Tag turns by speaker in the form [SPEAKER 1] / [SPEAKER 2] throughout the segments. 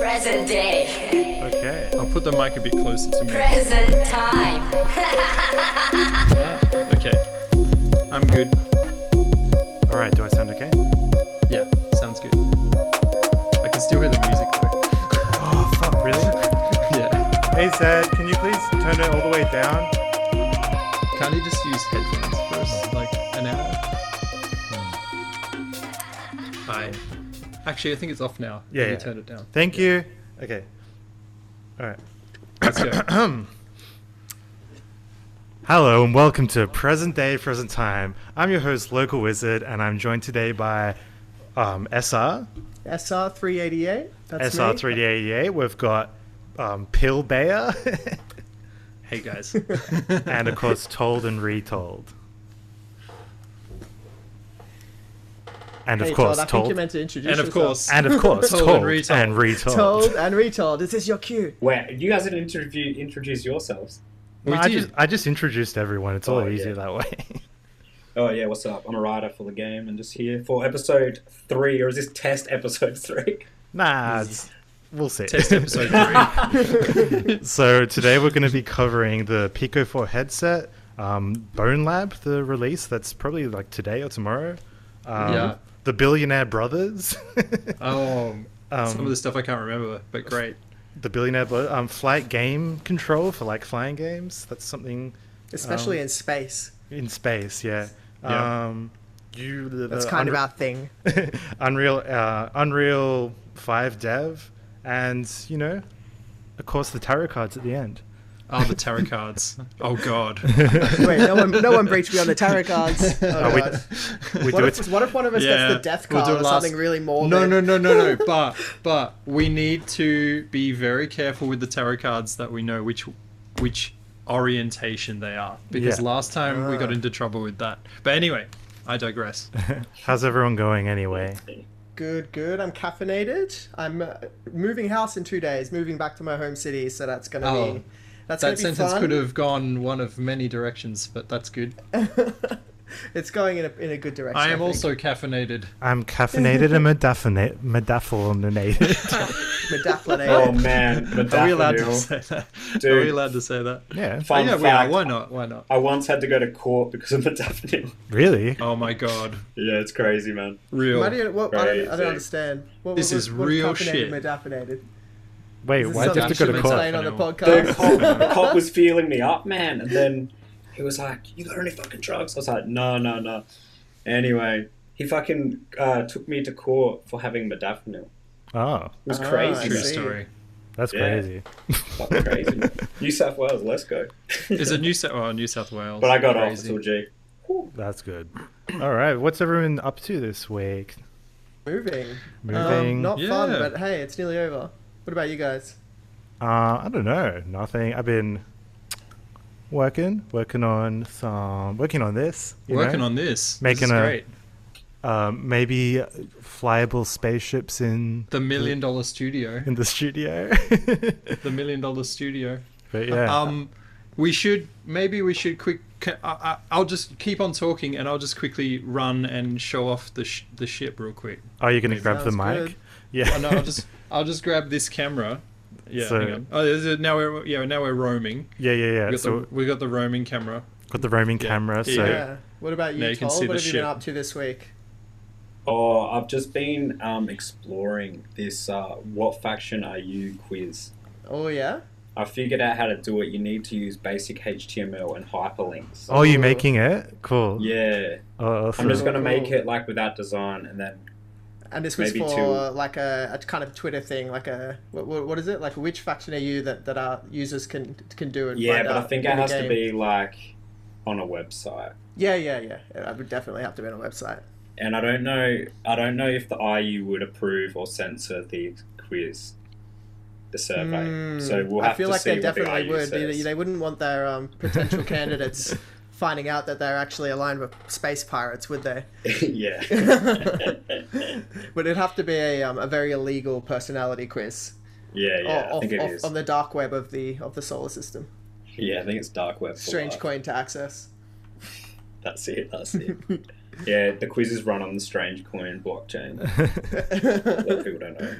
[SPEAKER 1] present day,
[SPEAKER 2] Okay, I'll put the mic a bit closer to me.
[SPEAKER 1] present time.
[SPEAKER 2] Okay, I'm good.
[SPEAKER 3] All right, do I sound okay?
[SPEAKER 2] Yeah, sounds good. I can still hear the music though.
[SPEAKER 3] Oh, fuck, really?
[SPEAKER 2] Yeah.
[SPEAKER 3] Hey, Zed, can you please turn it all the way down?
[SPEAKER 2] Can't you just use headphones for s- like an hour? Hmm. Hi. Actually, I think it's off now.
[SPEAKER 3] Yeah,
[SPEAKER 2] You
[SPEAKER 3] yeah.
[SPEAKER 2] turn it down.
[SPEAKER 3] Thank you. Okay. All right.
[SPEAKER 2] Let's go.
[SPEAKER 3] Hello and welcome to Present Day, Present Time. I'm your host, Local Wizard, and I'm joined today by um, SR,
[SPEAKER 4] SR three eighty eight. That's me.
[SPEAKER 3] SR388. We've got um, Pill Bayer,
[SPEAKER 2] hey guys.
[SPEAKER 3] and of course, Told and Retold. And of
[SPEAKER 4] Hey,
[SPEAKER 3] course,
[SPEAKER 4] Todd, I think you
[SPEAKER 3] Told.
[SPEAKER 4] meant to introduce
[SPEAKER 2] and of
[SPEAKER 4] yourself.
[SPEAKER 2] course.
[SPEAKER 3] And of course,
[SPEAKER 2] Told and
[SPEAKER 3] Told
[SPEAKER 2] Retold.
[SPEAKER 3] and Retold.
[SPEAKER 4] told and retold. This is your cue.
[SPEAKER 3] Um,
[SPEAKER 5] Where you guys didn't interview introduce yourselves.
[SPEAKER 2] we
[SPEAKER 3] I,
[SPEAKER 2] did.
[SPEAKER 3] just, I just introduced everyone. It's
[SPEAKER 5] Oh,
[SPEAKER 3] all
[SPEAKER 5] yeah.
[SPEAKER 3] easier that way.
[SPEAKER 5] Oh yeah, what's up? I'm a writer for the game and just here for episode three, or is this test episode three?
[SPEAKER 3] Nah, it's, we'll see.
[SPEAKER 2] Test episode three.
[SPEAKER 3] so today we're going to be covering the Pico 4 headset, um, Bone Lab, the release that's probably like today or tomorrow. Um,
[SPEAKER 2] Yeah.
[SPEAKER 3] The Billionaire Brothers.
[SPEAKER 2] Oh, some of
[SPEAKER 3] Um,
[SPEAKER 2] the stuff I can't remember, but great.
[SPEAKER 3] the Billionaire Bro- um, Flight Game Control for like flying games. That's something
[SPEAKER 4] Especially
[SPEAKER 3] Um,
[SPEAKER 4] in space.
[SPEAKER 3] in space, yeah.
[SPEAKER 2] Yeah.
[SPEAKER 3] Um, you, the,
[SPEAKER 4] That's
[SPEAKER 3] the
[SPEAKER 4] kind of
[SPEAKER 3] Unre-
[SPEAKER 4] our thing.
[SPEAKER 3] Unreal uh, Unreal 5 dev, and, you know, of course, the tarot cards at the end.
[SPEAKER 2] Oh, the tarot cards. Oh God.
[SPEAKER 4] Wait, no one no one breached me on the tarot cards. Oh,
[SPEAKER 3] Uh, we-
[SPEAKER 4] God.
[SPEAKER 3] we
[SPEAKER 4] what,
[SPEAKER 3] do
[SPEAKER 4] if,
[SPEAKER 3] it.
[SPEAKER 4] what if one of us gets the death
[SPEAKER 2] we'll
[SPEAKER 4] card
[SPEAKER 2] do
[SPEAKER 4] or
[SPEAKER 2] it last-
[SPEAKER 4] something really morbid?
[SPEAKER 2] No, no, no, no, no. but but we need to be very careful with the tarot cards that we know which which orientation they are because
[SPEAKER 3] Yeah.
[SPEAKER 2] last time we got
[SPEAKER 4] Ah.
[SPEAKER 2] into trouble with that. But anyway, I digress.
[SPEAKER 3] How's everyone going anyway?
[SPEAKER 4] Good, good. I'm caffeinated. I'm uh, moving house in two days. Moving back to my home city, so that's gonna
[SPEAKER 2] Oh,
[SPEAKER 4] be. That's
[SPEAKER 2] that
[SPEAKER 4] gonna be
[SPEAKER 2] sentence
[SPEAKER 4] fun.
[SPEAKER 2] could have gone one of many directions, but that's good.
[SPEAKER 4] It's going in a, in a good direction.
[SPEAKER 2] I am
[SPEAKER 4] think.
[SPEAKER 2] also caffeinated.
[SPEAKER 3] I'm caffeinated and medaffinate, medaffinated.
[SPEAKER 4] Medaphlinated.
[SPEAKER 5] Oh man, but
[SPEAKER 2] Are we allowed to
[SPEAKER 5] daffodil.
[SPEAKER 2] say that? Are
[SPEAKER 5] Dude.
[SPEAKER 2] we allowed to say that?
[SPEAKER 3] yeah,
[SPEAKER 2] Oh,
[SPEAKER 5] Fun
[SPEAKER 2] yeah, we are.
[SPEAKER 5] fact:
[SPEAKER 2] Why not? Why not?
[SPEAKER 5] I once had to go to court because of the daffodil.
[SPEAKER 3] really?
[SPEAKER 2] Oh my god.
[SPEAKER 5] Yeah, it's crazy, man.
[SPEAKER 4] Why
[SPEAKER 2] Real.
[SPEAKER 4] do you- what- I, don't, I
[SPEAKER 5] Crazy.
[SPEAKER 4] don't understand. What,
[SPEAKER 2] This
[SPEAKER 4] what-
[SPEAKER 2] is
[SPEAKER 4] what
[SPEAKER 2] real
[SPEAKER 4] caffeinated
[SPEAKER 2] shit.
[SPEAKER 4] Medaphlinated.
[SPEAKER 3] Wait,
[SPEAKER 4] This
[SPEAKER 3] why
[SPEAKER 4] is
[SPEAKER 3] do you have to go
[SPEAKER 4] something
[SPEAKER 3] to
[SPEAKER 2] Actually,
[SPEAKER 4] you
[SPEAKER 3] court?
[SPEAKER 4] explain on the
[SPEAKER 2] Daffodil.
[SPEAKER 5] The
[SPEAKER 4] podcast.
[SPEAKER 5] cop, the cop was feeling me up, man, and then he was like, "You got any fucking drugs?" I was like, "No, no, no." Anyway, he fucking uh, took me to court for having modafinil. It
[SPEAKER 3] Oh,
[SPEAKER 5] was
[SPEAKER 4] Ah, I
[SPEAKER 5] crazy.
[SPEAKER 2] True
[SPEAKER 4] see.
[SPEAKER 5] man.
[SPEAKER 2] story.
[SPEAKER 3] that's
[SPEAKER 5] Yeah.
[SPEAKER 3] crazy.
[SPEAKER 5] Fucking crazy. man. New South Wales, let's go.
[SPEAKER 2] Is it New South? Oh, New South Wales.
[SPEAKER 5] But I got off. It's
[SPEAKER 2] Crazy.
[SPEAKER 5] all G.
[SPEAKER 3] That's good. All right, what's everyone up to this week?
[SPEAKER 4] Moving.
[SPEAKER 3] Moving.
[SPEAKER 4] Um, not fun,
[SPEAKER 2] Yeah.
[SPEAKER 4] but hey, it's nearly over. What about you guys?
[SPEAKER 3] Uh, I don't know. Nothing. I've been working, working on some, working on this. you
[SPEAKER 2] Working
[SPEAKER 3] know?
[SPEAKER 2] on this. This
[SPEAKER 3] Making
[SPEAKER 2] is
[SPEAKER 3] a-
[SPEAKER 2] great.
[SPEAKER 3] um, maybe flyable spaceships in
[SPEAKER 2] The million dollar studio.
[SPEAKER 3] in the studio.
[SPEAKER 2] The million dollar studio.
[SPEAKER 3] but yeah,
[SPEAKER 2] Um, we should maybe we should quick. ca- I, I, I'll just keep on talking, and I'll just quickly run and show off the sh- the ship real quick.
[SPEAKER 3] are you Oh, gonna grab the
[SPEAKER 4] Sounds
[SPEAKER 3] mic?
[SPEAKER 4] good.
[SPEAKER 3] Yeah.
[SPEAKER 2] Oh, no, I'll just I'll just grab this camera. Yeah.
[SPEAKER 3] So-
[SPEAKER 2] hang on. Oh, there's a- now we're yeah now we're roaming.
[SPEAKER 3] yeah, yeah, yeah.
[SPEAKER 2] We got,
[SPEAKER 3] So
[SPEAKER 2] the, we got the roaming camera.
[SPEAKER 3] got the roaming camera. So
[SPEAKER 2] Yeah.
[SPEAKER 4] Yeah. What about
[SPEAKER 2] Now
[SPEAKER 4] you,
[SPEAKER 2] you can
[SPEAKER 4] Tol?
[SPEAKER 2] see
[SPEAKER 4] What
[SPEAKER 2] the
[SPEAKER 4] have you been
[SPEAKER 2] ship.
[SPEAKER 4] up to this week?
[SPEAKER 5] Oh, I've just been um, exploring this uh, "What faction are you?" quiz.
[SPEAKER 4] Oh yeah.
[SPEAKER 5] I figured out how to do it. You need to use basic HTML and hyperlinks.
[SPEAKER 3] Oh, you
[SPEAKER 4] Oh.
[SPEAKER 3] making it? Cool.
[SPEAKER 5] Yeah,
[SPEAKER 3] Oh, awesome.
[SPEAKER 5] I'm just gonna
[SPEAKER 4] Cool.
[SPEAKER 5] make it like without design, and then
[SPEAKER 4] And this was
[SPEAKER 5] Maybe
[SPEAKER 4] for
[SPEAKER 5] two.
[SPEAKER 4] like a, a kind of Twitter thing, like a what, what, what is it? Like which faction are you that, that our users can can do and
[SPEAKER 5] yeah,
[SPEAKER 4] find
[SPEAKER 5] but I
[SPEAKER 4] out
[SPEAKER 5] think
[SPEAKER 4] in
[SPEAKER 5] it
[SPEAKER 4] the
[SPEAKER 5] has to
[SPEAKER 4] game.
[SPEAKER 5] be like on a website.
[SPEAKER 4] Yeah, yeah, yeah. I would definitely have to be on a website.
[SPEAKER 5] And I don't know, I don't know if the IU would approve or censor the quiz, the survey.
[SPEAKER 4] Mm,
[SPEAKER 5] so we'll
[SPEAKER 4] I
[SPEAKER 5] have
[SPEAKER 4] feel
[SPEAKER 5] to
[SPEAKER 4] like
[SPEAKER 5] see
[SPEAKER 4] they
[SPEAKER 5] what the
[SPEAKER 4] definitely
[SPEAKER 5] IU
[SPEAKER 4] would.
[SPEAKER 5] says.
[SPEAKER 4] They, they wouldn't want their um, potential candidates finding out that they're actually aligned with space pirates, would they?
[SPEAKER 5] yeah.
[SPEAKER 4] Would it have to be a, um, a very illegal personality quiz?
[SPEAKER 5] yeah, yeah,
[SPEAKER 4] Or
[SPEAKER 5] I think it
[SPEAKER 4] Oh, off,
[SPEAKER 5] is.
[SPEAKER 4] off, on the dark web of the of the solar system.
[SPEAKER 5] Yeah, I think it's dark web. for
[SPEAKER 4] Strange
[SPEAKER 5] life.
[SPEAKER 4] coin to access.
[SPEAKER 5] That's it. That's it. yeah, the quizzes run on the strange coin blockchain. A lot of people don't know.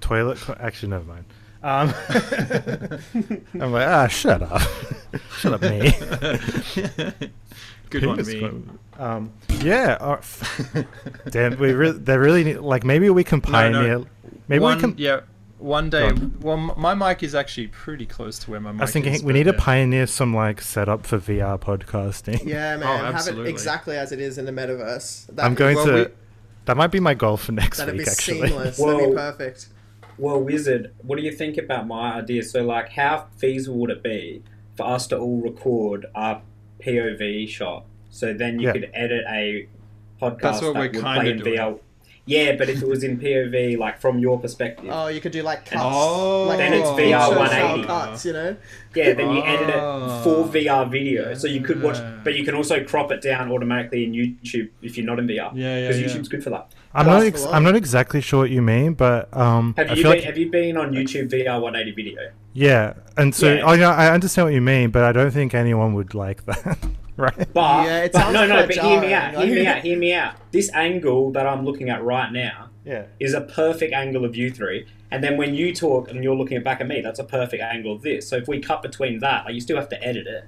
[SPEAKER 3] toilet. Co- Actually, never mind. Um, I'm like, ah, shut up, shut up, me.
[SPEAKER 2] Good one,
[SPEAKER 3] Penis
[SPEAKER 2] me.
[SPEAKER 3] one. Um, yeah. all right, f- Damn, we really, they really need, like maybe we can pioneer. Maybe
[SPEAKER 2] one,
[SPEAKER 3] we can.
[SPEAKER 2] yeah. One day,
[SPEAKER 3] Go on.
[SPEAKER 2] well, m- my mic is actually pretty close to where my mic is.
[SPEAKER 3] I was thinking we
[SPEAKER 2] but
[SPEAKER 3] need to
[SPEAKER 2] yeah.
[SPEAKER 3] pioneer some like setup for VR podcasting.
[SPEAKER 4] Yeah, man. have it
[SPEAKER 2] absolutely.
[SPEAKER 4] exactly as it is in the metaverse. That,
[SPEAKER 3] I'm going
[SPEAKER 2] well,
[SPEAKER 3] to.
[SPEAKER 2] we-
[SPEAKER 3] that might be my goal for next
[SPEAKER 4] That'd
[SPEAKER 3] week.
[SPEAKER 4] be
[SPEAKER 3] actually,
[SPEAKER 4] seamless. That'd
[SPEAKER 5] Whoa.
[SPEAKER 4] be perfect.
[SPEAKER 5] Well, Wizard, what do you think about my idea? So, like, how feasible would it be for us to all record our POV shot? So then you
[SPEAKER 3] Yeah.
[SPEAKER 5] could edit a podcast
[SPEAKER 2] That's what
[SPEAKER 5] that
[SPEAKER 2] we're
[SPEAKER 5] would
[SPEAKER 2] kinda
[SPEAKER 5] play in
[SPEAKER 2] doing.
[SPEAKER 5] VR. Yeah, but if it was in POV, like from your perspective,
[SPEAKER 4] Oh, you could do like cuts.
[SPEAKER 2] Oh.
[SPEAKER 4] like
[SPEAKER 5] Then it's
[SPEAKER 4] picture
[SPEAKER 5] VR
[SPEAKER 4] style
[SPEAKER 5] 180.
[SPEAKER 4] cuts, you know?
[SPEAKER 5] yeah, then you edit
[SPEAKER 2] Oh.
[SPEAKER 5] it for VR video. So you could watch,
[SPEAKER 2] Yeah.
[SPEAKER 5] but you can also crop it down automatically in YouTube if you're not in VR.
[SPEAKER 2] Yeah, yeah,
[SPEAKER 5] Because
[SPEAKER 2] yeah.
[SPEAKER 5] YouTube's good for that.
[SPEAKER 3] I'm not.
[SPEAKER 4] Pass
[SPEAKER 3] Ex-
[SPEAKER 4] the
[SPEAKER 3] I'm not exactly sure what you mean, but um, I
[SPEAKER 5] Have you
[SPEAKER 3] feel
[SPEAKER 5] been,
[SPEAKER 3] like
[SPEAKER 5] have you been on YouTube VR 180 video?
[SPEAKER 3] yeah. And so,
[SPEAKER 5] Yeah.
[SPEAKER 3] oh yeah, I understand what you mean, but I don't think anyone would like that, right?
[SPEAKER 5] But,
[SPEAKER 4] Yeah, it
[SPEAKER 5] but
[SPEAKER 4] sounds
[SPEAKER 5] no, no,
[SPEAKER 4] quite
[SPEAKER 5] but hear me
[SPEAKER 4] jarring,
[SPEAKER 5] out,
[SPEAKER 4] like-
[SPEAKER 5] hear me out, hear me out. This angle that I'm looking at right now
[SPEAKER 3] Yeah.
[SPEAKER 5] is a perfect angle of you three. And then when you talk and you're looking back at me, that's a perfect angle of this. So if we cut between that, like you still have to edit it.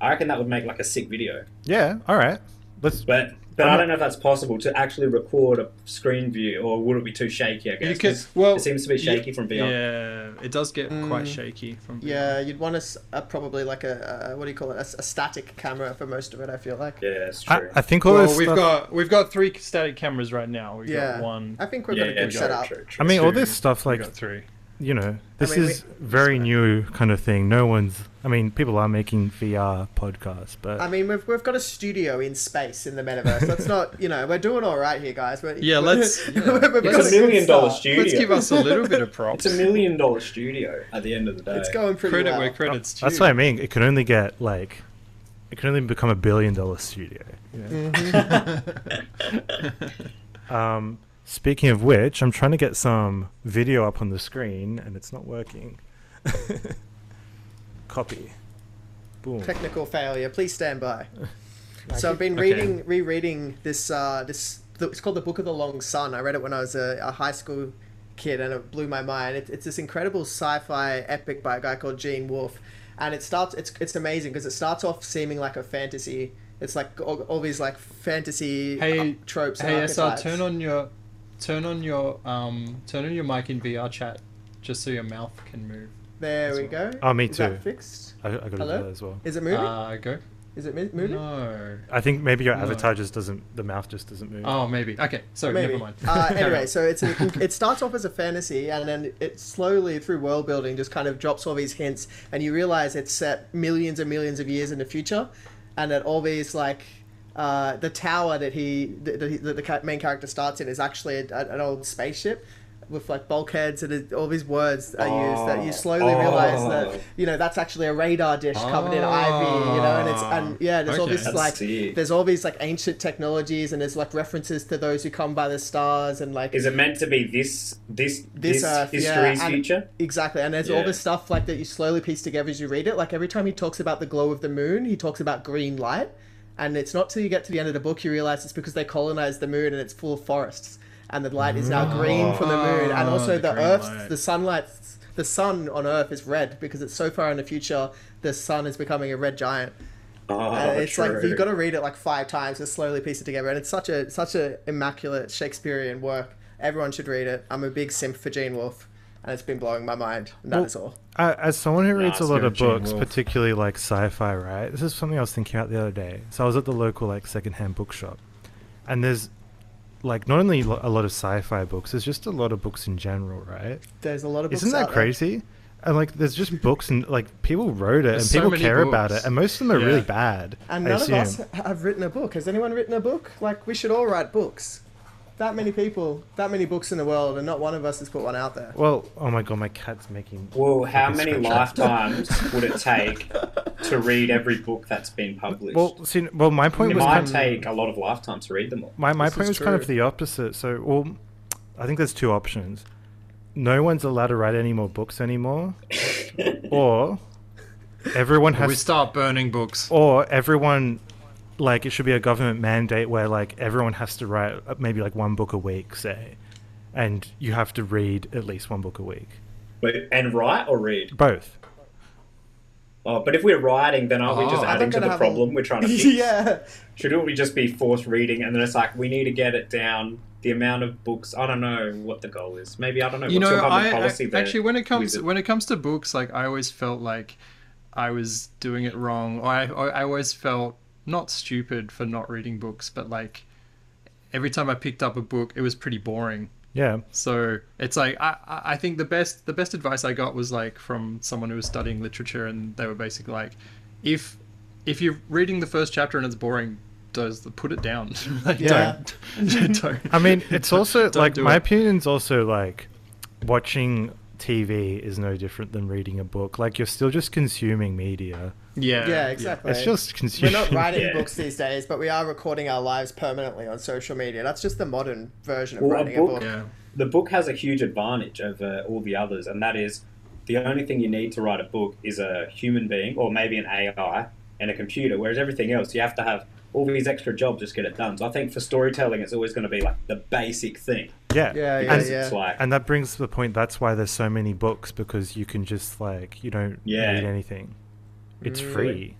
[SPEAKER 5] I reckon that would make like a sick video.
[SPEAKER 3] Yeah. All right. Let's.
[SPEAKER 5] But but I don't know if that's possible to actually record a screen view, or would it be too shaky? I guess
[SPEAKER 2] You could,
[SPEAKER 5] 'Cause
[SPEAKER 2] well,
[SPEAKER 5] it seems to be
[SPEAKER 2] you-
[SPEAKER 5] shaky from VR.
[SPEAKER 2] Yeah, it does get quite shaky from
[SPEAKER 4] Mm. Yeah, you'd want a, s- a- probably like a, uh what do you call it? A, s- a static camera for most of it, I feel like.
[SPEAKER 5] Yeah, that's
[SPEAKER 3] I,
[SPEAKER 5] true.
[SPEAKER 3] I think all
[SPEAKER 2] Well,
[SPEAKER 3] this.
[SPEAKER 2] we've
[SPEAKER 3] stuff,
[SPEAKER 2] got we've got three static cameras right now. We've
[SPEAKER 4] Yeah.
[SPEAKER 2] got one.
[SPEAKER 4] I think we've
[SPEAKER 5] yeah,
[SPEAKER 4] got a
[SPEAKER 5] yeah,
[SPEAKER 4] good
[SPEAKER 5] true,
[SPEAKER 4] setup.
[SPEAKER 5] true, true.
[SPEAKER 3] I mean, all
[SPEAKER 2] two,
[SPEAKER 3] this stuff,
[SPEAKER 2] we
[SPEAKER 3] like
[SPEAKER 2] got three.
[SPEAKER 3] you know, this
[SPEAKER 4] mean, we-
[SPEAKER 3] is very new kind of thing. No one's. I mean, people are making VR podcasts, but
[SPEAKER 4] I mean, we've, we've got a studio in space in the metaverse. Let's not, you know, we're doing all right here, guys. We're,
[SPEAKER 2] Yeah,
[SPEAKER 4] we're-
[SPEAKER 2] let's-
[SPEAKER 4] we've
[SPEAKER 2] yeah.
[SPEAKER 4] got
[SPEAKER 5] It's
[SPEAKER 4] good
[SPEAKER 5] a million dollar
[SPEAKER 4] start.
[SPEAKER 5] studio.
[SPEAKER 2] Let's give us a little bit of props.
[SPEAKER 5] It's a million dollar studio at the end of the day.
[SPEAKER 4] It's going pretty
[SPEAKER 2] Credit
[SPEAKER 4] well.
[SPEAKER 2] where credit's due.
[SPEAKER 3] that's what I mean. It can only get like. It can only become a billion dollar studio. you know? Um, speaking of which, I'm trying to get some video up on the screen and it's not working. Copy. Boom.
[SPEAKER 4] Technical failure. Please stand by. So I've been
[SPEAKER 2] Okay.
[SPEAKER 4] reading, rereading this. Uh, this it's called the Book of the Long Sun. I read it when I was a, a high school kid, and it blew my mind. It, it's this incredible sci-fi epic by a guy called Gene Wolfe, and it starts. It's it's amazing because it starts off seeming like a fantasy. It's like all, all these like fantasy
[SPEAKER 2] Hey,
[SPEAKER 4] uh, tropes.
[SPEAKER 2] Hey,
[SPEAKER 4] and
[SPEAKER 2] SR,
[SPEAKER 4] archetypes.
[SPEAKER 2] turn on your turn on your um turn on your mic in VR chat, just so your mouth can move.
[SPEAKER 4] There we go.
[SPEAKER 3] Oh, me
[SPEAKER 4] Is that
[SPEAKER 3] too.
[SPEAKER 4] fixed?
[SPEAKER 3] I, I gotta
[SPEAKER 4] Hello?
[SPEAKER 3] do that as well.
[SPEAKER 4] Is it moving?
[SPEAKER 2] Uh, go.
[SPEAKER 4] Is it mo- moving?
[SPEAKER 2] No.
[SPEAKER 3] I think maybe your
[SPEAKER 2] No.
[SPEAKER 3] avatar just doesn't, the mouth just doesn't move.
[SPEAKER 2] Oh, maybe. Okay. Sorry. Never mind.
[SPEAKER 4] Uh,
[SPEAKER 2] Carry
[SPEAKER 4] anyway,
[SPEAKER 2] on.
[SPEAKER 4] so it's an, it starts off as a fantasy, and then it slowly through world building just kind of drops all these hints, and you realize it's set millions and millions of years in the future, and that all these like. Uh, the tower that he that, that he- that the ca- main character starts in is actually a, a- an old spaceship with like bulkheads and it- all these words are used that you
[SPEAKER 5] Oh.
[SPEAKER 4] slowly realize
[SPEAKER 5] Oh.
[SPEAKER 4] that you know that's actually a radar dish covered in ivy you know and it's and yeah there's all
[SPEAKER 2] Okay.
[SPEAKER 4] this
[SPEAKER 5] That's
[SPEAKER 4] like
[SPEAKER 5] sick.
[SPEAKER 4] there's all these like ancient technologies and there's like references to those who come by the stars and like
[SPEAKER 5] Is it meant to be this this
[SPEAKER 4] this
[SPEAKER 5] this,
[SPEAKER 4] earth
[SPEAKER 5] history's
[SPEAKER 4] yeah, and-
[SPEAKER 5] future?
[SPEAKER 4] exactly and there's all
[SPEAKER 5] Yeah.
[SPEAKER 4] this stuff like that you slowly piece together as you read it like every time he talks about the glow of the moon he talks about green light and it's not till you get to the end of the book you realize it's because they colonized the moon and it's full of forests and the light is now green from the moon and
[SPEAKER 2] Oh,
[SPEAKER 4] also
[SPEAKER 2] the
[SPEAKER 4] the,
[SPEAKER 2] green
[SPEAKER 4] earth's
[SPEAKER 2] light.
[SPEAKER 4] the sunlight the sun on earth is red because it's so far in the future the sun is becoming a red giant
[SPEAKER 5] Oh,
[SPEAKER 4] and Uh, it's like
[SPEAKER 5] true.
[SPEAKER 4] you've got to read it like five times to slowly piece it together, and it's such a such a immaculate Shakespearean work. Everyone should read it. I'm a big simp for Gene Wolfe, and it's been blowing my mind. And that
[SPEAKER 3] Well-
[SPEAKER 4] is all.
[SPEAKER 3] I, as someone who reads a lot
[SPEAKER 2] Oscar
[SPEAKER 3] of
[SPEAKER 2] Gene
[SPEAKER 3] books,
[SPEAKER 2] Wolfe.
[SPEAKER 3] particularly like sci-fi, right? This is something I was thinking about the other day. So I was at the local like secondhand bookshop, and there's like not only lo- a lot of sci-fi books, there's just a lot of books in general, right?
[SPEAKER 4] There's a lot of books
[SPEAKER 3] Isn't that
[SPEAKER 4] out there.
[SPEAKER 3] crazy? And like, there's just books and like people wrote it,
[SPEAKER 2] There's
[SPEAKER 3] and
[SPEAKER 2] so
[SPEAKER 3] people
[SPEAKER 2] many
[SPEAKER 3] care about
[SPEAKER 2] books.
[SPEAKER 3] it, and most of them are
[SPEAKER 2] Yeah.
[SPEAKER 3] really bad.
[SPEAKER 4] And
[SPEAKER 3] I
[SPEAKER 4] none of
[SPEAKER 3] assume.
[SPEAKER 4] us have written a book. Has anyone written a book? Like we should all write books. That many people, that many books in the world, and not one of us has put one out there.
[SPEAKER 3] Well, oh my god, my cat's making.
[SPEAKER 5] Well, how
[SPEAKER 3] fucking
[SPEAKER 5] many
[SPEAKER 3] scratches.
[SPEAKER 5] lifetimes would it take to read every book that's been published?
[SPEAKER 3] Well, see, well, my point
[SPEAKER 5] it
[SPEAKER 3] was
[SPEAKER 5] might
[SPEAKER 3] kind of-
[SPEAKER 5] take a lot of lifetimes to read them all.
[SPEAKER 3] My my
[SPEAKER 2] This
[SPEAKER 3] point
[SPEAKER 2] is
[SPEAKER 3] was kind of
[SPEAKER 2] true.
[SPEAKER 3] the opposite. So, well, I think there's two options. No one's allowed to write any more books anymore, or everyone
[SPEAKER 2] we
[SPEAKER 3] has,
[SPEAKER 2] start burning books.
[SPEAKER 3] or everyone, like it should be a government mandate where like everyone has to write uh, maybe like one book a week, say, and you have to read at least one book a week.
[SPEAKER 5] Wait, and write or read?
[SPEAKER 3] Both.
[SPEAKER 5] Oh, but if we're writing, then aren't we just
[SPEAKER 2] Oh.
[SPEAKER 5] adding to
[SPEAKER 4] gonna
[SPEAKER 5] the
[SPEAKER 4] have a-
[SPEAKER 5] problem we're trying to fix?
[SPEAKER 4] yeah.
[SPEAKER 5] Shouldn't we just be forced reading and then it's like we need to get it down the amount of books? I don't know what the goal is. Maybe I don't know.
[SPEAKER 2] you
[SPEAKER 5] What's
[SPEAKER 2] know,
[SPEAKER 5] your public
[SPEAKER 2] I, I
[SPEAKER 5] policy there?
[SPEAKER 2] actually when it comes
[SPEAKER 5] Wizard?
[SPEAKER 2] when it comes to books, like I always felt like I was doing it wrong. Or I or I always felt not stupid for not reading books, but like every time I picked up a book, it was pretty boring.
[SPEAKER 3] Yeah.
[SPEAKER 2] So it's like I, I I think the best the best advice I got was like from someone who was studying literature, and they were basically like, if if you're reading the first chapter and it's boring, does put it down. like,
[SPEAKER 4] Yeah.
[SPEAKER 2] Don't, don't.
[SPEAKER 5] Um,
[SPEAKER 3] I mean, it's also
[SPEAKER 2] Don't
[SPEAKER 3] like
[SPEAKER 2] do
[SPEAKER 3] my
[SPEAKER 2] it.
[SPEAKER 3] opinion's also like watching TV is no different than reading a book. Like you're still just consuming media.
[SPEAKER 2] yeah.
[SPEAKER 4] Yeah, exactly.
[SPEAKER 3] It's just
[SPEAKER 4] We're
[SPEAKER 3] consuming.
[SPEAKER 4] not writing
[SPEAKER 5] Yeah.
[SPEAKER 4] books these days, but we are recording our lives permanently on social media. That's just the modern version of
[SPEAKER 5] Well, a
[SPEAKER 4] writing
[SPEAKER 5] book-
[SPEAKER 4] a book.
[SPEAKER 2] Yeah.
[SPEAKER 5] the book has a huge advantage over all the others, and that is the only thing you need to write a book is a human being or maybe an AI and a computer, whereas everything else you have to have all these extra jobs just to get it done. So I think for storytelling, it's always going to be like the basic thing.
[SPEAKER 3] Yeah.
[SPEAKER 4] Yeah, yeah,
[SPEAKER 3] And-
[SPEAKER 5] because
[SPEAKER 4] yeah.
[SPEAKER 5] It's like,
[SPEAKER 3] And that brings to the point that's why there's so many books because you can just like you don't
[SPEAKER 5] Yeah.
[SPEAKER 3] need anything. It's
[SPEAKER 4] Mm.
[SPEAKER 3] free.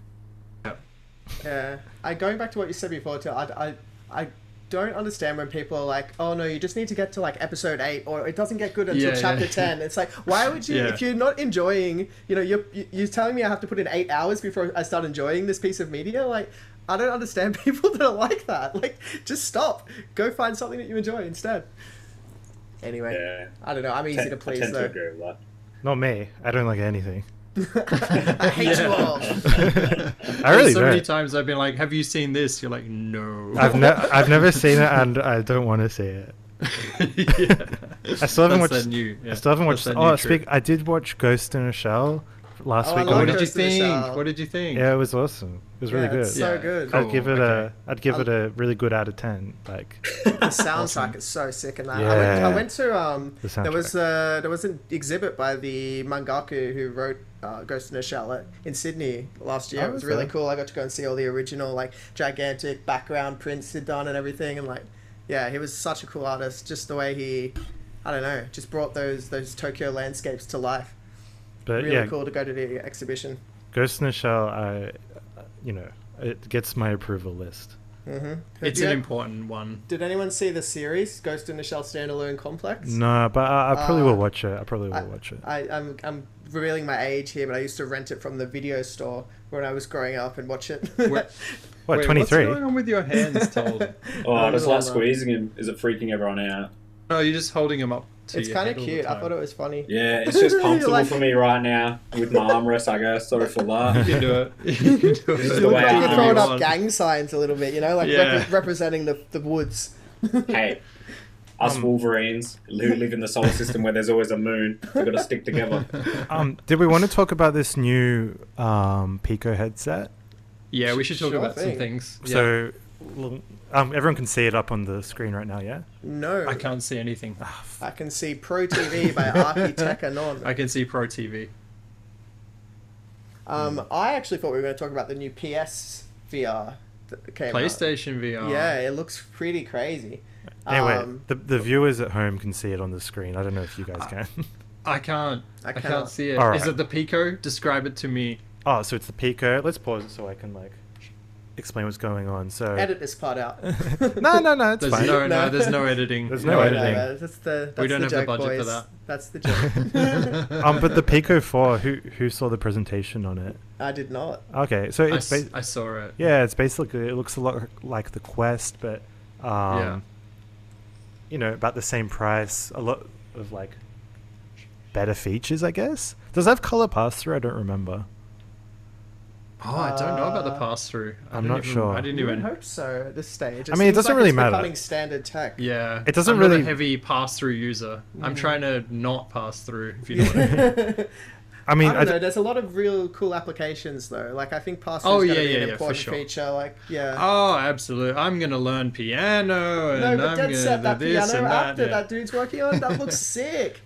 [SPEAKER 4] Yeah. I going back to what you said before, too. I, I, I don't understand when people are like, "Oh no, you just need to get to like episode eight, or it doesn't get good until
[SPEAKER 2] Yeah,
[SPEAKER 4] chapter
[SPEAKER 2] yeah.
[SPEAKER 4] ten. It's like, why would you
[SPEAKER 2] Yeah.
[SPEAKER 4] if you're not enjoying? You know, you're you- you're telling me I have to put in eight hours before I start enjoying this piece of media. Like, I don't understand people that are like that. Like, just stop. Go find something that you enjoy instead. Anyway,
[SPEAKER 5] yeah,
[SPEAKER 4] I don't know. I'm
[SPEAKER 5] I
[SPEAKER 4] easy to
[SPEAKER 5] tend- I
[SPEAKER 4] please
[SPEAKER 5] tend to
[SPEAKER 4] though.
[SPEAKER 5] agree with that.
[SPEAKER 3] Not me. I don't like anything.
[SPEAKER 4] I hate you all.
[SPEAKER 3] I really
[SPEAKER 2] so
[SPEAKER 3] don't.
[SPEAKER 2] many times I've been like, "Have you seen this?" You're like, "No."
[SPEAKER 3] I've ne- I've never seen it and I don't want to see it. I still haven't
[SPEAKER 2] That's
[SPEAKER 3] watched.
[SPEAKER 2] that new- yeah,
[SPEAKER 3] I still haven't watched.
[SPEAKER 2] that's that
[SPEAKER 3] Oh,
[SPEAKER 2] new
[SPEAKER 3] speak.
[SPEAKER 2] trick.
[SPEAKER 3] I did watch Ghost in a Shell last
[SPEAKER 4] Oh, I
[SPEAKER 3] week.
[SPEAKER 4] love
[SPEAKER 2] What
[SPEAKER 3] on-
[SPEAKER 2] did you
[SPEAKER 4] Ghost in the
[SPEAKER 2] think?
[SPEAKER 4] Shell.
[SPEAKER 2] What did you think?
[SPEAKER 3] Yeah, it was awesome. It was really
[SPEAKER 4] Yeah,
[SPEAKER 3] good.
[SPEAKER 4] it's so good.
[SPEAKER 2] cool,
[SPEAKER 3] I'd give it
[SPEAKER 2] okay.
[SPEAKER 3] a. I'd give
[SPEAKER 4] I-
[SPEAKER 3] it a really good out of ten. Like,
[SPEAKER 4] The soundtrack is so sick in that. I, went,
[SPEAKER 3] Yeah.
[SPEAKER 4] I went to um,
[SPEAKER 3] The
[SPEAKER 4] there was uh, there was an exhibit by the mangaku who wrote uh, Ghost in a Shell at- in Sydney last year.
[SPEAKER 3] Oh,
[SPEAKER 4] it was
[SPEAKER 3] okay.
[SPEAKER 4] really cool. I got to go and see all the original like gigantic background prints he'd done and everything, and like yeah, he was such a cool artist. Just the way he, I don't know, just brought those those Tokyo landscapes to life.
[SPEAKER 3] but
[SPEAKER 4] Really
[SPEAKER 3] Uh, yeah,
[SPEAKER 4] cool to go to the exhibition.
[SPEAKER 3] Ghost in a Shell. I, you know, it gets my approval list.
[SPEAKER 2] It's
[SPEAKER 4] Yeah.
[SPEAKER 2] an important one.
[SPEAKER 4] Did anyone see the series Ghost in a Shell standalone complex?
[SPEAKER 3] No, but I, I probably
[SPEAKER 4] Uh,
[SPEAKER 3] will watch it. I probably will
[SPEAKER 4] I-
[SPEAKER 3] watch it.
[SPEAKER 4] I, I'm I'm revealing my age here, but I used to rent it from the video store when I was growing up and watch it.
[SPEAKER 2] What?
[SPEAKER 3] What?
[SPEAKER 2] Wait,
[SPEAKER 3] Twenty
[SPEAKER 2] What's going
[SPEAKER 3] three.
[SPEAKER 2] on with your hands, Told?
[SPEAKER 5] Oh, I just like
[SPEAKER 4] Overall, uh,
[SPEAKER 5] squeezing him. Is it freaking everyone out?
[SPEAKER 2] no, Oh, you're just holding them up. To
[SPEAKER 4] it's kind of cute. I thought it was funny.
[SPEAKER 5] Yeah, it's just comfortable
[SPEAKER 4] Like-
[SPEAKER 5] for me right now with my armrest. I guess sorry for that.
[SPEAKER 2] You can do it. You can do
[SPEAKER 5] is
[SPEAKER 2] it.
[SPEAKER 5] the
[SPEAKER 4] You look
[SPEAKER 5] way
[SPEAKER 4] like
[SPEAKER 5] I
[SPEAKER 4] you're
[SPEAKER 5] am.
[SPEAKER 4] throwing
[SPEAKER 2] Everyone.
[SPEAKER 4] up gang signs a little bit, you know, like
[SPEAKER 2] Yeah.
[SPEAKER 4] repre- representing the, the woods.
[SPEAKER 5] hey, us Wolverines who live in the solar system where there's always a moon, we've got to stick together.
[SPEAKER 3] Um, did we want to talk about this new um, Pico headset?
[SPEAKER 2] Yeah, we should talk
[SPEAKER 4] Sure
[SPEAKER 2] about some
[SPEAKER 4] thing.
[SPEAKER 2] things. Yeah.
[SPEAKER 3] So, l- um, everyone can see it up on the screen right now. Yeah.
[SPEAKER 4] No,
[SPEAKER 2] I can't see anything.
[SPEAKER 3] Ah,
[SPEAKER 4] I can see Pro TV by Architech Non.
[SPEAKER 2] I can see Pro TV.
[SPEAKER 4] Um, I actually thought we were going to talk about the new PS VR that came out.
[SPEAKER 2] PlayStation VR.
[SPEAKER 4] Yeah, it looks pretty crazy.
[SPEAKER 3] Anyway,
[SPEAKER 4] Um, Ah.
[SPEAKER 3] the, the viewers at home can see it on the screen. I don't know if you guys can.
[SPEAKER 2] I can't.
[SPEAKER 4] I
[SPEAKER 2] I, can't
[SPEAKER 4] cannot.
[SPEAKER 2] see it. Is
[SPEAKER 3] All right.
[SPEAKER 2] it the Pico? Describe it to me.
[SPEAKER 3] oh, so it's the Pico. Let's pause it so I can like explain what's going on. So
[SPEAKER 4] edit this part out.
[SPEAKER 3] no, no, no, it's
[SPEAKER 2] There's
[SPEAKER 3] fine.
[SPEAKER 2] no, no,
[SPEAKER 4] No.
[SPEAKER 2] there's no editing.
[SPEAKER 3] There's
[SPEAKER 4] No,
[SPEAKER 3] no
[SPEAKER 4] no,
[SPEAKER 3] editing.
[SPEAKER 4] no, that's the, that's
[SPEAKER 2] We don't
[SPEAKER 4] the
[SPEAKER 2] have the
[SPEAKER 4] joke,
[SPEAKER 2] budget for
[SPEAKER 4] boys.
[SPEAKER 2] that.
[SPEAKER 4] That's the joke.
[SPEAKER 3] Um, but the Pico Four. Who who saw the presentation on it?
[SPEAKER 4] I did not.
[SPEAKER 3] Okay, so
[SPEAKER 2] I,
[SPEAKER 3] it's
[SPEAKER 2] s-
[SPEAKER 3] ba-
[SPEAKER 2] I saw it.
[SPEAKER 3] yeah, it's basically it looks a lot like the Quest, but um,
[SPEAKER 2] Yeah.
[SPEAKER 3] you know, about the same price. A lot of like better features, I guess. Does it have color pass through? I don't remember.
[SPEAKER 2] Oh, I don't know about the
[SPEAKER 4] Uh,
[SPEAKER 2] pass through.
[SPEAKER 3] I'm not sure.
[SPEAKER 2] I didn't
[SPEAKER 4] You would
[SPEAKER 2] even.
[SPEAKER 4] hope so at this stage.
[SPEAKER 3] I mean, it
[SPEAKER 4] seems
[SPEAKER 3] doesn't
[SPEAKER 4] like
[SPEAKER 3] really
[SPEAKER 4] it's
[SPEAKER 3] matter.
[SPEAKER 4] Becoming standard tech.
[SPEAKER 2] Yeah,
[SPEAKER 3] It doesn't
[SPEAKER 2] I'm not a
[SPEAKER 3] really-
[SPEAKER 2] heavy pass through user. I'm trying to not pass through. If you know what I mean.
[SPEAKER 4] I
[SPEAKER 3] I mean, I
[SPEAKER 4] don't
[SPEAKER 3] d-
[SPEAKER 4] know. There's a lot of real cool applications though. Like I think pass
[SPEAKER 2] Oh,
[SPEAKER 4] is going
[SPEAKER 2] yeah,
[SPEAKER 4] to be
[SPEAKER 2] yeah,
[SPEAKER 4] an
[SPEAKER 2] yeah, for
[SPEAKER 4] important
[SPEAKER 2] sure.
[SPEAKER 4] feature. Like yeah.
[SPEAKER 2] Oh, absolutely. I'm gonna learn piano, and
[SPEAKER 4] no,
[SPEAKER 2] I'm
[SPEAKER 4] but
[SPEAKER 2] gonna
[SPEAKER 4] dead set that
[SPEAKER 2] do this
[SPEAKER 4] piano
[SPEAKER 2] and
[SPEAKER 4] app
[SPEAKER 2] that.
[SPEAKER 4] that
[SPEAKER 2] yeah.
[SPEAKER 4] that dude's working on. That looks sick.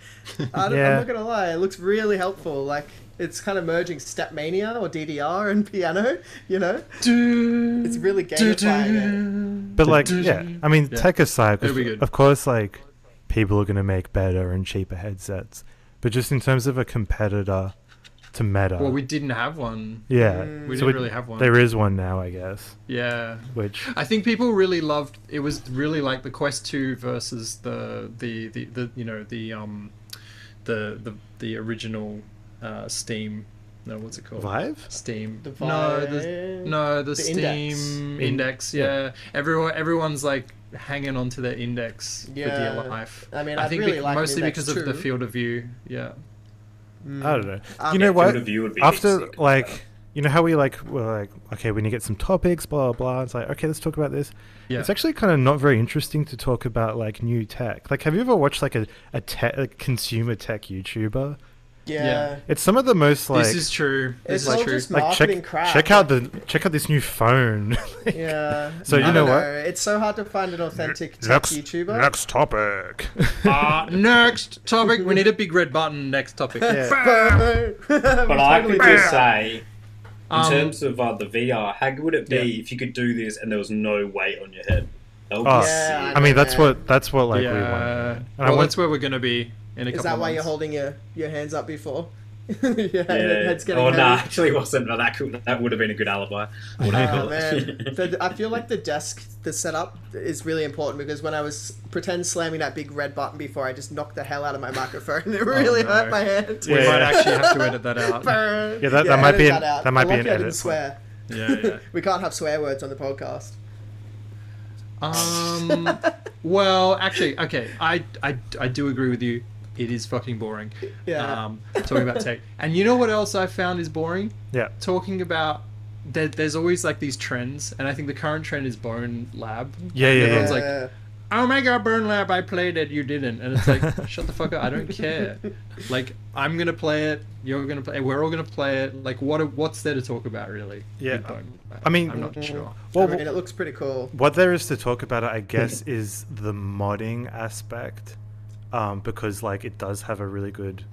[SPEAKER 4] I don't,
[SPEAKER 3] Yeah.
[SPEAKER 4] I'm not gonna lie. It looks really helpful. Like it's kind of merging Stepmania or DDR and piano. You know,
[SPEAKER 2] Do,
[SPEAKER 4] it's really
[SPEAKER 2] do,
[SPEAKER 4] gamifying it.
[SPEAKER 2] do.
[SPEAKER 3] But like, yeah, I mean,
[SPEAKER 2] Yeah.
[SPEAKER 3] tech aside,
[SPEAKER 2] It'll be
[SPEAKER 3] of-
[SPEAKER 2] good.
[SPEAKER 3] of course, like people are going to make better and cheaper headsets. But just in terms of a competitor to Meta,
[SPEAKER 2] Well, we didn't have one.
[SPEAKER 3] yeah,
[SPEAKER 2] We
[SPEAKER 3] So
[SPEAKER 2] didn't really have one.
[SPEAKER 3] There is one now, I guess.
[SPEAKER 2] Yeah.
[SPEAKER 3] Which
[SPEAKER 2] I think people really loved it was really like the Quest 2 versus the the, the, the you know the um the the, the original uh, Steam no what's it called
[SPEAKER 3] Vive?
[SPEAKER 2] Steam
[SPEAKER 4] The
[SPEAKER 2] no the
[SPEAKER 4] Vive?
[SPEAKER 2] no the,
[SPEAKER 4] The
[SPEAKER 2] Steam
[SPEAKER 4] Index.
[SPEAKER 2] Index,
[SPEAKER 3] In-
[SPEAKER 2] yeah. everyone everyone's like hanging onto their Index with
[SPEAKER 4] Yeah.
[SPEAKER 2] dear life
[SPEAKER 4] I mean,
[SPEAKER 2] I
[SPEAKER 4] I'd
[SPEAKER 2] think
[SPEAKER 4] really
[SPEAKER 2] bec-
[SPEAKER 4] like an
[SPEAKER 2] mostly
[SPEAKER 4] Index
[SPEAKER 2] because of the
[SPEAKER 4] too.
[SPEAKER 2] field of view yeah mm.
[SPEAKER 3] I don't know.
[SPEAKER 4] Um,
[SPEAKER 3] you know
[SPEAKER 4] Yeah,
[SPEAKER 3] what?
[SPEAKER 5] field of view would be
[SPEAKER 3] After
[SPEAKER 5] sick.
[SPEAKER 3] like, you know how we like were like, okay, we need to get some topics, blah blah blah. It's like, okay, let's talk about this.
[SPEAKER 2] yeah
[SPEAKER 3] It's actually kind of not very interesting to talk about like new tech. Like, have you ever watched like a a, tech, a consumer tech YouTuber?
[SPEAKER 4] Yeah.
[SPEAKER 2] Yeah.
[SPEAKER 3] It's some of the most like
[SPEAKER 2] this is true this
[SPEAKER 4] It's
[SPEAKER 2] is
[SPEAKER 4] all
[SPEAKER 2] true
[SPEAKER 4] just
[SPEAKER 3] like check
[SPEAKER 4] marketing crap.
[SPEAKER 3] check out the check out this new phone. Like,
[SPEAKER 4] Yeah.
[SPEAKER 3] So
[SPEAKER 4] I
[SPEAKER 3] you know
[SPEAKER 4] don't
[SPEAKER 3] what?
[SPEAKER 4] It's so hard to find an authentic tech
[SPEAKER 3] Next,
[SPEAKER 4] YouTuber.
[SPEAKER 3] next topic.
[SPEAKER 5] Ah,
[SPEAKER 2] uh, next topic we need a big red button next topic
[SPEAKER 5] But
[SPEAKER 4] but
[SPEAKER 5] I could just say, in
[SPEAKER 2] Um,
[SPEAKER 5] terms of uh, the VR, how good would it be
[SPEAKER 2] Yeah.
[SPEAKER 5] if you could do this and there was no weight on your head? That would be
[SPEAKER 3] Oh,
[SPEAKER 5] sick.
[SPEAKER 4] Yeah,
[SPEAKER 3] I mean that's
[SPEAKER 4] yeah.
[SPEAKER 3] what that's what like we want.
[SPEAKER 2] yeah.
[SPEAKER 3] And I
[SPEAKER 2] well,
[SPEAKER 3] want-
[SPEAKER 2] that's where we're gonna be in a couple.
[SPEAKER 4] Is that
[SPEAKER 2] of
[SPEAKER 4] why you're
[SPEAKER 2] months.
[SPEAKER 4] holding your, your hands up before? yeah, your
[SPEAKER 5] Yeah.
[SPEAKER 4] head's getting
[SPEAKER 5] oh no,
[SPEAKER 4] heavy.
[SPEAKER 5] actually it wasn't. But that could, that would have been a good alibi. What do you
[SPEAKER 4] Oh
[SPEAKER 5] call
[SPEAKER 4] man,
[SPEAKER 5] it?
[SPEAKER 4] the, I feel like the desk, the setup is really important because when I was pretend slamming that big red button before, I just knocked the hell out of my microphone. It really
[SPEAKER 2] no.
[SPEAKER 4] hurt my hand.
[SPEAKER 2] We
[SPEAKER 3] Oh, Yeah.
[SPEAKER 2] might actually have to edit that out.
[SPEAKER 4] Burn.
[SPEAKER 3] Yeah, that- that might
[SPEAKER 4] edit
[SPEAKER 3] be an- that might
[SPEAKER 4] I'm
[SPEAKER 3] be an
[SPEAKER 4] lucky I
[SPEAKER 3] edit.
[SPEAKER 4] didn't swear.
[SPEAKER 2] yeah, yeah.
[SPEAKER 4] we can't have swear words on the podcast.
[SPEAKER 2] Um. Well, actually, okay. I, I I do agree with you. It is fucking boring.
[SPEAKER 4] Yeah.
[SPEAKER 2] Um, talking about tech. And you know what else I found is boring?
[SPEAKER 3] yeah.
[SPEAKER 2] Talking about there, there's always like these trends, and I think the current trend is Bone Lab.
[SPEAKER 3] Yeah, yeah,
[SPEAKER 2] Everyone's
[SPEAKER 3] yeah.
[SPEAKER 2] like, oh my god burn lab i played it you didn't and it's like shut the fuck up i don't care like i'm gonna play it you're gonna play it, we're all gonna play it like what what's there to talk about really
[SPEAKER 3] Yeah.
[SPEAKER 2] with Bone Lab?
[SPEAKER 3] I mean-
[SPEAKER 2] i'm not sure
[SPEAKER 3] Well,
[SPEAKER 4] I mean, it looks pretty cool.
[SPEAKER 3] what there is to talk about,
[SPEAKER 2] Hmm.
[SPEAKER 3] I guess, is the modding aspect, um, because like it does have a really good,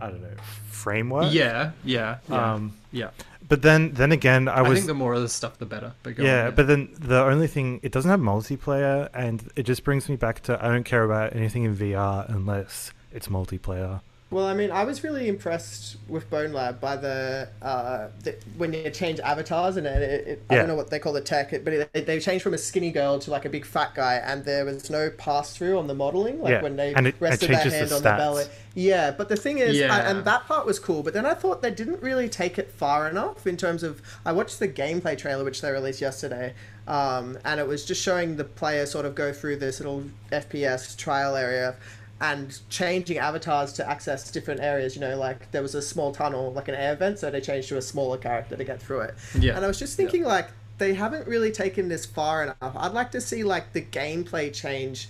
[SPEAKER 3] I don't know, framework.
[SPEAKER 2] yeah yeah yeah,
[SPEAKER 3] Um,
[SPEAKER 2] yeah.
[SPEAKER 3] but then then again, I
[SPEAKER 2] I,
[SPEAKER 3] was
[SPEAKER 2] think the more of the stuff the better but go on,
[SPEAKER 3] yeah, but then the only thing it doesn't have multiplayer, and it just brings me back to I don't care about anything in VR unless it's multiplayer.
[SPEAKER 4] Well, I mean, I was really impressed with Bone Lab by the, uh, the when you change avatars and it, it, it- I
[SPEAKER 3] Yeah.
[SPEAKER 4] don't know what they call the tech, it- but it, it- they changed from a skinny girl to like a big fat guy, and there was no pass through on the modeling, like
[SPEAKER 3] Yeah,
[SPEAKER 4] when they
[SPEAKER 3] and it- it
[SPEAKER 4] rested their
[SPEAKER 3] changes the
[SPEAKER 4] hand on
[SPEAKER 3] stats.
[SPEAKER 4] the belly. Yeah, but the thing is, I,
[SPEAKER 2] Yeah.
[SPEAKER 4] and that part was cool, but then I thought they didn't really take it far enough in terms of. I watched the gameplay trailer which they released yesterday, um, and it was just showing the player sort of go through this little FPS trial area and changing avatars to access different areas. You know, like there was a small tunnel, like an air vent, so they changed to a smaller character to get through it.
[SPEAKER 2] Yeah.
[SPEAKER 4] And I was just thinking, like, they haven't really taken this far enough. I'd like to see, like, the gameplay change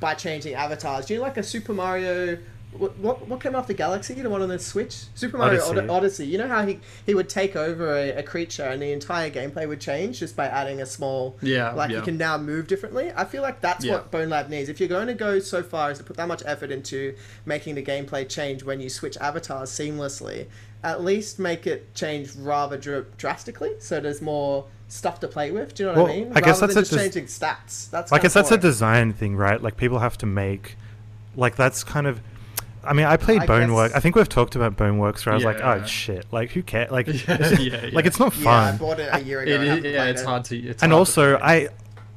[SPEAKER 4] by changing avatars. Do you know, like a Super Mario. What, what, what came after Galaxy? The one on the Switch? Super Mario Odyssey.
[SPEAKER 3] Odyssey.
[SPEAKER 4] Odyssey. You know how he, he would take over a, a creature and the entire gameplay would change just by adding a small.
[SPEAKER 2] Yeah,
[SPEAKER 4] Like you
[SPEAKER 2] yeah.
[SPEAKER 4] can now move differently. I feel like that's
[SPEAKER 2] Yeah.
[SPEAKER 4] what Bone Lab needs. If you're going to go so far as to put that much effort into making the gameplay change when you switch avatars seamlessly, at least make it change rather dr- drastically so there's more stuff to play with. Do you know what
[SPEAKER 3] Well,
[SPEAKER 4] I mean?
[SPEAKER 3] I guess
[SPEAKER 4] Rather
[SPEAKER 3] that's
[SPEAKER 4] than
[SPEAKER 3] a
[SPEAKER 4] just changing stats. That's
[SPEAKER 3] like
[SPEAKER 4] kinda
[SPEAKER 3] it's that's a
[SPEAKER 4] boring.
[SPEAKER 3] design thing right like people have to make like that's kind of i mean i played
[SPEAKER 4] I
[SPEAKER 3] bonework
[SPEAKER 4] guess-
[SPEAKER 3] i think we've talked about boneworks where i was like oh
[SPEAKER 2] Yeah.
[SPEAKER 3] shit like who cares like
[SPEAKER 2] Yeah,
[SPEAKER 3] it's-
[SPEAKER 2] yeah,
[SPEAKER 3] like
[SPEAKER 2] yeah.
[SPEAKER 3] it's not
[SPEAKER 4] Yeah, I
[SPEAKER 3] fun
[SPEAKER 4] bought it a year ago.
[SPEAKER 2] it
[SPEAKER 4] I
[SPEAKER 2] is,
[SPEAKER 4] haven't
[SPEAKER 2] yeah
[SPEAKER 4] played
[SPEAKER 2] it's
[SPEAKER 4] it.
[SPEAKER 2] hard to it's
[SPEAKER 3] and
[SPEAKER 2] hard to
[SPEAKER 3] also i
[SPEAKER 2] play.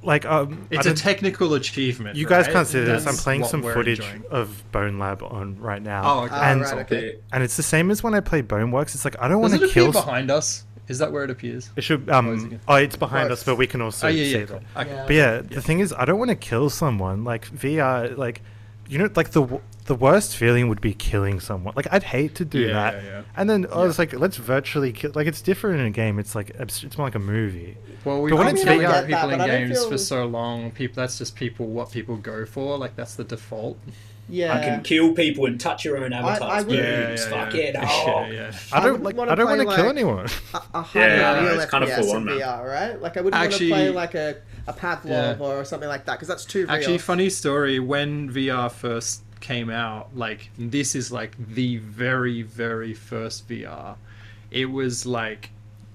[SPEAKER 3] like um I
[SPEAKER 2] it's a
[SPEAKER 3] don't-
[SPEAKER 2] technical achievement
[SPEAKER 3] you guys
[SPEAKER 2] right?
[SPEAKER 3] can't see this i'm
[SPEAKER 2] That's
[SPEAKER 3] playing
[SPEAKER 2] what
[SPEAKER 3] some
[SPEAKER 2] we're
[SPEAKER 3] footage
[SPEAKER 2] enjoying.
[SPEAKER 3] of bone lab on right now
[SPEAKER 2] oh okay
[SPEAKER 4] Ah,
[SPEAKER 3] and
[SPEAKER 4] right, okay.
[SPEAKER 3] and it's the same as when i play boneworks it's like i don't want
[SPEAKER 2] does it
[SPEAKER 3] to
[SPEAKER 2] appear
[SPEAKER 3] kill s-
[SPEAKER 2] behind us is that where it appears
[SPEAKER 3] it should
[SPEAKER 2] is it
[SPEAKER 3] um
[SPEAKER 2] again?
[SPEAKER 3] oh it's behind
[SPEAKER 4] Both.
[SPEAKER 3] us but we can also
[SPEAKER 2] oh yeah
[SPEAKER 3] see
[SPEAKER 2] yeah
[SPEAKER 3] that
[SPEAKER 2] cool. okay
[SPEAKER 4] Yeah.
[SPEAKER 3] But yeah, the thing is, I don't want to kill someone. Like VR, like you know, like the w- the worst feeling would be killing someone. Like I'd hate to do
[SPEAKER 2] Yeah,
[SPEAKER 3] that.
[SPEAKER 2] yeah.
[SPEAKER 3] And then I was like, let's virtually kill. Like it's different in a game. It's like abs- it's more like a movie.
[SPEAKER 2] Well, we've
[SPEAKER 3] But when
[SPEAKER 2] been
[SPEAKER 3] it's
[SPEAKER 2] talking
[SPEAKER 3] VR
[SPEAKER 2] about
[SPEAKER 4] Yeah,
[SPEAKER 2] people
[SPEAKER 4] but
[SPEAKER 2] in
[SPEAKER 4] I don't
[SPEAKER 2] games for
[SPEAKER 4] feel-
[SPEAKER 2] so long. People, that's just people. What people go for, like that's the default.
[SPEAKER 4] Yeah.
[SPEAKER 5] I can kill people and touch your own avatars.
[SPEAKER 4] I would-
[SPEAKER 5] dude.
[SPEAKER 4] Yeah,
[SPEAKER 5] It's fucking hard.
[SPEAKER 2] yeah,
[SPEAKER 3] I
[SPEAKER 4] I
[SPEAKER 3] don't
[SPEAKER 4] would
[SPEAKER 3] like.
[SPEAKER 4] wanna
[SPEAKER 3] I don't
[SPEAKER 4] play,
[SPEAKER 3] want to kill
[SPEAKER 4] like-
[SPEAKER 3] anyone.
[SPEAKER 4] a, a high
[SPEAKER 5] Yeah,
[SPEAKER 4] value
[SPEAKER 5] it's kind of
[SPEAKER 4] FPS
[SPEAKER 5] full
[SPEAKER 4] in
[SPEAKER 5] on, man.
[SPEAKER 4] VR, right? Like I wouldn't
[SPEAKER 2] Actually-
[SPEAKER 4] want to play like a, a
[SPEAKER 2] Yeah.
[SPEAKER 4] Pavlov or something like that because that's too real.
[SPEAKER 2] Actually, funny story. When VR first came out, like this is like the very, very first VR. It was like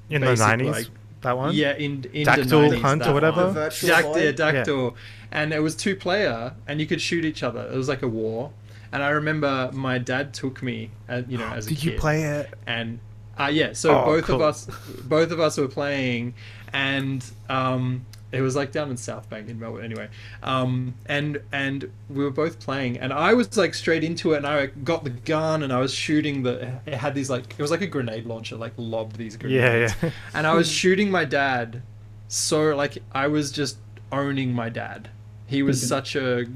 [SPEAKER 3] In the
[SPEAKER 2] basic,
[SPEAKER 3] nineties,
[SPEAKER 2] like,
[SPEAKER 3] That one?
[SPEAKER 2] Yeah, in in
[SPEAKER 3] Dactyl
[SPEAKER 2] Deniali's,
[SPEAKER 3] Hunt or
[SPEAKER 2] that
[SPEAKER 3] whatever?
[SPEAKER 2] one.
[SPEAKER 4] The virtual
[SPEAKER 2] Dact-
[SPEAKER 4] boy?
[SPEAKER 2] yeah, Dactyl, and it was two player, and you could shoot each other. It was like a war, and I remember my dad took me, uh, you know, as a
[SPEAKER 3] Did
[SPEAKER 2] kid.
[SPEAKER 3] you play it?
[SPEAKER 2] and uh, yeah, so
[SPEAKER 3] Oh,
[SPEAKER 2] both of
[SPEAKER 3] cool.
[SPEAKER 2] us, both of us were playing, and um, it was like down in South Bank in Melbourne. Anyway, um, and and we were both playing, and I was like straight into it, and I like, got the gun, and I was shooting the. It had these like it was like a grenade launcher, like lobbed these
[SPEAKER 3] Yeah,
[SPEAKER 2] grenades.
[SPEAKER 3] yeah.
[SPEAKER 2] And I was shooting my dad, so like I was just owning my dad. He was such a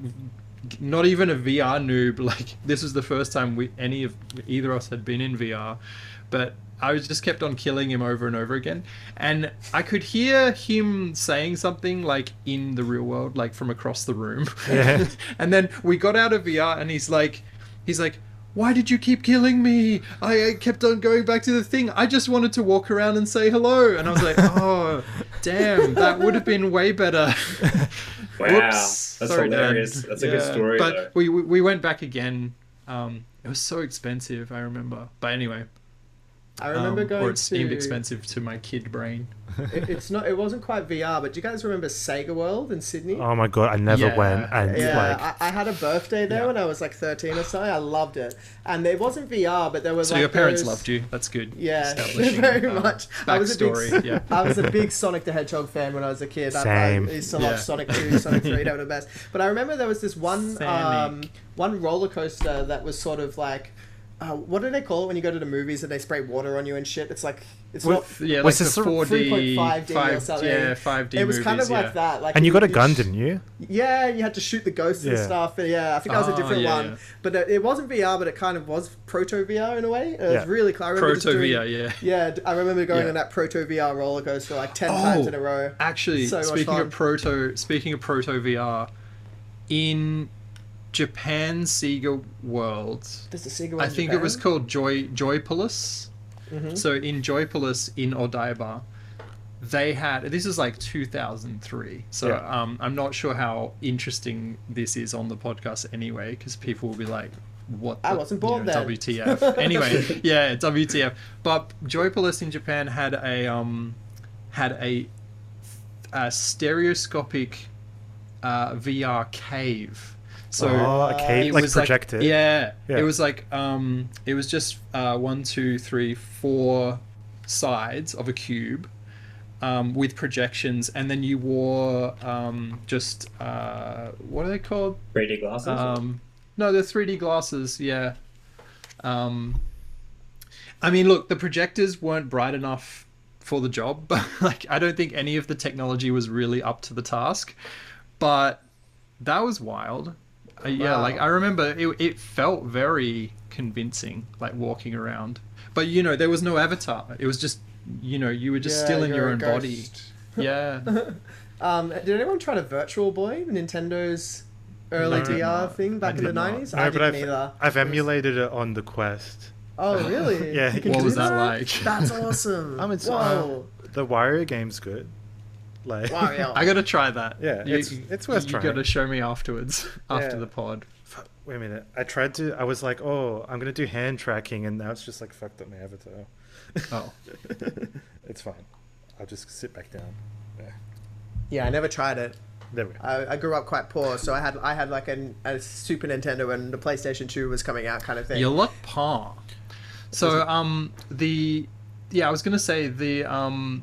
[SPEAKER 2] not even a VR noob. Like this was the first time we any of either of us had been in VR, but I was just kept on killing him over and over again, and I could hear him saying something like in the real world, like from across the room.
[SPEAKER 3] Yeah.
[SPEAKER 2] and then we got out of VR, and he's like, he's like. Why did you keep killing me? I, I kept on going back to the thing. I just wanted to walk around and say hello. And I was like, oh, damn, that would have been way better.
[SPEAKER 5] Wow,
[SPEAKER 2] Whoops.
[SPEAKER 5] that's
[SPEAKER 2] Sorry, Dad.
[SPEAKER 5] hilarious. That's a good story, though.
[SPEAKER 2] But we, we we went back again. Um, it was so expensive, I remember. But anyway,
[SPEAKER 4] I remember
[SPEAKER 2] um,
[SPEAKER 4] going
[SPEAKER 2] or it seemed
[SPEAKER 4] to-
[SPEAKER 2] expensive to my kid brain.
[SPEAKER 4] It, it's not. It wasn't quite VR, but do you guys remember Sega World in Sydney?
[SPEAKER 3] Oh my god, I never
[SPEAKER 2] Yeah.
[SPEAKER 3] went. And
[SPEAKER 4] Yeah,
[SPEAKER 3] like,
[SPEAKER 4] I, I had a birthday there
[SPEAKER 2] Yeah.
[SPEAKER 4] when I was like 13 or so. I loved it, and it wasn't VR, but there was
[SPEAKER 2] So
[SPEAKER 4] like
[SPEAKER 2] your parents
[SPEAKER 4] those-
[SPEAKER 2] loved you. That's good.
[SPEAKER 4] Yeah,
[SPEAKER 2] Establishing,
[SPEAKER 4] very
[SPEAKER 2] um,
[SPEAKER 4] much. I was a big,
[SPEAKER 2] backstory, yeah.
[SPEAKER 4] I was a big Sonic the Hedgehog fan when I was a kid. I-
[SPEAKER 3] Same.
[SPEAKER 4] I, used to love
[SPEAKER 2] Yeah.
[SPEAKER 4] Sonic Two, Sonic Three, they were the best. But I remember there was this one, um,
[SPEAKER 2] Sonic.
[SPEAKER 4] one roller coaster that was sort of like, uh, what do they call it when you go to the movies and they spray water on you and shit? It's like it's
[SPEAKER 2] With,
[SPEAKER 4] not.
[SPEAKER 2] yeah, like
[SPEAKER 3] Was
[SPEAKER 2] the
[SPEAKER 3] this a
[SPEAKER 2] 4D,
[SPEAKER 4] 3.5D or
[SPEAKER 2] five-
[SPEAKER 4] something.
[SPEAKER 2] yeah, 5D
[SPEAKER 4] It was kind of
[SPEAKER 2] movies,
[SPEAKER 4] like
[SPEAKER 2] yeah.
[SPEAKER 4] that. Like
[SPEAKER 3] and you got a gun,
[SPEAKER 4] sh-
[SPEAKER 3] didn't you?
[SPEAKER 4] yeah, and you had to shoot the ghosts and
[SPEAKER 3] Yeah.
[SPEAKER 4] stuff. And yeah, I think that was a
[SPEAKER 2] Oh,
[SPEAKER 4] different
[SPEAKER 2] yeah,
[SPEAKER 4] one.
[SPEAKER 2] yeah.
[SPEAKER 4] But it- it wasn't VR, but it kind of was proto VR in a way. It
[SPEAKER 3] Yeah.
[SPEAKER 4] was really clever.
[SPEAKER 2] Proto VR, yeah.
[SPEAKER 4] Yeah, d- I remember going
[SPEAKER 2] Yeah.
[SPEAKER 4] on that proto VR roller coaster like 10 times in a row.
[SPEAKER 3] Oh.
[SPEAKER 2] Actually,
[SPEAKER 4] So much
[SPEAKER 2] speaking
[SPEAKER 4] fun.
[SPEAKER 2] of proto, speaking of proto VR, in Japan Sega World,
[SPEAKER 4] There's a Sega
[SPEAKER 2] I think
[SPEAKER 4] in
[SPEAKER 2] it
[SPEAKER 4] Japan. Mm-hmm.
[SPEAKER 2] was called Joy Joypolis. So in Joypolis in Odaiba, they had this is like 2003. So
[SPEAKER 3] Yeah.
[SPEAKER 2] um, I'm not sure how interesting this is on the podcast anyway, because people will be like, "What?
[SPEAKER 4] I
[SPEAKER 2] the-
[SPEAKER 4] wasn't
[SPEAKER 2] you
[SPEAKER 4] born
[SPEAKER 2] know,
[SPEAKER 4] then."
[SPEAKER 2] WTF?" anyway, yeah, WTF. But Joypolis in Japan had a um, had a, a stereoscopic uh, VR cave. So
[SPEAKER 3] oh, a cave,
[SPEAKER 2] it
[SPEAKER 3] like
[SPEAKER 2] was
[SPEAKER 3] projected.
[SPEAKER 2] yeah,
[SPEAKER 3] Yeah.
[SPEAKER 2] it was like um, it was just uh, one, two, three, four sides of a cube um, with projections, and then you wore um, just uh, what are they called?
[SPEAKER 5] 3D glasses.
[SPEAKER 2] Um, no, the 3D glasses. Yeah. Um, I mean, look, the projectors weren't bright enough for the job. But like, I don't think any of the technology was really up to the task. But that was wild. Uh, yeah,
[SPEAKER 4] Wow.
[SPEAKER 2] like I remember, it, it felt very convincing, like walking around. But you know, there was no avatar. It was just, you know, you were just
[SPEAKER 4] Yeah,
[SPEAKER 2] still in
[SPEAKER 4] you're
[SPEAKER 2] your
[SPEAKER 4] a
[SPEAKER 2] own body.
[SPEAKER 4] ghost.
[SPEAKER 2] Yeah.
[SPEAKER 4] Um, did anyone try to Virtual Boy, Nintendo's early
[SPEAKER 2] No, I did
[SPEAKER 4] VR
[SPEAKER 2] not.
[SPEAKER 4] thing
[SPEAKER 2] I
[SPEAKER 4] back in
[SPEAKER 2] did
[SPEAKER 4] the
[SPEAKER 2] not.
[SPEAKER 4] 90s?
[SPEAKER 3] No,
[SPEAKER 4] I
[SPEAKER 3] but
[SPEAKER 4] didn't either.
[SPEAKER 3] I've, I've emulated it on the Quest.
[SPEAKER 4] Oh, really?
[SPEAKER 3] Yeah,
[SPEAKER 4] You can
[SPEAKER 2] what
[SPEAKER 4] do
[SPEAKER 2] was that like?
[SPEAKER 4] That's awesome.
[SPEAKER 3] I mean, it's, uh,
[SPEAKER 4] Whoa.
[SPEAKER 3] the Wario game's good. Like,
[SPEAKER 4] Wario.
[SPEAKER 2] I gotta try that.
[SPEAKER 3] Yeah, it's- it's worth
[SPEAKER 2] you
[SPEAKER 3] trying.
[SPEAKER 2] gotta show me afterwards after
[SPEAKER 3] Yeah.
[SPEAKER 2] the pod.
[SPEAKER 3] wait a minute. I tried to. I was like, oh, I'm gonna do hand tracking, and now it's just like fucked up my avatar.
[SPEAKER 2] Oh.
[SPEAKER 3] it's fine. I'll just sit back down. Yeah.
[SPEAKER 4] yeah, I never tried it.
[SPEAKER 3] There we go.
[SPEAKER 4] I, I grew up quite poor, so I had I had like an, a Super Nintendo when the PlayStation Two was coming out, kind of thing.
[SPEAKER 2] You look par. So um the yeah I was gonna say the um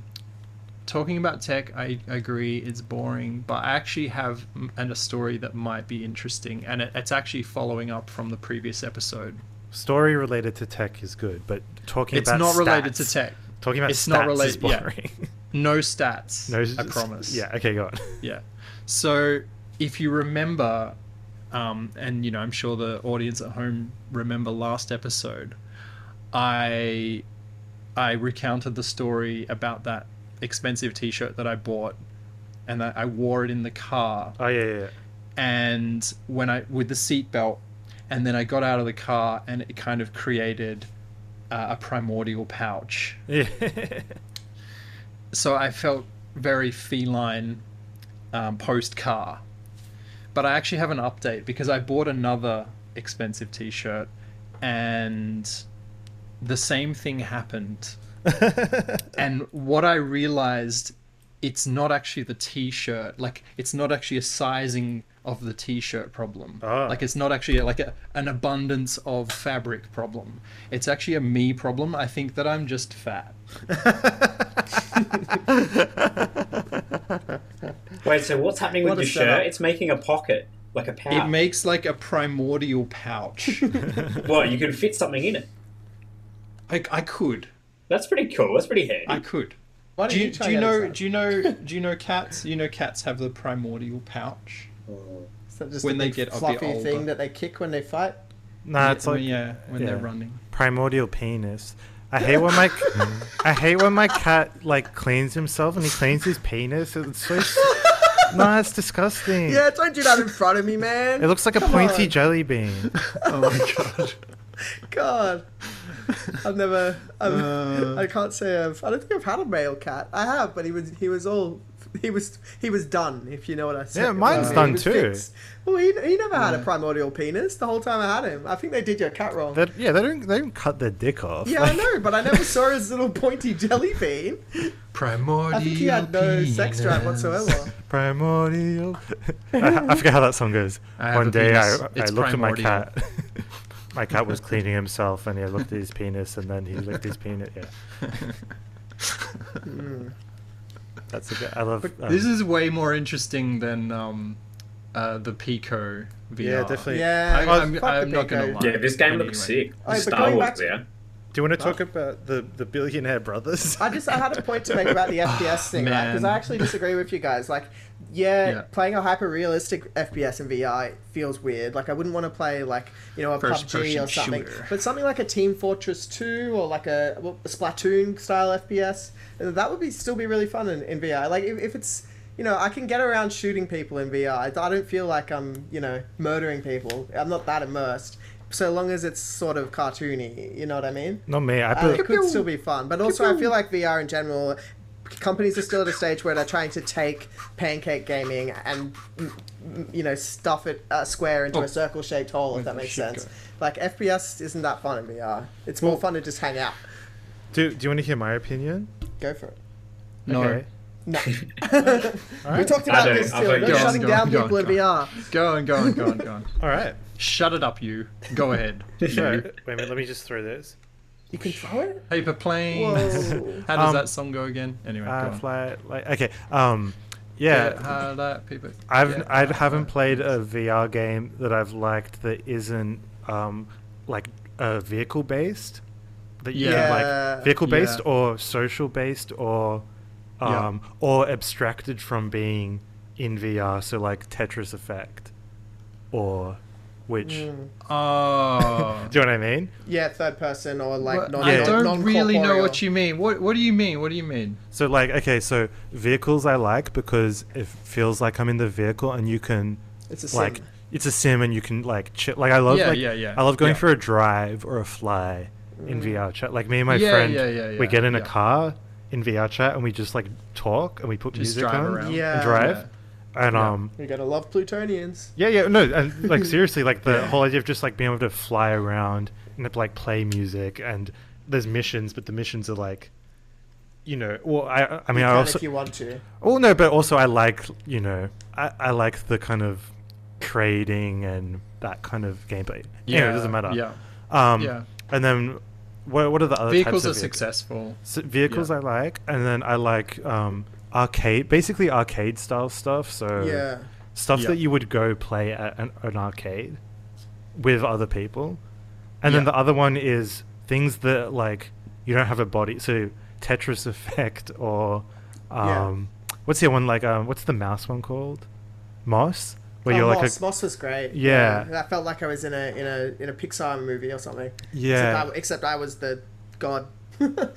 [SPEAKER 2] talking about tech I agree it's boring but I actually have mm, and a story that might be interesting and it, it's actually following up from the previous episode.
[SPEAKER 3] Story related to tech is good, but talking
[SPEAKER 2] It's
[SPEAKER 3] about
[SPEAKER 2] not related to
[SPEAKER 3] stats-
[SPEAKER 2] tech.
[SPEAKER 3] Talking about
[SPEAKER 2] It's
[SPEAKER 3] stats
[SPEAKER 2] not
[SPEAKER 3] is
[SPEAKER 2] relate- yeah.
[SPEAKER 3] boring.
[SPEAKER 2] No stats.
[SPEAKER 3] no,
[SPEAKER 2] I
[SPEAKER 3] s-
[SPEAKER 2] promise.
[SPEAKER 3] Yeah. Okay. Go on.
[SPEAKER 2] Yeah. So if you remember, um, and you know, I'm sure the audience at home remember last episode, I I recounted the story about that expensive T-shirt that I bought, and that I wore it in the car,
[SPEAKER 3] Oh yeah. Yeah. yeah.
[SPEAKER 2] and when I with the seatbelt, and then I got out of the car, and it kind of created uh, a primordial pouch
[SPEAKER 3] Yeah.
[SPEAKER 2] so I felt very feline um, post car. But I actually have an update because I bought another expensive T-shirt, and the same thing happened. and what I realized, it's not actually the T-shirt. Like it's not actually a sizing of the T-shirt problem.
[SPEAKER 3] Ah.
[SPEAKER 2] Like it's not actually like a, an abundance of fabric problem. It's actually a me problem. I think that I'm just fat.
[SPEAKER 5] Wait, so what's happening with
[SPEAKER 4] What a
[SPEAKER 5] your
[SPEAKER 4] setup.
[SPEAKER 5] shirt? It's making a pocket, like a pouch.
[SPEAKER 4] Ah.
[SPEAKER 2] It makes like a primordial pouch.
[SPEAKER 5] well, you can fit something in it.
[SPEAKER 2] I, I could.
[SPEAKER 5] That's pretty cool. That's pretty handy.
[SPEAKER 2] I could.
[SPEAKER 4] Why don't
[SPEAKER 2] Do you,
[SPEAKER 4] try
[SPEAKER 2] do you
[SPEAKER 4] the other
[SPEAKER 2] know?
[SPEAKER 4] side?
[SPEAKER 2] Do you know? Do you know cats? You know cats have the primordial
[SPEAKER 4] Ah,
[SPEAKER 2] pouch.
[SPEAKER 4] Is that just
[SPEAKER 2] when
[SPEAKER 4] a
[SPEAKER 2] they
[SPEAKER 4] big
[SPEAKER 2] get a bit
[SPEAKER 4] fluffy
[SPEAKER 2] older.
[SPEAKER 4] thing that they kick when they fight?
[SPEAKER 3] Nah, it's like
[SPEAKER 2] yeah, when they're
[SPEAKER 3] yeah.
[SPEAKER 2] running.
[SPEAKER 3] primordial penis. I hate when my I hate when my cat like cleans himself and he cleans his penis. It's so s- nah, it's disgusting.
[SPEAKER 4] Yeah, don't do that in front of me,
[SPEAKER 3] It
[SPEAKER 4] man.
[SPEAKER 3] looks like a
[SPEAKER 4] Come
[SPEAKER 3] pointy
[SPEAKER 4] on.
[SPEAKER 3] jelly bean.
[SPEAKER 2] Oh my god.
[SPEAKER 4] God, I've never. I've,
[SPEAKER 2] Uh.
[SPEAKER 4] I can't say I've. I don't think I've had a male cat. I have, but he was. He was all. He was. He was done. If you know what I say.
[SPEAKER 3] Yeah, mine's
[SPEAKER 4] He
[SPEAKER 3] done
[SPEAKER 4] was
[SPEAKER 3] too.
[SPEAKER 4] fixed. Well, he, he never had a primordial penis the whole time I had him. I think they did your cat wrong.
[SPEAKER 3] That yeah, they don't they don't cut their dick off.
[SPEAKER 4] yeah, I
[SPEAKER 3] Like,
[SPEAKER 4] know, but I never saw his little pointy jelly bean.
[SPEAKER 2] Primordial.
[SPEAKER 4] I think he had no sex drive whatsoever.
[SPEAKER 3] Primordial. I, I forget how that song goes.
[SPEAKER 2] I have
[SPEAKER 3] One
[SPEAKER 2] a
[SPEAKER 3] day I,
[SPEAKER 2] penis.
[SPEAKER 3] I
[SPEAKER 2] It's
[SPEAKER 3] looked at my
[SPEAKER 2] primordial.
[SPEAKER 3] cat. my cat was cleaning himself and he looked at his penis and then he licked his penis. Yeah, that's a bit. I love. Um,
[SPEAKER 2] Oh. This is way more interesting than um, uh, the Pico VR.
[SPEAKER 3] Yeah, definitely.
[SPEAKER 4] Yeah,
[SPEAKER 2] I, I'm,
[SPEAKER 4] fuck the
[SPEAKER 2] I'm not gonna
[SPEAKER 4] Pico.
[SPEAKER 2] lie.
[SPEAKER 5] yeah, this game looks
[SPEAKER 2] Anyway.
[SPEAKER 5] sick.
[SPEAKER 4] Alright, but
[SPEAKER 5] Star
[SPEAKER 4] going
[SPEAKER 5] Wars,
[SPEAKER 4] back-
[SPEAKER 5] yeah.
[SPEAKER 3] do you want to talk about the the billionaire brothers?
[SPEAKER 4] I just I had a point to make about the FPS thing, right? Because
[SPEAKER 2] Oh, man.
[SPEAKER 4] I actually disagree with you guys. Like, yeah,
[SPEAKER 2] Yeah.
[SPEAKER 4] playing a hyper realistic FPS in VR feels weird. Like, I wouldn't want to play like you know a
[SPEAKER 2] First
[SPEAKER 4] PUBG or
[SPEAKER 2] person
[SPEAKER 4] something,
[SPEAKER 2] shooter.
[SPEAKER 4] but something like a Team Fortress Two or like a, well, a Splatoon style FPS uh, that would be still be really fun in, in VR. Like, if, if it's you know, I can get around shooting people in VR. I I don't feel like I'm, you know, murdering people. I'm not that immersed. So long as it's sort of cartoony, you know what I mean?
[SPEAKER 3] Not me. I
[SPEAKER 4] Uh,
[SPEAKER 3] put,
[SPEAKER 4] it could still be fun, but also I feel like VR in general, companies are still at a stage where they're trying to take pancake gaming and mm, mm, you know stuff it uh, square into
[SPEAKER 2] Oh.
[SPEAKER 4] a circle shaped hole.
[SPEAKER 2] Where'd
[SPEAKER 4] If that
[SPEAKER 2] the
[SPEAKER 4] makes
[SPEAKER 2] shit
[SPEAKER 4] sense.
[SPEAKER 2] go?
[SPEAKER 4] Like FPS isn't that fun in VR. It's more fun to just hang out.
[SPEAKER 3] do Do you want to hear my opinion?
[SPEAKER 4] Go for it.
[SPEAKER 2] No,
[SPEAKER 3] Okay.
[SPEAKER 4] No, we
[SPEAKER 3] Alright.
[SPEAKER 4] talked about
[SPEAKER 5] don't-
[SPEAKER 4] this
[SPEAKER 5] I
[SPEAKER 4] too.
[SPEAKER 5] don't-
[SPEAKER 4] No
[SPEAKER 5] go on,
[SPEAKER 4] shutting
[SPEAKER 2] go
[SPEAKER 4] down
[SPEAKER 2] on, go on,
[SPEAKER 4] people in
[SPEAKER 2] go
[SPEAKER 4] VR.
[SPEAKER 2] go on, go on, go on, go on.
[SPEAKER 3] All right.
[SPEAKER 2] Shut it up, you. Go ahead.
[SPEAKER 3] Sorry. Wait a minute. Let me just throw this.
[SPEAKER 4] You can throw it.
[SPEAKER 2] Paper planes.
[SPEAKER 4] Whoa.
[SPEAKER 2] How does
[SPEAKER 3] Um,
[SPEAKER 2] that song go again? Anyway,
[SPEAKER 3] Uh,
[SPEAKER 2] go on. uh,
[SPEAKER 3] fly like okay. Um, yeah.
[SPEAKER 2] Get hard at people.
[SPEAKER 3] I've
[SPEAKER 2] Get
[SPEAKER 3] I
[SPEAKER 2] hard
[SPEAKER 3] haven't
[SPEAKER 2] at-
[SPEAKER 3] played a VR game that I've liked that isn't um like uh, vehicle based. That you can,
[SPEAKER 4] Yeah.
[SPEAKER 3] like vehicle based
[SPEAKER 2] Yeah.
[SPEAKER 3] or social based or
[SPEAKER 2] Yeah.
[SPEAKER 3] um or abstracted from being in VR. So like Tetris Effect, or which
[SPEAKER 2] Hmm. Oh.
[SPEAKER 3] do you know what I mean?
[SPEAKER 4] Yeah, third person or like
[SPEAKER 2] Well,
[SPEAKER 4] non.
[SPEAKER 2] I
[SPEAKER 3] Yeah.
[SPEAKER 2] don't
[SPEAKER 4] non-
[SPEAKER 2] really know
[SPEAKER 4] corporeal.
[SPEAKER 2] what you mean. What What do you mean? What do you mean?
[SPEAKER 3] So like okay, so vehicles I like because it feels like I'm in the vehicle and you can
[SPEAKER 4] It's a sim.
[SPEAKER 3] like it's a sim and you can like chill. Like I love
[SPEAKER 2] Yeah,
[SPEAKER 3] like
[SPEAKER 2] yeah, yeah.
[SPEAKER 3] I love going
[SPEAKER 2] Yeah. Mm.
[SPEAKER 3] for a drive or a fly in VR chat. Like me and my
[SPEAKER 2] Yeah,
[SPEAKER 3] friend,
[SPEAKER 2] yeah, yeah,
[SPEAKER 3] we
[SPEAKER 2] yeah,
[SPEAKER 3] get in a
[SPEAKER 2] yeah.
[SPEAKER 3] car in VR chat and we just like talk and we put
[SPEAKER 2] Just
[SPEAKER 3] music
[SPEAKER 2] drive
[SPEAKER 3] on
[SPEAKER 2] around.
[SPEAKER 4] Yeah.
[SPEAKER 3] and drive. And
[SPEAKER 2] Yeah.
[SPEAKER 3] um
[SPEAKER 4] You're gonna love Plutonians.
[SPEAKER 3] yeah yeah no and like seriously like the whole idea of just like being able to fly around and like play music and there's missions but the missions are like you know well I I mean
[SPEAKER 4] you
[SPEAKER 3] I
[SPEAKER 4] can
[SPEAKER 3] also
[SPEAKER 4] if you want to.
[SPEAKER 3] well, no, but also I like you know I, I like the kind of trading and that kind of gameplay. Yeah, it doesn't matter.
[SPEAKER 2] Yeah.
[SPEAKER 3] Um,
[SPEAKER 2] yeah.
[SPEAKER 3] And then what what are the other
[SPEAKER 2] Vehicles
[SPEAKER 3] types of
[SPEAKER 2] are
[SPEAKER 3] vehicles?
[SPEAKER 2] successful.
[SPEAKER 3] So vehicles
[SPEAKER 2] Yeah.
[SPEAKER 3] I like, and then I like um, arcade, basically arcade style stuff. So
[SPEAKER 4] Yeah.
[SPEAKER 3] stuff
[SPEAKER 2] Yeah.
[SPEAKER 3] that you would go play at an, an arcade with other people. And then
[SPEAKER 2] Yeah.
[SPEAKER 3] the other one is things that like you don't have a body. So Tetris Effect or
[SPEAKER 4] Yeah.
[SPEAKER 3] um, what's the other one like? Um, what's the mouse one called? Moss, where
[SPEAKER 4] oh,
[SPEAKER 3] you're
[SPEAKER 4] Moss.
[SPEAKER 3] like a
[SPEAKER 4] Moss was great.
[SPEAKER 3] Yeah.
[SPEAKER 4] I felt like I was in a in a in a Pixar movie or something.
[SPEAKER 3] yeah, Uh,
[SPEAKER 4] Except I, except I was the god.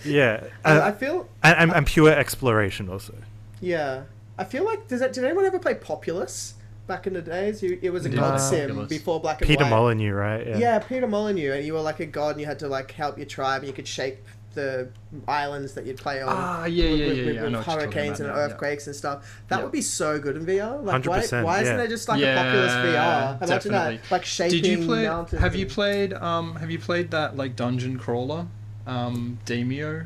[SPEAKER 3] yeah.
[SPEAKER 4] And I
[SPEAKER 3] And,
[SPEAKER 4] feel
[SPEAKER 3] and, and, and pure exploration also.
[SPEAKER 4] yeah. I feel like does that did anyone ever play Populous back in the days? You, it was a
[SPEAKER 2] No.
[SPEAKER 4] god sim
[SPEAKER 2] Populous.
[SPEAKER 4] before Black and
[SPEAKER 3] Peter
[SPEAKER 4] White.
[SPEAKER 3] Molyneux, right?
[SPEAKER 4] Yeah. Peter Molyneux, and you were like a god, and you had to like help your tribe, and you could shape the islands that you'd play on.
[SPEAKER 2] Ah, yeah,
[SPEAKER 4] Uh, with,
[SPEAKER 2] yeah,
[SPEAKER 4] with-
[SPEAKER 2] yeah,
[SPEAKER 4] with-
[SPEAKER 2] yeah, I
[SPEAKER 4] with
[SPEAKER 2] know what you're talking
[SPEAKER 4] hurricanes and
[SPEAKER 2] about now, yeah.
[SPEAKER 4] earthquakes and stuff. That
[SPEAKER 2] Yeah.
[SPEAKER 4] would be so good in VR. Like, why,
[SPEAKER 3] 100%,
[SPEAKER 4] why isn't
[SPEAKER 3] yeah.
[SPEAKER 4] there just like
[SPEAKER 2] yeah,
[SPEAKER 4] a populous VR? Imagine
[SPEAKER 2] definitely.
[SPEAKER 4] that, like shaping
[SPEAKER 2] Did you play?
[SPEAKER 4] mountains.
[SPEAKER 2] Have you
[SPEAKER 4] and-
[SPEAKER 2] played? Um, have you played that like dungeon crawler, um, Demio?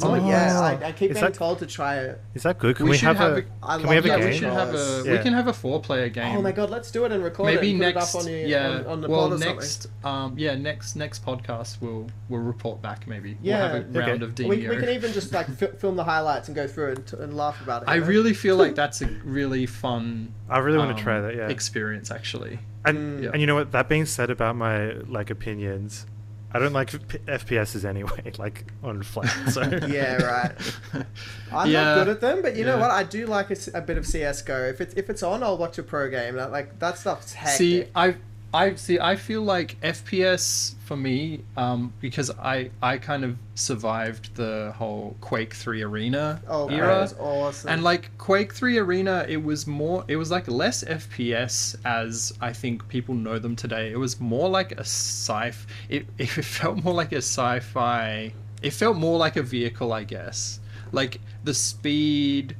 [SPEAKER 4] Oh,
[SPEAKER 2] Oh.
[SPEAKER 4] yeah, I, I keep
[SPEAKER 3] Is
[SPEAKER 4] being
[SPEAKER 3] that-
[SPEAKER 4] told to try it.
[SPEAKER 3] Is that good? Can
[SPEAKER 2] We
[SPEAKER 3] we,
[SPEAKER 2] should
[SPEAKER 3] have,
[SPEAKER 2] have
[SPEAKER 3] a,
[SPEAKER 2] a-
[SPEAKER 4] I
[SPEAKER 3] can we have
[SPEAKER 4] love
[SPEAKER 3] a
[SPEAKER 2] yeah,
[SPEAKER 4] that
[SPEAKER 3] game?
[SPEAKER 2] we should have a we
[SPEAKER 3] Yeah.
[SPEAKER 2] can have a four player game.
[SPEAKER 4] Oh my god, let's do it and record
[SPEAKER 2] Maybe
[SPEAKER 4] it. and put
[SPEAKER 2] next,
[SPEAKER 4] it up on, your,
[SPEAKER 2] yeah.
[SPEAKER 4] on, on the
[SPEAKER 2] well,
[SPEAKER 4] pod or
[SPEAKER 2] next, um, yeah, next next podcast we'll we'll report back. Maybe
[SPEAKER 4] Yeah,
[SPEAKER 2] we'll have a
[SPEAKER 4] okay.
[SPEAKER 2] round of Dino.
[SPEAKER 4] something. We, we can even just like fi- film the highlights and go through it and, and laugh about it.
[SPEAKER 2] I
[SPEAKER 4] you know?
[SPEAKER 2] really feel like that's a really fun.
[SPEAKER 3] I really want
[SPEAKER 2] um,
[SPEAKER 3] to try that. Yeah.
[SPEAKER 2] Experience actually.
[SPEAKER 3] and
[SPEAKER 2] yeah.
[SPEAKER 3] and you know what? That being said about my like opinions, I don't like P- FPSs anyway. Like on flat. So
[SPEAKER 4] Yeah, right. I'm
[SPEAKER 2] Yeah.
[SPEAKER 4] not good at them, but you know
[SPEAKER 2] Yeah.
[SPEAKER 4] what? I do like a, s- a bit of CS:GO. If it's if it's on, I'll watch a pro game. Like, like that stuff's hectic.
[SPEAKER 2] See, I, I see. I feel like FPS for me, um, because I, I kind of survived the whole Quake Three Arena
[SPEAKER 4] oh,
[SPEAKER 2] era,
[SPEAKER 4] that was awesome.
[SPEAKER 2] and like Quake Three Arena, it was more. It was like less FPS as I think people know them today. It was more like a sci. It, it felt more like a sci-fi. It felt more like a vehicle, I guess. Like the speed.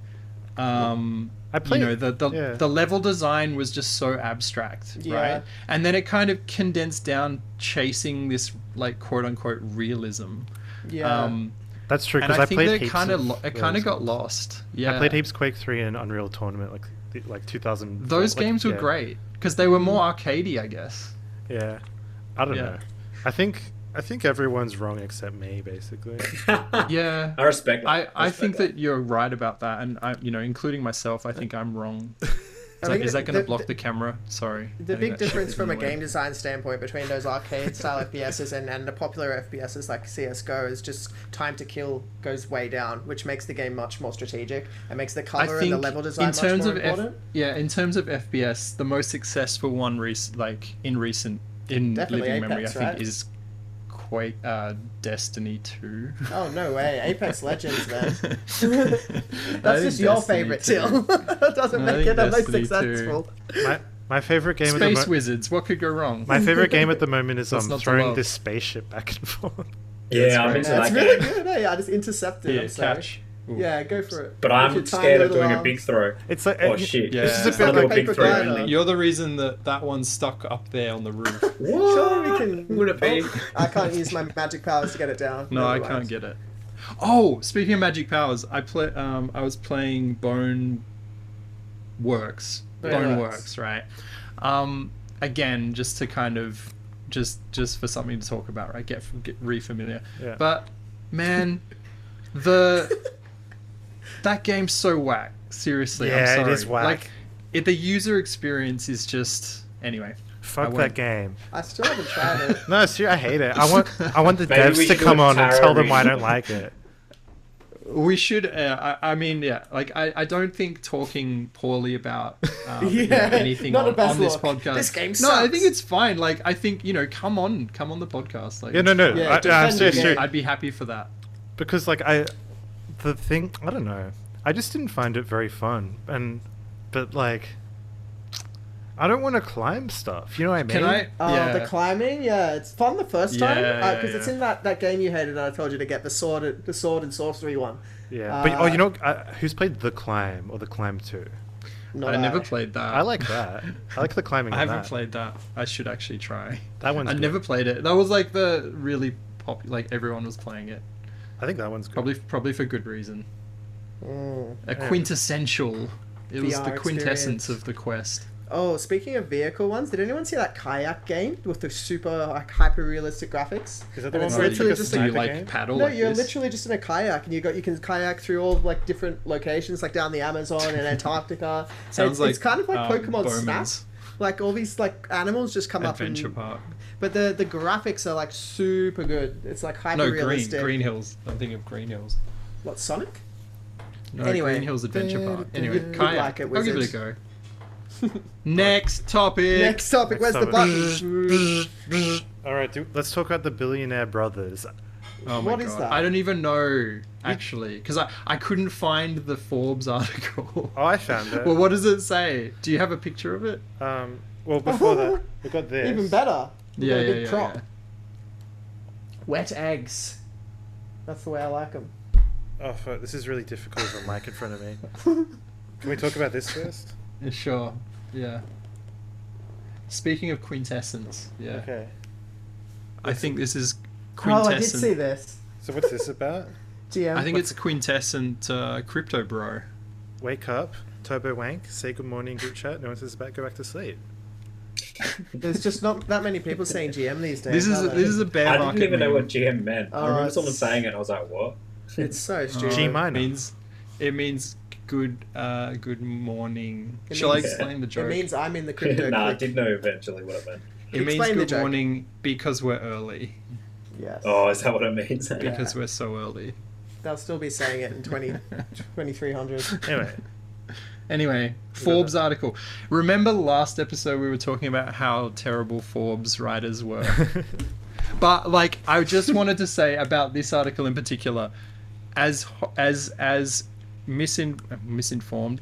[SPEAKER 2] Um,
[SPEAKER 3] I played-
[SPEAKER 2] you know the the,
[SPEAKER 3] yeah.
[SPEAKER 2] the level design was just so abstract
[SPEAKER 4] Yeah.
[SPEAKER 2] right and then it kind of condensed down chasing this like quote unquote realism
[SPEAKER 4] yeah,
[SPEAKER 2] um
[SPEAKER 3] that's true.
[SPEAKER 2] and
[SPEAKER 3] Because
[SPEAKER 2] i,
[SPEAKER 3] I,
[SPEAKER 2] think
[SPEAKER 3] played
[SPEAKER 2] that
[SPEAKER 3] heaps
[SPEAKER 2] kind of
[SPEAKER 3] of
[SPEAKER 2] lo- it
[SPEAKER 3] those.
[SPEAKER 2] kind of got lost yeah
[SPEAKER 3] I played heaps Quake Three and Unreal Tournament like th- like 2000.
[SPEAKER 2] those
[SPEAKER 3] like,
[SPEAKER 2] games were
[SPEAKER 3] yeah,
[SPEAKER 2] great because they were more arcadey i guess
[SPEAKER 3] Yeah, I don't
[SPEAKER 2] Yeah.
[SPEAKER 3] know. I think I think everyone's wrong except me, basically.
[SPEAKER 2] yeah
[SPEAKER 5] I respect. That.
[SPEAKER 2] I, I
[SPEAKER 5] respect
[SPEAKER 2] think that you're right about that, and I, you know, including myself, I think I'm wrong. Is
[SPEAKER 4] I
[SPEAKER 2] that-
[SPEAKER 4] think
[SPEAKER 2] is that going to
[SPEAKER 4] the-
[SPEAKER 2] block
[SPEAKER 4] the-
[SPEAKER 2] the camera? Sorry.
[SPEAKER 4] the
[SPEAKER 2] I think
[SPEAKER 4] big
[SPEAKER 2] that shit
[SPEAKER 4] difference
[SPEAKER 2] is
[SPEAKER 4] from a
[SPEAKER 2] in the way.
[SPEAKER 4] game design standpoint between those arcade style FPSs and, and the popular FPSs like CS:GO is just time to kill goes way down, which makes the game much more strategic and makes the
[SPEAKER 2] I
[SPEAKER 4] cover
[SPEAKER 2] think
[SPEAKER 4] and the level design
[SPEAKER 2] in terms
[SPEAKER 4] much more
[SPEAKER 2] of F-
[SPEAKER 4] important.
[SPEAKER 2] yeah, in terms of FBS, the most successful one rec- like in recent in
[SPEAKER 4] Definitely
[SPEAKER 2] living memory, I
[SPEAKER 4] Apex,
[SPEAKER 2] think,
[SPEAKER 4] right?
[SPEAKER 2] is Quake uh, Destiny Two.
[SPEAKER 4] oh no way, Apex Legends, man.
[SPEAKER 2] That's
[SPEAKER 4] That's just your favorite, Till. that doesn't
[SPEAKER 2] I
[SPEAKER 4] make
[SPEAKER 2] think
[SPEAKER 4] it the most
[SPEAKER 2] Destiny too.
[SPEAKER 4] successful.
[SPEAKER 3] my my favorite game. at the
[SPEAKER 2] Space
[SPEAKER 3] mo-
[SPEAKER 2] Wizards. What could go wrong?
[SPEAKER 3] My favorite game at the moment is
[SPEAKER 2] That's
[SPEAKER 3] um,
[SPEAKER 2] not the
[SPEAKER 3] throwing
[SPEAKER 2] love.
[SPEAKER 3] this spaceship back and forth.
[SPEAKER 5] That. Yeah, I'm
[SPEAKER 2] great.
[SPEAKER 5] into
[SPEAKER 4] That's
[SPEAKER 5] that
[SPEAKER 4] really
[SPEAKER 5] game.
[SPEAKER 4] good. Hey, I just intercepted.
[SPEAKER 2] yeah,
[SPEAKER 4] I'm sorry.
[SPEAKER 2] catch. Ooh.
[SPEAKER 4] Yeah, go for it.
[SPEAKER 5] But
[SPEAKER 4] With your
[SPEAKER 5] I'm
[SPEAKER 4] tiny
[SPEAKER 5] scared of
[SPEAKER 4] little um,
[SPEAKER 5] doing a
[SPEAKER 4] arms.
[SPEAKER 5] big throw.
[SPEAKER 3] It's like
[SPEAKER 5] Oh
[SPEAKER 3] it-
[SPEAKER 5] shit!
[SPEAKER 2] Yeah.
[SPEAKER 3] This is a
[SPEAKER 2] It's
[SPEAKER 5] I
[SPEAKER 3] bit
[SPEAKER 5] do
[SPEAKER 4] like
[SPEAKER 5] a big
[SPEAKER 4] Paper
[SPEAKER 5] throw.
[SPEAKER 4] Glider.
[SPEAKER 5] and then-
[SPEAKER 2] You're the reason that that one's stuck up there on the roof.
[SPEAKER 4] Surely we
[SPEAKER 5] What?
[SPEAKER 4] can.
[SPEAKER 5] Would it be?
[SPEAKER 4] Oh, I can't use my magic powers to get it down.
[SPEAKER 2] No, I can't get it. Oh, speaking of magic powers, I play. Um, I was playing Bone Works.
[SPEAKER 4] Bone
[SPEAKER 2] Bone
[SPEAKER 4] Works.
[SPEAKER 2] Works, right? Um, again, just to kind of, just just for something to talk about, right? Get, get re-familiar.
[SPEAKER 3] Yeah.
[SPEAKER 2] But man, the that game's so whack. Seriously, I'm
[SPEAKER 3] Yeah, it
[SPEAKER 2] sorry.
[SPEAKER 3] is whack.
[SPEAKER 2] Like, it, the user experience is just anyway. I
[SPEAKER 3] Fuck that
[SPEAKER 2] won't.
[SPEAKER 3] game.
[SPEAKER 4] I still haven't tried it.
[SPEAKER 3] No, see, I hate it. I want I want the
[SPEAKER 5] Maybe we
[SPEAKER 3] devs to
[SPEAKER 5] should do
[SPEAKER 3] come
[SPEAKER 5] a
[SPEAKER 3] on and
[SPEAKER 5] tarot
[SPEAKER 3] tell them why I
[SPEAKER 5] reading.
[SPEAKER 3] don't like it.
[SPEAKER 2] We should. Uh, I, I mean, yeah. Like, I, I don't think talking poorly about um, you know,
[SPEAKER 4] Yeah,
[SPEAKER 2] anything
[SPEAKER 4] not
[SPEAKER 2] on,
[SPEAKER 4] the best
[SPEAKER 2] on this
[SPEAKER 4] look.
[SPEAKER 2] podcast.
[SPEAKER 4] This game
[SPEAKER 2] No, I
[SPEAKER 4] sucks.
[SPEAKER 2] think it's fine. Like, I think you know, come on, come on the podcast. Like,
[SPEAKER 3] Yeah, no, no.
[SPEAKER 4] Yeah,
[SPEAKER 3] I,
[SPEAKER 4] defend
[SPEAKER 3] I'm
[SPEAKER 4] the
[SPEAKER 3] serious,
[SPEAKER 4] game.
[SPEAKER 3] serious.
[SPEAKER 2] I'd be happy for that.
[SPEAKER 3] because like I, the thing I don't know. I just didn't find it very fun, and but like, I don't want to climb stuff. You know what I mean?
[SPEAKER 2] Can I?
[SPEAKER 4] Oh,
[SPEAKER 2] yeah.
[SPEAKER 4] the climbing, yeah, it's fun the first time
[SPEAKER 2] Yeah,
[SPEAKER 4] because
[SPEAKER 2] yeah,
[SPEAKER 4] it's
[SPEAKER 2] yeah.
[SPEAKER 4] in that, that game you hated and I told you to get the sword the sword and sorcery one.
[SPEAKER 3] Yeah. but oh,
[SPEAKER 4] Uh,
[SPEAKER 3] you know I, who's played The Climb or The Climb Two?
[SPEAKER 4] Not
[SPEAKER 2] I never played that.
[SPEAKER 3] I like that. I like the climbing.
[SPEAKER 2] Uh, I
[SPEAKER 3] in
[SPEAKER 2] haven't
[SPEAKER 3] that.
[SPEAKER 2] played that. I should actually try.
[SPEAKER 3] That one's
[SPEAKER 2] I
[SPEAKER 3] good.
[SPEAKER 2] never played it. That was like the really pop. Like everyone was playing it.
[SPEAKER 3] I think that one's good.
[SPEAKER 2] Probably, probably for good reason.
[SPEAKER 4] Mm.
[SPEAKER 2] A quintessential. It was
[SPEAKER 4] VR
[SPEAKER 2] the quintessence
[SPEAKER 4] experience.
[SPEAKER 2] of the quest.
[SPEAKER 4] Oh, speaking of vehicle ones, did anyone see that kayak game with the super like hyper realistic graphics?
[SPEAKER 3] Is that the
[SPEAKER 4] And
[SPEAKER 3] one
[SPEAKER 4] it's
[SPEAKER 3] where you
[SPEAKER 4] literally
[SPEAKER 3] took a
[SPEAKER 4] just
[SPEAKER 2] do
[SPEAKER 4] a
[SPEAKER 2] you
[SPEAKER 3] sniper
[SPEAKER 2] like
[SPEAKER 3] game?
[SPEAKER 2] paddle?
[SPEAKER 4] No,
[SPEAKER 2] like
[SPEAKER 4] you're
[SPEAKER 2] this?
[SPEAKER 4] literally just in a kayak, and you got you can kayak through all like different locations, like down the Amazon and Antarctica. And
[SPEAKER 2] Sounds
[SPEAKER 4] it's,
[SPEAKER 2] like
[SPEAKER 4] it's kind of like
[SPEAKER 2] um,
[SPEAKER 4] Pokemon Snap.
[SPEAKER 2] Bowman's
[SPEAKER 4] Like all these like animals just come
[SPEAKER 2] Adventure
[SPEAKER 4] up, and,
[SPEAKER 2] Park.
[SPEAKER 4] but the the graphics are like super good. It's like hyper
[SPEAKER 2] No, Green
[SPEAKER 4] realistic.
[SPEAKER 2] Green Hills. I'm thinking of Green Hills.
[SPEAKER 4] What Sonic?
[SPEAKER 2] No,
[SPEAKER 4] Anyway.
[SPEAKER 2] Green Hills Adventure Park. Anyway,
[SPEAKER 4] You'd
[SPEAKER 2] kayak.
[SPEAKER 4] like it,
[SPEAKER 2] I'll give it a go. Next topic.
[SPEAKER 4] Next topic.
[SPEAKER 3] Next
[SPEAKER 4] where's the button?
[SPEAKER 3] All right, do, let's talk about the billionaire brothers.
[SPEAKER 2] Oh my
[SPEAKER 4] What is
[SPEAKER 2] God.
[SPEAKER 4] that?
[SPEAKER 2] I don't even know actually, because I I couldn't find the Forbes article.
[SPEAKER 3] Oh, I found it.
[SPEAKER 2] Well, what does it say? Do you have a picture of it?
[SPEAKER 3] um, well, before that, we got this.
[SPEAKER 4] Even better. We've
[SPEAKER 2] Yeah,
[SPEAKER 4] got a
[SPEAKER 2] yeah,
[SPEAKER 4] big
[SPEAKER 2] yeah,
[SPEAKER 4] prop.
[SPEAKER 2] yeah.
[SPEAKER 4] Wet eggs. That's the way I like them.
[SPEAKER 3] Oh, fuck, this is really difficult with a mic in front of me. Can we talk about this first?
[SPEAKER 2] Yeah, Sure. Yeah. Speaking of quintessence, yeah,
[SPEAKER 3] Okay.
[SPEAKER 2] I think this is
[SPEAKER 4] Oh,
[SPEAKER 2] quintessence.
[SPEAKER 4] I did see this.
[SPEAKER 3] So what's this about?
[SPEAKER 4] DM.
[SPEAKER 2] I think it's quintessent uh, crypto bro.
[SPEAKER 3] Wake up, Turbo Wank, say good morning, group chat. No one says back, go back to sleep.
[SPEAKER 4] There's just not that many people saying GM these days.
[SPEAKER 2] This is
[SPEAKER 4] are there?
[SPEAKER 2] this is a bear
[SPEAKER 5] I
[SPEAKER 2] market.
[SPEAKER 5] didn't even know
[SPEAKER 2] meme.
[SPEAKER 5] what GM meant.
[SPEAKER 4] Oh,
[SPEAKER 5] I remember
[SPEAKER 4] it's-
[SPEAKER 5] someone saying it, and I was like, "What?"
[SPEAKER 4] It's
[SPEAKER 2] Oh.
[SPEAKER 4] so stupid.
[SPEAKER 3] G minor.
[SPEAKER 2] means it means good uh good morning.
[SPEAKER 4] It
[SPEAKER 2] Shall
[SPEAKER 4] means-
[SPEAKER 2] I explain the
[SPEAKER 4] It
[SPEAKER 2] joke?
[SPEAKER 4] means I'm in the crypto.
[SPEAKER 5] nah, I
[SPEAKER 4] clique.
[SPEAKER 5] did know eventually what it meant.
[SPEAKER 2] It means
[SPEAKER 4] explain the
[SPEAKER 2] good
[SPEAKER 4] joke.
[SPEAKER 2] morning because we're early.
[SPEAKER 4] Yes.
[SPEAKER 5] Oh, is that what it means?
[SPEAKER 2] Because we're so early.
[SPEAKER 4] They'll still be saying it in 20, 2300.
[SPEAKER 3] Anyway,
[SPEAKER 2] Anyway, Forbes article. Remember last episode we were talking about how terrible Forbes writers were. but like I just wanted to say about this article in particular as ho- as as misin, misinformed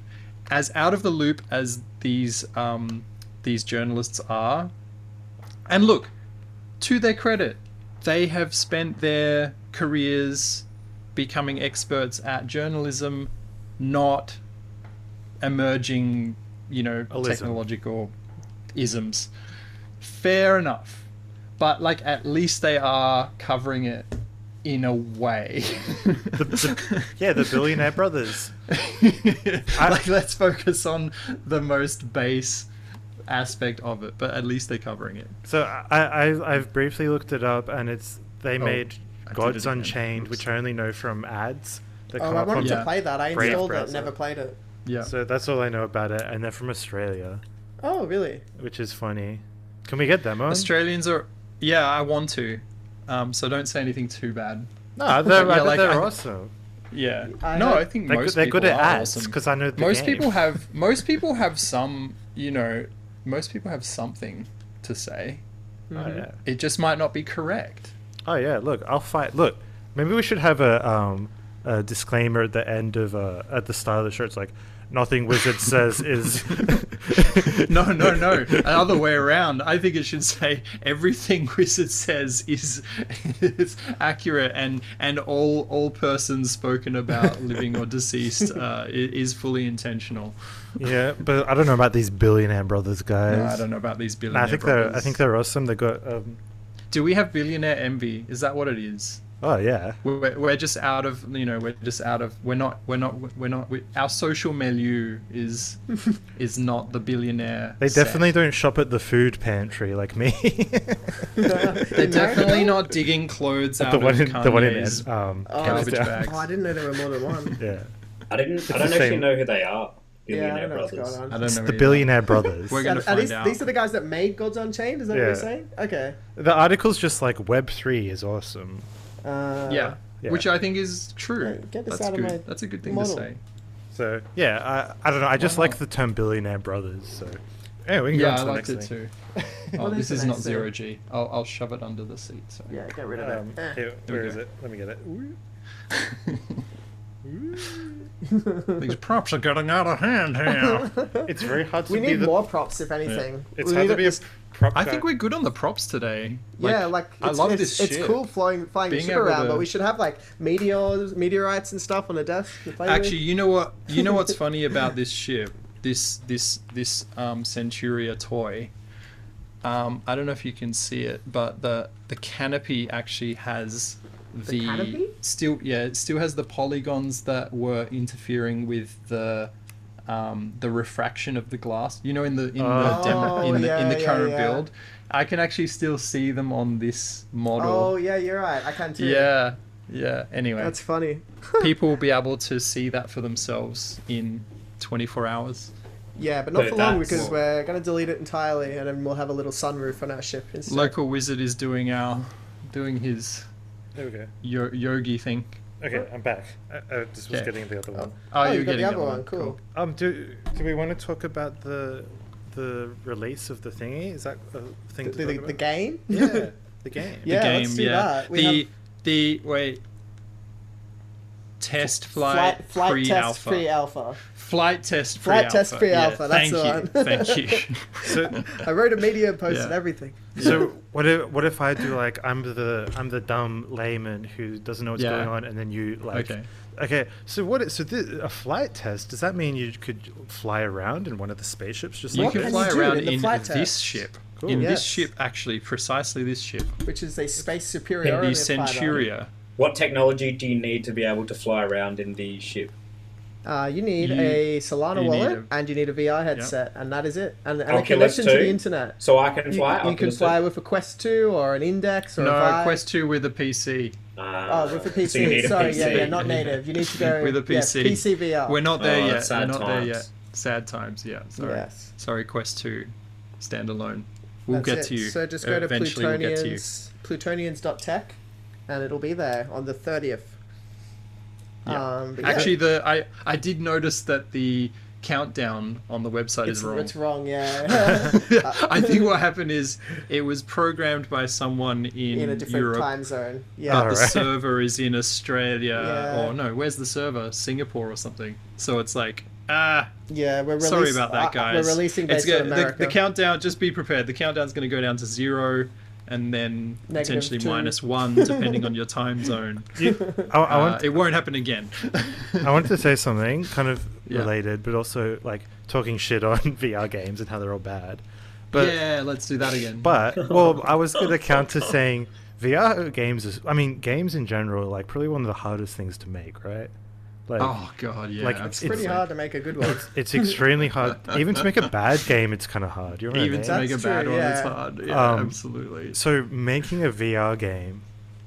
[SPEAKER 2] as out of the loop as these um these journalists are. And look, to their credit, they have spent their careers becoming experts at journalism, not emerging, you know,
[SPEAKER 3] Alism.
[SPEAKER 2] technological isms. Fair enough. But like at least they are covering it in a way.
[SPEAKER 3] the, the, yeah, the billionaire brothers.
[SPEAKER 2] like let's focus on the most base aspect of it, but at least they're covering it.
[SPEAKER 3] So I, I I've briefly looked it up, and it's they
[SPEAKER 2] Oh,
[SPEAKER 3] made
[SPEAKER 2] I did
[SPEAKER 3] Gods
[SPEAKER 2] it again.
[SPEAKER 3] Unchained,
[SPEAKER 2] Oops.
[SPEAKER 3] which I only know from ads that
[SPEAKER 4] Oh,
[SPEAKER 3] come
[SPEAKER 4] I
[SPEAKER 3] up on
[SPEAKER 4] wanted
[SPEAKER 2] Yeah.
[SPEAKER 4] to play that. I
[SPEAKER 3] Brave
[SPEAKER 4] installed it,
[SPEAKER 3] browser.
[SPEAKER 4] never played it.
[SPEAKER 2] Yeah.
[SPEAKER 3] So that's all I know about it, and they're from Australia,
[SPEAKER 4] Oh, really?
[SPEAKER 3] which is funny. Can we get them on?
[SPEAKER 2] Australians are yeah, I want to. Um, so don't say anything too bad.
[SPEAKER 3] No, they're, I
[SPEAKER 2] Yeah,
[SPEAKER 3] bet
[SPEAKER 2] like,
[SPEAKER 3] they're
[SPEAKER 2] I-
[SPEAKER 3] awesome.
[SPEAKER 2] Yeah.
[SPEAKER 4] I
[SPEAKER 2] no,
[SPEAKER 4] heard-
[SPEAKER 2] I think
[SPEAKER 3] They're
[SPEAKER 2] most
[SPEAKER 3] good- they're
[SPEAKER 2] people
[SPEAKER 3] good at
[SPEAKER 2] are
[SPEAKER 3] ads,
[SPEAKER 2] awesome.
[SPEAKER 3] 'cause I know the
[SPEAKER 2] most
[SPEAKER 3] game.
[SPEAKER 2] people have most people have some you know most people have something to say.
[SPEAKER 3] Oh, yeah.
[SPEAKER 2] It just might not be correct.
[SPEAKER 3] Oh yeah, look, I'll fight. Look, maybe we should have a um a disclaimer at the end of uh at the start of the show. It's like nothing wizard says is
[SPEAKER 2] No, no, no. Another way around. I think it should say everything Wizard says is, is accurate, and and all all persons spoken about, living or deceased, uh, i- is fully intentional.
[SPEAKER 3] Yeah, but I don't know about these billionaire brothers guys.
[SPEAKER 2] No, Uh, I don't know about these billionaire.
[SPEAKER 3] Nah, I think they're I
[SPEAKER 2] brothers.
[SPEAKER 3] think they're awesome. They got um
[SPEAKER 2] Do we have billionaire envy? Is that what it is?
[SPEAKER 3] oh yeah.
[SPEAKER 2] We're, we're just out of you know we're just out of we're not we're not we're not we, our social milieu is is not the billionaire.
[SPEAKER 3] They
[SPEAKER 2] set.
[SPEAKER 3] definitely don't shop at the food pantry like me.
[SPEAKER 2] They're
[SPEAKER 4] No?
[SPEAKER 2] definitely not diggking clothes out
[SPEAKER 3] the one
[SPEAKER 2] of
[SPEAKER 3] in the one in
[SPEAKER 2] Kanye's
[SPEAKER 3] um
[SPEAKER 4] Oh,
[SPEAKER 2] garbage
[SPEAKER 3] Amsterdam.
[SPEAKER 2] bags.
[SPEAKER 4] Oh, I didn't know there were more than one.
[SPEAKER 3] Yeah.
[SPEAKER 5] I didn't.
[SPEAKER 3] the
[SPEAKER 5] I don't actually
[SPEAKER 3] same.
[SPEAKER 5] know who they are.
[SPEAKER 4] yeah, I
[SPEAKER 5] Billionaire
[SPEAKER 4] don't know what's
[SPEAKER 5] brothers.
[SPEAKER 4] going on.
[SPEAKER 2] I don't know.
[SPEAKER 3] It's the
[SPEAKER 2] either.
[SPEAKER 3] billionaire brothers.
[SPEAKER 2] We're gonna
[SPEAKER 4] Are
[SPEAKER 2] find
[SPEAKER 4] these,
[SPEAKER 2] out.
[SPEAKER 4] these are the guys that made Gods Unchained. Is that what
[SPEAKER 3] Yeah.
[SPEAKER 4] you're saying? Okay.
[SPEAKER 3] the article's just like Web three is awesome.
[SPEAKER 4] Uh,
[SPEAKER 2] yeah.
[SPEAKER 3] Yeah.
[SPEAKER 2] which I think is true.
[SPEAKER 4] Hey, get this
[SPEAKER 2] That's
[SPEAKER 4] out of
[SPEAKER 2] good.
[SPEAKER 4] my
[SPEAKER 2] That's a good thing
[SPEAKER 4] model.
[SPEAKER 2] to say.
[SPEAKER 3] So yeah, I, I don't know. I just
[SPEAKER 2] Why
[SPEAKER 3] like the term billionaire brothers. So anyway, we can go
[SPEAKER 2] Yeah,
[SPEAKER 3] on
[SPEAKER 2] I
[SPEAKER 3] to the
[SPEAKER 2] liked
[SPEAKER 3] next thing.
[SPEAKER 2] it too. Oh,
[SPEAKER 4] What is
[SPEAKER 2] this
[SPEAKER 4] the
[SPEAKER 2] is not
[SPEAKER 4] next thing?
[SPEAKER 2] zero G. I'll I'll shove it under the seat. So.
[SPEAKER 4] Yeah, get rid of
[SPEAKER 3] Um,
[SPEAKER 4] that. Eh.
[SPEAKER 3] here, where
[SPEAKER 2] we
[SPEAKER 3] is
[SPEAKER 2] go.
[SPEAKER 3] it? Let me get it.
[SPEAKER 2] These props are getting out of hand here.
[SPEAKER 3] It's very hard to
[SPEAKER 4] we
[SPEAKER 3] be
[SPEAKER 4] need
[SPEAKER 3] the.
[SPEAKER 4] more props, if anything.
[SPEAKER 3] It's
[SPEAKER 4] we
[SPEAKER 3] hard
[SPEAKER 4] need
[SPEAKER 3] to be a prop.
[SPEAKER 2] I think we're good on the props today.
[SPEAKER 4] yeah, like
[SPEAKER 2] I
[SPEAKER 4] it's,
[SPEAKER 2] love
[SPEAKER 4] it's,
[SPEAKER 2] this
[SPEAKER 4] It's
[SPEAKER 2] shit.
[SPEAKER 4] cool flying, flying
[SPEAKER 2] Being
[SPEAKER 4] shit
[SPEAKER 2] able
[SPEAKER 4] around,
[SPEAKER 2] to-
[SPEAKER 4] but we should have like meteors, meteorites, and stuff on the desk. to play with.
[SPEAKER 2] Actually, you know what? You know what's funny about this ship, this this this um, Centuria toy. Um, I don't know if you can see it, but the the canopy actually has the,
[SPEAKER 4] canopy?
[SPEAKER 2] still yeah it still has the polygons that were interfering with the um, the refraction of the glass. You know, in the in the demo,
[SPEAKER 4] Oh,
[SPEAKER 2] in the in the
[SPEAKER 4] yeah, yeah,
[SPEAKER 2] current
[SPEAKER 4] yeah.
[SPEAKER 2] build, I can actually still see them on this model.
[SPEAKER 4] Oh yeah, you're right. I can too.
[SPEAKER 2] yeah, yeah. Anyway,
[SPEAKER 4] That's funny.
[SPEAKER 2] people will be able to see that for themselves in 24 hours.
[SPEAKER 4] Yeah, but not
[SPEAKER 5] But
[SPEAKER 4] for long
[SPEAKER 5] that's-
[SPEAKER 4] because we're gonna delete it entirely, and then we'll have a little sunroof on our ship instead.
[SPEAKER 2] Local wizard is doing our doing his
[SPEAKER 3] There we go.
[SPEAKER 2] yo- yogi thing.
[SPEAKER 3] Okay, I'm back. I, I just was
[SPEAKER 2] Yeah.
[SPEAKER 3] getting the other one.
[SPEAKER 2] Oh,
[SPEAKER 4] you
[SPEAKER 2] you're
[SPEAKER 4] got
[SPEAKER 2] getting
[SPEAKER 4] the other
[SPEAKER 2] that
[SPEAKER 4] one. Cool.
[SPEAKER 3] Um, do do we want to talk about the the release of the thingy? Is that a thing?
[SPEAKER 4] The,
[SPEAKER 3] to
[SPEAKER 4] the,
[SPEAKER 3] talk
[SPEAKER 4] the
[SPEAKER 3] about?
[SPEAKER 4] game.
[SPEAKER 3] Yeah, the game.
[SPEAKER 2] The
[SPEAKER 4] Yeah,
[SPEAKER 2] game,
[SPEAKER 4] let's do
[SPEAKER 2] yeah.
[SPEAKER 4] that. We
[SPEAKER 2] the
[SPEAKER 4] have-
[SPEAKER 2] the wait. Test flight,
[SPEAKER 4] Flight, flight
[SPEAKER 2] pre
[SPEAKER 4] test
[SPEAKER 2] alpha.
[SPEAKER 4] pre alpha.
[SPEAKER 2] flight test pre
[SPEAKER 4] Flight
[SPEAKER 2] alpha.
[SPEAKER 4] test pre-alpha, that's the one.
[SPEAKER 2] Thank you. Thank you.
[SPEAKER 3] So,
[SPEAKER 4] I wrote a media post
[SPEAKER 2] Yeah.
[SPEAKER 4] and everything.
[SPEAKER 3] so what if what if I do like I'm the I'm the dumb layman who doesn't know what's
[SPEAKER 2] Yeah.
[SPEAKER 3] going on, and then you like.
[SPEAKER 2] Okay.
[SPEAKER 3] Okay, so what? So this, a flight test does that mean you could fly around in one of the spaceships? Just
[SPEAKER 2] you
[SPEAKER 4] What
[SPEAKER 3] like
[SPEAKER 2] can
[SPEAKER 4] can
[SPEAKER 3] this?
[SPEAKER 2] fly
[SPEAKER 4] you do
[SPEAKER 2] around
[SPEAKER 4] in the
[SPEAKER 2] in
[SPEAKER 4] flight
[SPEAKER 2] this
[SPEAKER 4] test?
[SPEAKER 2] ship.
[SPEAKER 3] Cool.
[SPEAKER 2] In this
[SPEAKER 4] Yes.
[SPEAKER 2] ship, actually, precisely this ship.
[SPEAKER 4] which is a space
[SPEAKER 2] In
[SPEAKER 4] superiority
[SPEAKER 2] the
[SPEAKER 4] fighter.
[SPEAKER 2] Centuria.
[SPEAKER 5] What technology do you need to be able to fly around in the ship?
[SPEAKER 4] Uh, you need
[SPEAKER 2] You-
[SPEAKER 4] a Solana
[SPEAKER 2] you need
[SPEAKER 4] wallet
[SPEAKER 2] a-
[SPEAKER 4] and you need a VR headset, and that is it. And, and a
[SPEAKER 5] Oculus
[SPEAKER 4] connection to
[SPEAKER 5] too?
[SPEAKER 4] the internet.
[SPEAKER 5] So I can
[SPEAKER 4] You,
[SPEAKER 5] fly.
[SPEAKER 4] you can
[SPEAKER 5] Oculus
[SPEAKER 4] fly
[SPEAKER 5] Two?
[SPEAKER 4] with a Quest 2 or an Index or
[SPEAKER 2] no,
[SPEAKER 4] a Vive.
[SPEAKER 2] Quest 2 with a PC.
[SPEAKER 5] Ah,
[SPEAKER 4] Oh, with a
[SPEAKER 5] so
[SPEAKER 4] PC.
[SPEAKER 5] you need a
[SPEAKER 4] Sorry, yeah,
[SPEAKER 5] PC.
[SPEAKER 4] yeah, not native. You need to go
[SPEAKER 2] With a PC.
[SPEAKER 4] Yeah, PC VR.
[SPEAKER 2] We're not there yet.
[SPEAKER 5] Oh, that's
[SPEAKER 2] We're
[SPEAKER 5] sad
[SPEAKER 2] not there
[SPEAKER 5] times.
[SPEAKER 2] yet. Sad times, yeah. Sorry.
[SPEAKER 4] Yes.
[SPEAKER 2] Sorry, Quest 2 standalone. We'll
[SPEAKER 4] That's
[SPEAKER 2] get
[SPEAKER 4] it.
[SPEAKER 2] to you.
[SPEAKER 4] So just go to
[SPEAKER 2] Eventually we'll get to you.
[SPEAKER 4] Plutonians, plutonians.tech, and it'll be there on the 30th.
[SPEAKER 2] Yeah.
[SPEAKER 4] Um, but yeah,
[SPEAKER 2] Actually, the I I did notice that the countdown on the website
[SPEAKER 4] it's
[SPEAKER 2] is wrong.
[SPEAKER 4] It's wrong, yeah.
[SPEAKER 2] I think what happened is it was programmed by someone in,
[SPEAKER 4] in a different
[SPEAKER 2] Europe.
[SPEAKER 4] time zone.
[SPEAKER 2] but
[SPEAKER 4] Yeah.
[SPEAKER 3] All
[SPEAKER 2] the
[SPEAKER 3] right.
[SPEAKER 2] server is in Australia.
[SPEAKER 4] Yeah.
[SPEAKER 2] Or no, where's the server? Singapore or something. So it's like, ah,
[SPEAKER 4] Yeah, we're releasing.
[SPEAKER 2] sorry about that, guys.
[SPEAKER 4] We're releasing
[SPEAKER 2] It's
[SPEAKER 4] based
[SPEAKER 2] go-
[SPEAKER 4] on
[SPEAKER 2] the-
[SPEAKER 4] America.
[SPEAKER 2] The, countdown, just be prepared. The countdown's going to go down to zero and then
[SPEAKER 4] Negative
[SPEAKER 2] potentially
[SPEAKER 4] two.
[SPEAKER 2] minus one, depending on your time zone.
[SPEAKER 3] I, I
[SPEAKER 2] Uh,
[SPEAKER 3] want
[SPEAKER 2] it won't happen again.
[SPEAKER 3] I wanted to say something kind of
[SPEAKER 2] Yeah.
[SPEAKER 3] related, but also like talking shit on VR games and how they're all bad. But
[SPEAKER 2] yeah, let's do that again.
[SPEAKER 3] but well, I was going to counter saying VR games is. I mean, games in general are like probably one of the hardest things to make, right? Like
[SPEAKER 2] oh god, yeah,
[SPEAKER 3] like,
[SPEAKER 4] it's
[SPEAKER 2] absolutely.
[SPEAKER 4] pretty
[SPEAKER 3] it's-
[SPEAKER 4] hard to make a good one.
[SPEAKER 3] it's extremely hard. Even to make a bad game, it's kind of hard. You know what I
[SPEAKER 2] even
[SPEAKER 3] mean?
[SPEAKER 2] to make a
[SPEAKER 4] That's
[SPEAKER 2] bad
[SPEAKER 4] true,
[SPEAKER 2] one, it's
[SPEAKER 4] yeah.
[SPEAKER 2] hard. Yeah,
[SPEAKER 3] Um,
[SPEAKER 2] absolutely.
[SPEAKER 3] So making a VR game,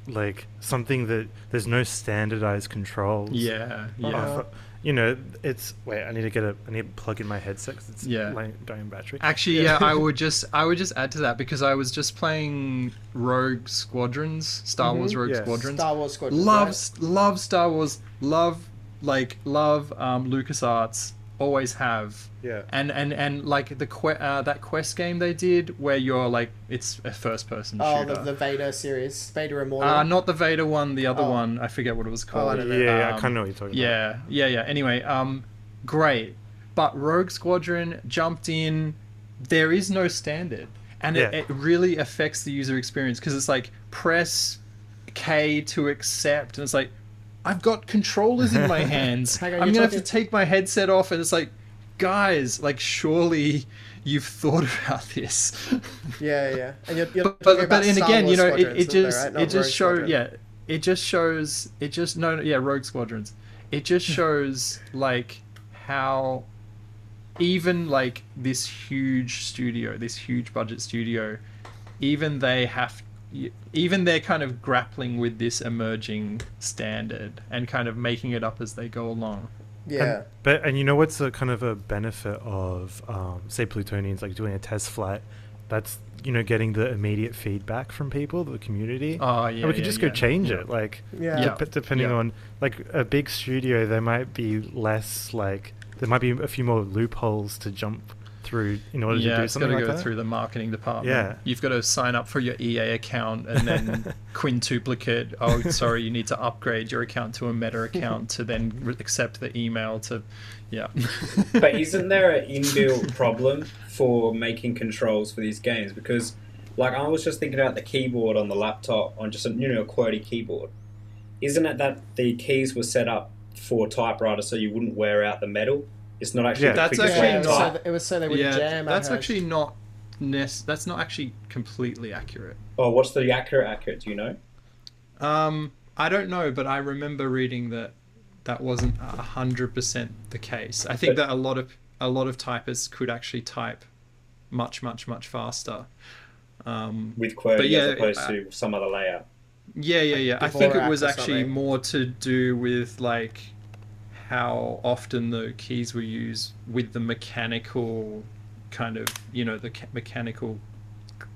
[SPEAKER 3] like something that there's no standardized controls.
[SPEAKER 2] Yeah, yeah.
[SPEAKER 3] of- you know, it's wait. I need to get a. I need to plug in my headset 'cause it's
[SPEAKER 2] Yeah.
[SPEAKER 3] like dying battery.
[SPEAKER 2] Actually, yeah, I would just I would just add to that because I was just playing Rogue Squadrons, Star Wars Rogue
[SPEAKER 3] Yes.
[SPEAKER 2] Squadrons.
[SPEAKER 4] Mm-hmm. Star Wars Squadron.
[SPEAKER 2] love love Star Wars. Love like love um, LucasArts. Always have.
[SPEAKER 3] Yeah.
[SPEAKER 2] And and and like the que- uh, that quest game they did where you're like it's a first person
[SPEAKER 4] Oh,
[SPEAKER 2] shooter.
[SPEAKER 4] the, the Vader series, Vader Immortal.
[SPEAKER 2] uh, not the Vader one, the other
[SPEAKER 4] Oh.
[SPEAKER 2] one. I forget what it was called.
[SPEAKER 4] I don't know.
[SPEAKER 3] Yeah, yeah, I
[SPEAKER 2] Um,
[SPEAKER 3] kind of know what you're talking about.
[SPEAKER 2] Yeah, yeah, yeah. Anyway, um, great. But Rogue Squadron jumped in. There is no standard, and
[SPEAKER 3] Yeah.
[SPEAKER 2] it, it really affects the user experience because it's like press K to accept, and it's like I've got controllers in my hands.
[SPEAKER 4] Hang on,
[SPEAKER 2] I'm
[SPEAKER 4] you're
[SPEAKER 2] gonna have to
[SPEAKER 4] talking-
[SPEAKER 2] take my headset off, and it's like, guys, like surely you've thought about this.
[SPEAKER 4] Yeah, yeah. And you're, you're
[SPEAKER 2] but
[SPEAKER 4] talking
[SPEAKER 2] but,
[SPEAKER 4] about
[SPEAKER 2] but and
[SPEAKER 4] Star
[SPEAKER 2] again, you
[SPEAKER 4] Wars
[SPEAKER 2] know, it,
[SPEAKER 4] Squadrons,
[SPEAKER 2] it
[SPEAKER 4] wasn't there,
[SPEAKER 2] just
[SPEAKER 4] right? Not
[SPEAKER 2] it just
[SPEAKER 4] Rogue
[SPEAKER 2] shows
[SPEAKER 4] Squadron.
[SPEAKER 2] yeah, it just shows it just no no, yeah Rogue Squadrons, it just
[SPEAKER 4] Hmm.
[SPEAKER 2] shows like how even like this huge studio, this huge budget studio, even they have even they're kind of grappling with this emerging standard and kind of making it up as they go along.
[SPEAKER 4] Yeah.
[SPEAKER 3] And, but and you know what's a kind of a benefit of um, say plutonians like doing a test flight? That's you know getting the immediate feedback from people, the community.
[SPEAKER 2] Oh,
[SPEAKER 3] And
[SPEAKER 2] yeah,
[SPEAKER 3] we could
[SPEAKER 2] yeah,
[SPEAKER 3] just
[SPEAKER 2] yeah.
[SPEAKER 3] go change it, like
[SPEAKER 4] Yeah.
[SPEAKER 3] dep-
[SPEAKER 2] Yeah.
[SPEAKER 3] depending
[SPEAKER 2] Yeah.
[SPEAKER 3] on like a big studio, there might be less like there might be a few more loopholes to jump through in order
[SPEAKER 2] yeah,
[SPEAKER 3] to do
[SPEAKER 2] it's
[SPEAKER 3] something
[SPEAKER 2] gotta
[SPEAKER 3] like
[SPEAKER 2] go
[SPEAKER 3] that.
[SPEAKER 2] through the marketing department.
[SPEAKER 3] Yeah.
[SPEAKER 2] you've got to sign up for your EA account and then quintuplicate. Oh, sorry, you need to upgrade your account to a Meta account to then re- accept the email to, yeah.
[SPEAKER 5] but isn't there an inbuilt problem for making controls for these games? Because, like, I was just thinking about the keyboard on the laptop on just a you know a QWERTY keyboard. Isn't it that the keys were set up for typewriter so you wouldn't wear out the metal? It's not actually
[SPEAKER 3] Yeah.
[SPEAKER 5] the
[SPEAKER 2] That's
[SPEAKER 5] quickest
[SPEAKER 4] yeah,
[SPEAKER 5] way
[SPEAKER 4] it,
[SPEAKER 5] to
[SPEAKER 4] was
[SPEAKER 2] actually
[SPEAKER 5] type.
[SPEAKER 4] so, it was so they wouldn't
[SPEAKER 2] yeah,
[SPEAKER 4] jam. I
[SPEAKER 2] that's
[SPEAKER 4] heard.
[SPEAKER 2] actually not nec- That's not actually completely accurate.
[SPEAKER 5] Oh, what's the accurate accurate? Do you know?
[SPEAKER 2] Um, I don't know, but I remember reading that that wasn't a hundred percent the case. I think
[SPEAKER 5] But-
[SPEAKER 2] that a lot of a lot of typists could actually type much, much, much faster. Um,
[SPEAKER 5] With
[SPEAKER 2] But
[SPEAKER 5] QWERTY
[SPEAKER 2] yeah,
[SPEAKER 5] as opposed
[SPEAKER 2] uh,
[SPEAKER 5] to some other layout.
[SPEAKER 2] Yeah, yeah, yeah. I think it
[SPEAKER 4] Dvorak
[SPEAKER 2] was
[SPEAKER 4] or
[SPEAKER 2] actually
[SPEAKER 4] something.
[SPEAKER 2] more to do with like how often the keys were used with the mechanical kind of, you know, the ca- mechanical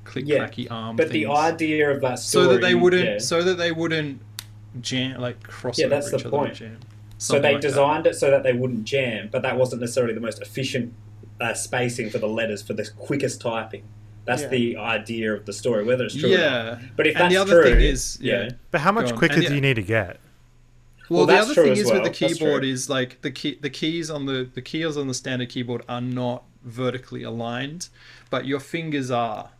[SPEAKER 2] click
[SPEAKER 5] Yeah,
[SPEAKER 2] clacky arm.
[SPEAKER 5] But the
[SPEAKER 2] things.
[SPEAKER 5] idea of that story,
[SPEAKER 2] so that they wouldn't,
[SPEAKER 5] yeah.
[SPEAKER 2] so that they wouldn't jam like cross
[SPEAKER 5] Yeah,
[SPEAKER 2] over
[SPEAKER 5] that's
[SPEAKER 2] each
[SPEAKER 5] the
[SPEAKER 2] other
[SPEAKER 5] point.
[SPEAKER 2] and jam.
[SPEAKER 5] So
[SPEAKER 2] Something
[SPEAKER 5] they
[SPEAKER 2] like that.
[SPEAKER 5] designed it so that they wouldn't jam, but that wasn't necessarily the most efficient uh, spacing for the letters for the quickest typing. That's
[SPEAKER 4] Yeah.
[SPEAKER 5] the idea of the story, whether it's true. Or not.
[SPEAKER 2] Yeah,
[SPEAKER 5] But if
[SPEAKER 2] and
[SPEAKER 5] that's
[SPEAKER 2] the other
[SPEAKER 5] true,
[SPEAKER 2] thing is, yeah.
[SPEAKER 5] yeah.
[SPEAKER 3] But how
[SPEAKER 2] Go
[SPEAKER 3] much
[SPEAKER 2] on.
[SPEAKER 3] quicker
[SPEAKER 2] And
[SPEAKER 3] do
[SPEAKER 2] the-
[SPEAKER 3] you need to get?
[SPEAKER 2] Well,
[SPEAKER 5] Well,
[SPEAKER 2] the
[SPEAKER 5] that's
[SPEAKER 2] other
[SPEAKER 5] true
[SPEAKER 2] thing
[SPEAKER 5] as
[SPEAKER 2] is
[SPEAKER 5] well.
[SPEAKER 2] with
[SPEAKER 5] That's
[SPEAKER 2] the
[SPEAKER 5] true.
[SPEAKER 2] keyboard is like the key the keys on the the keys on the standard keyboard are not vertically aligned, but your fingers are.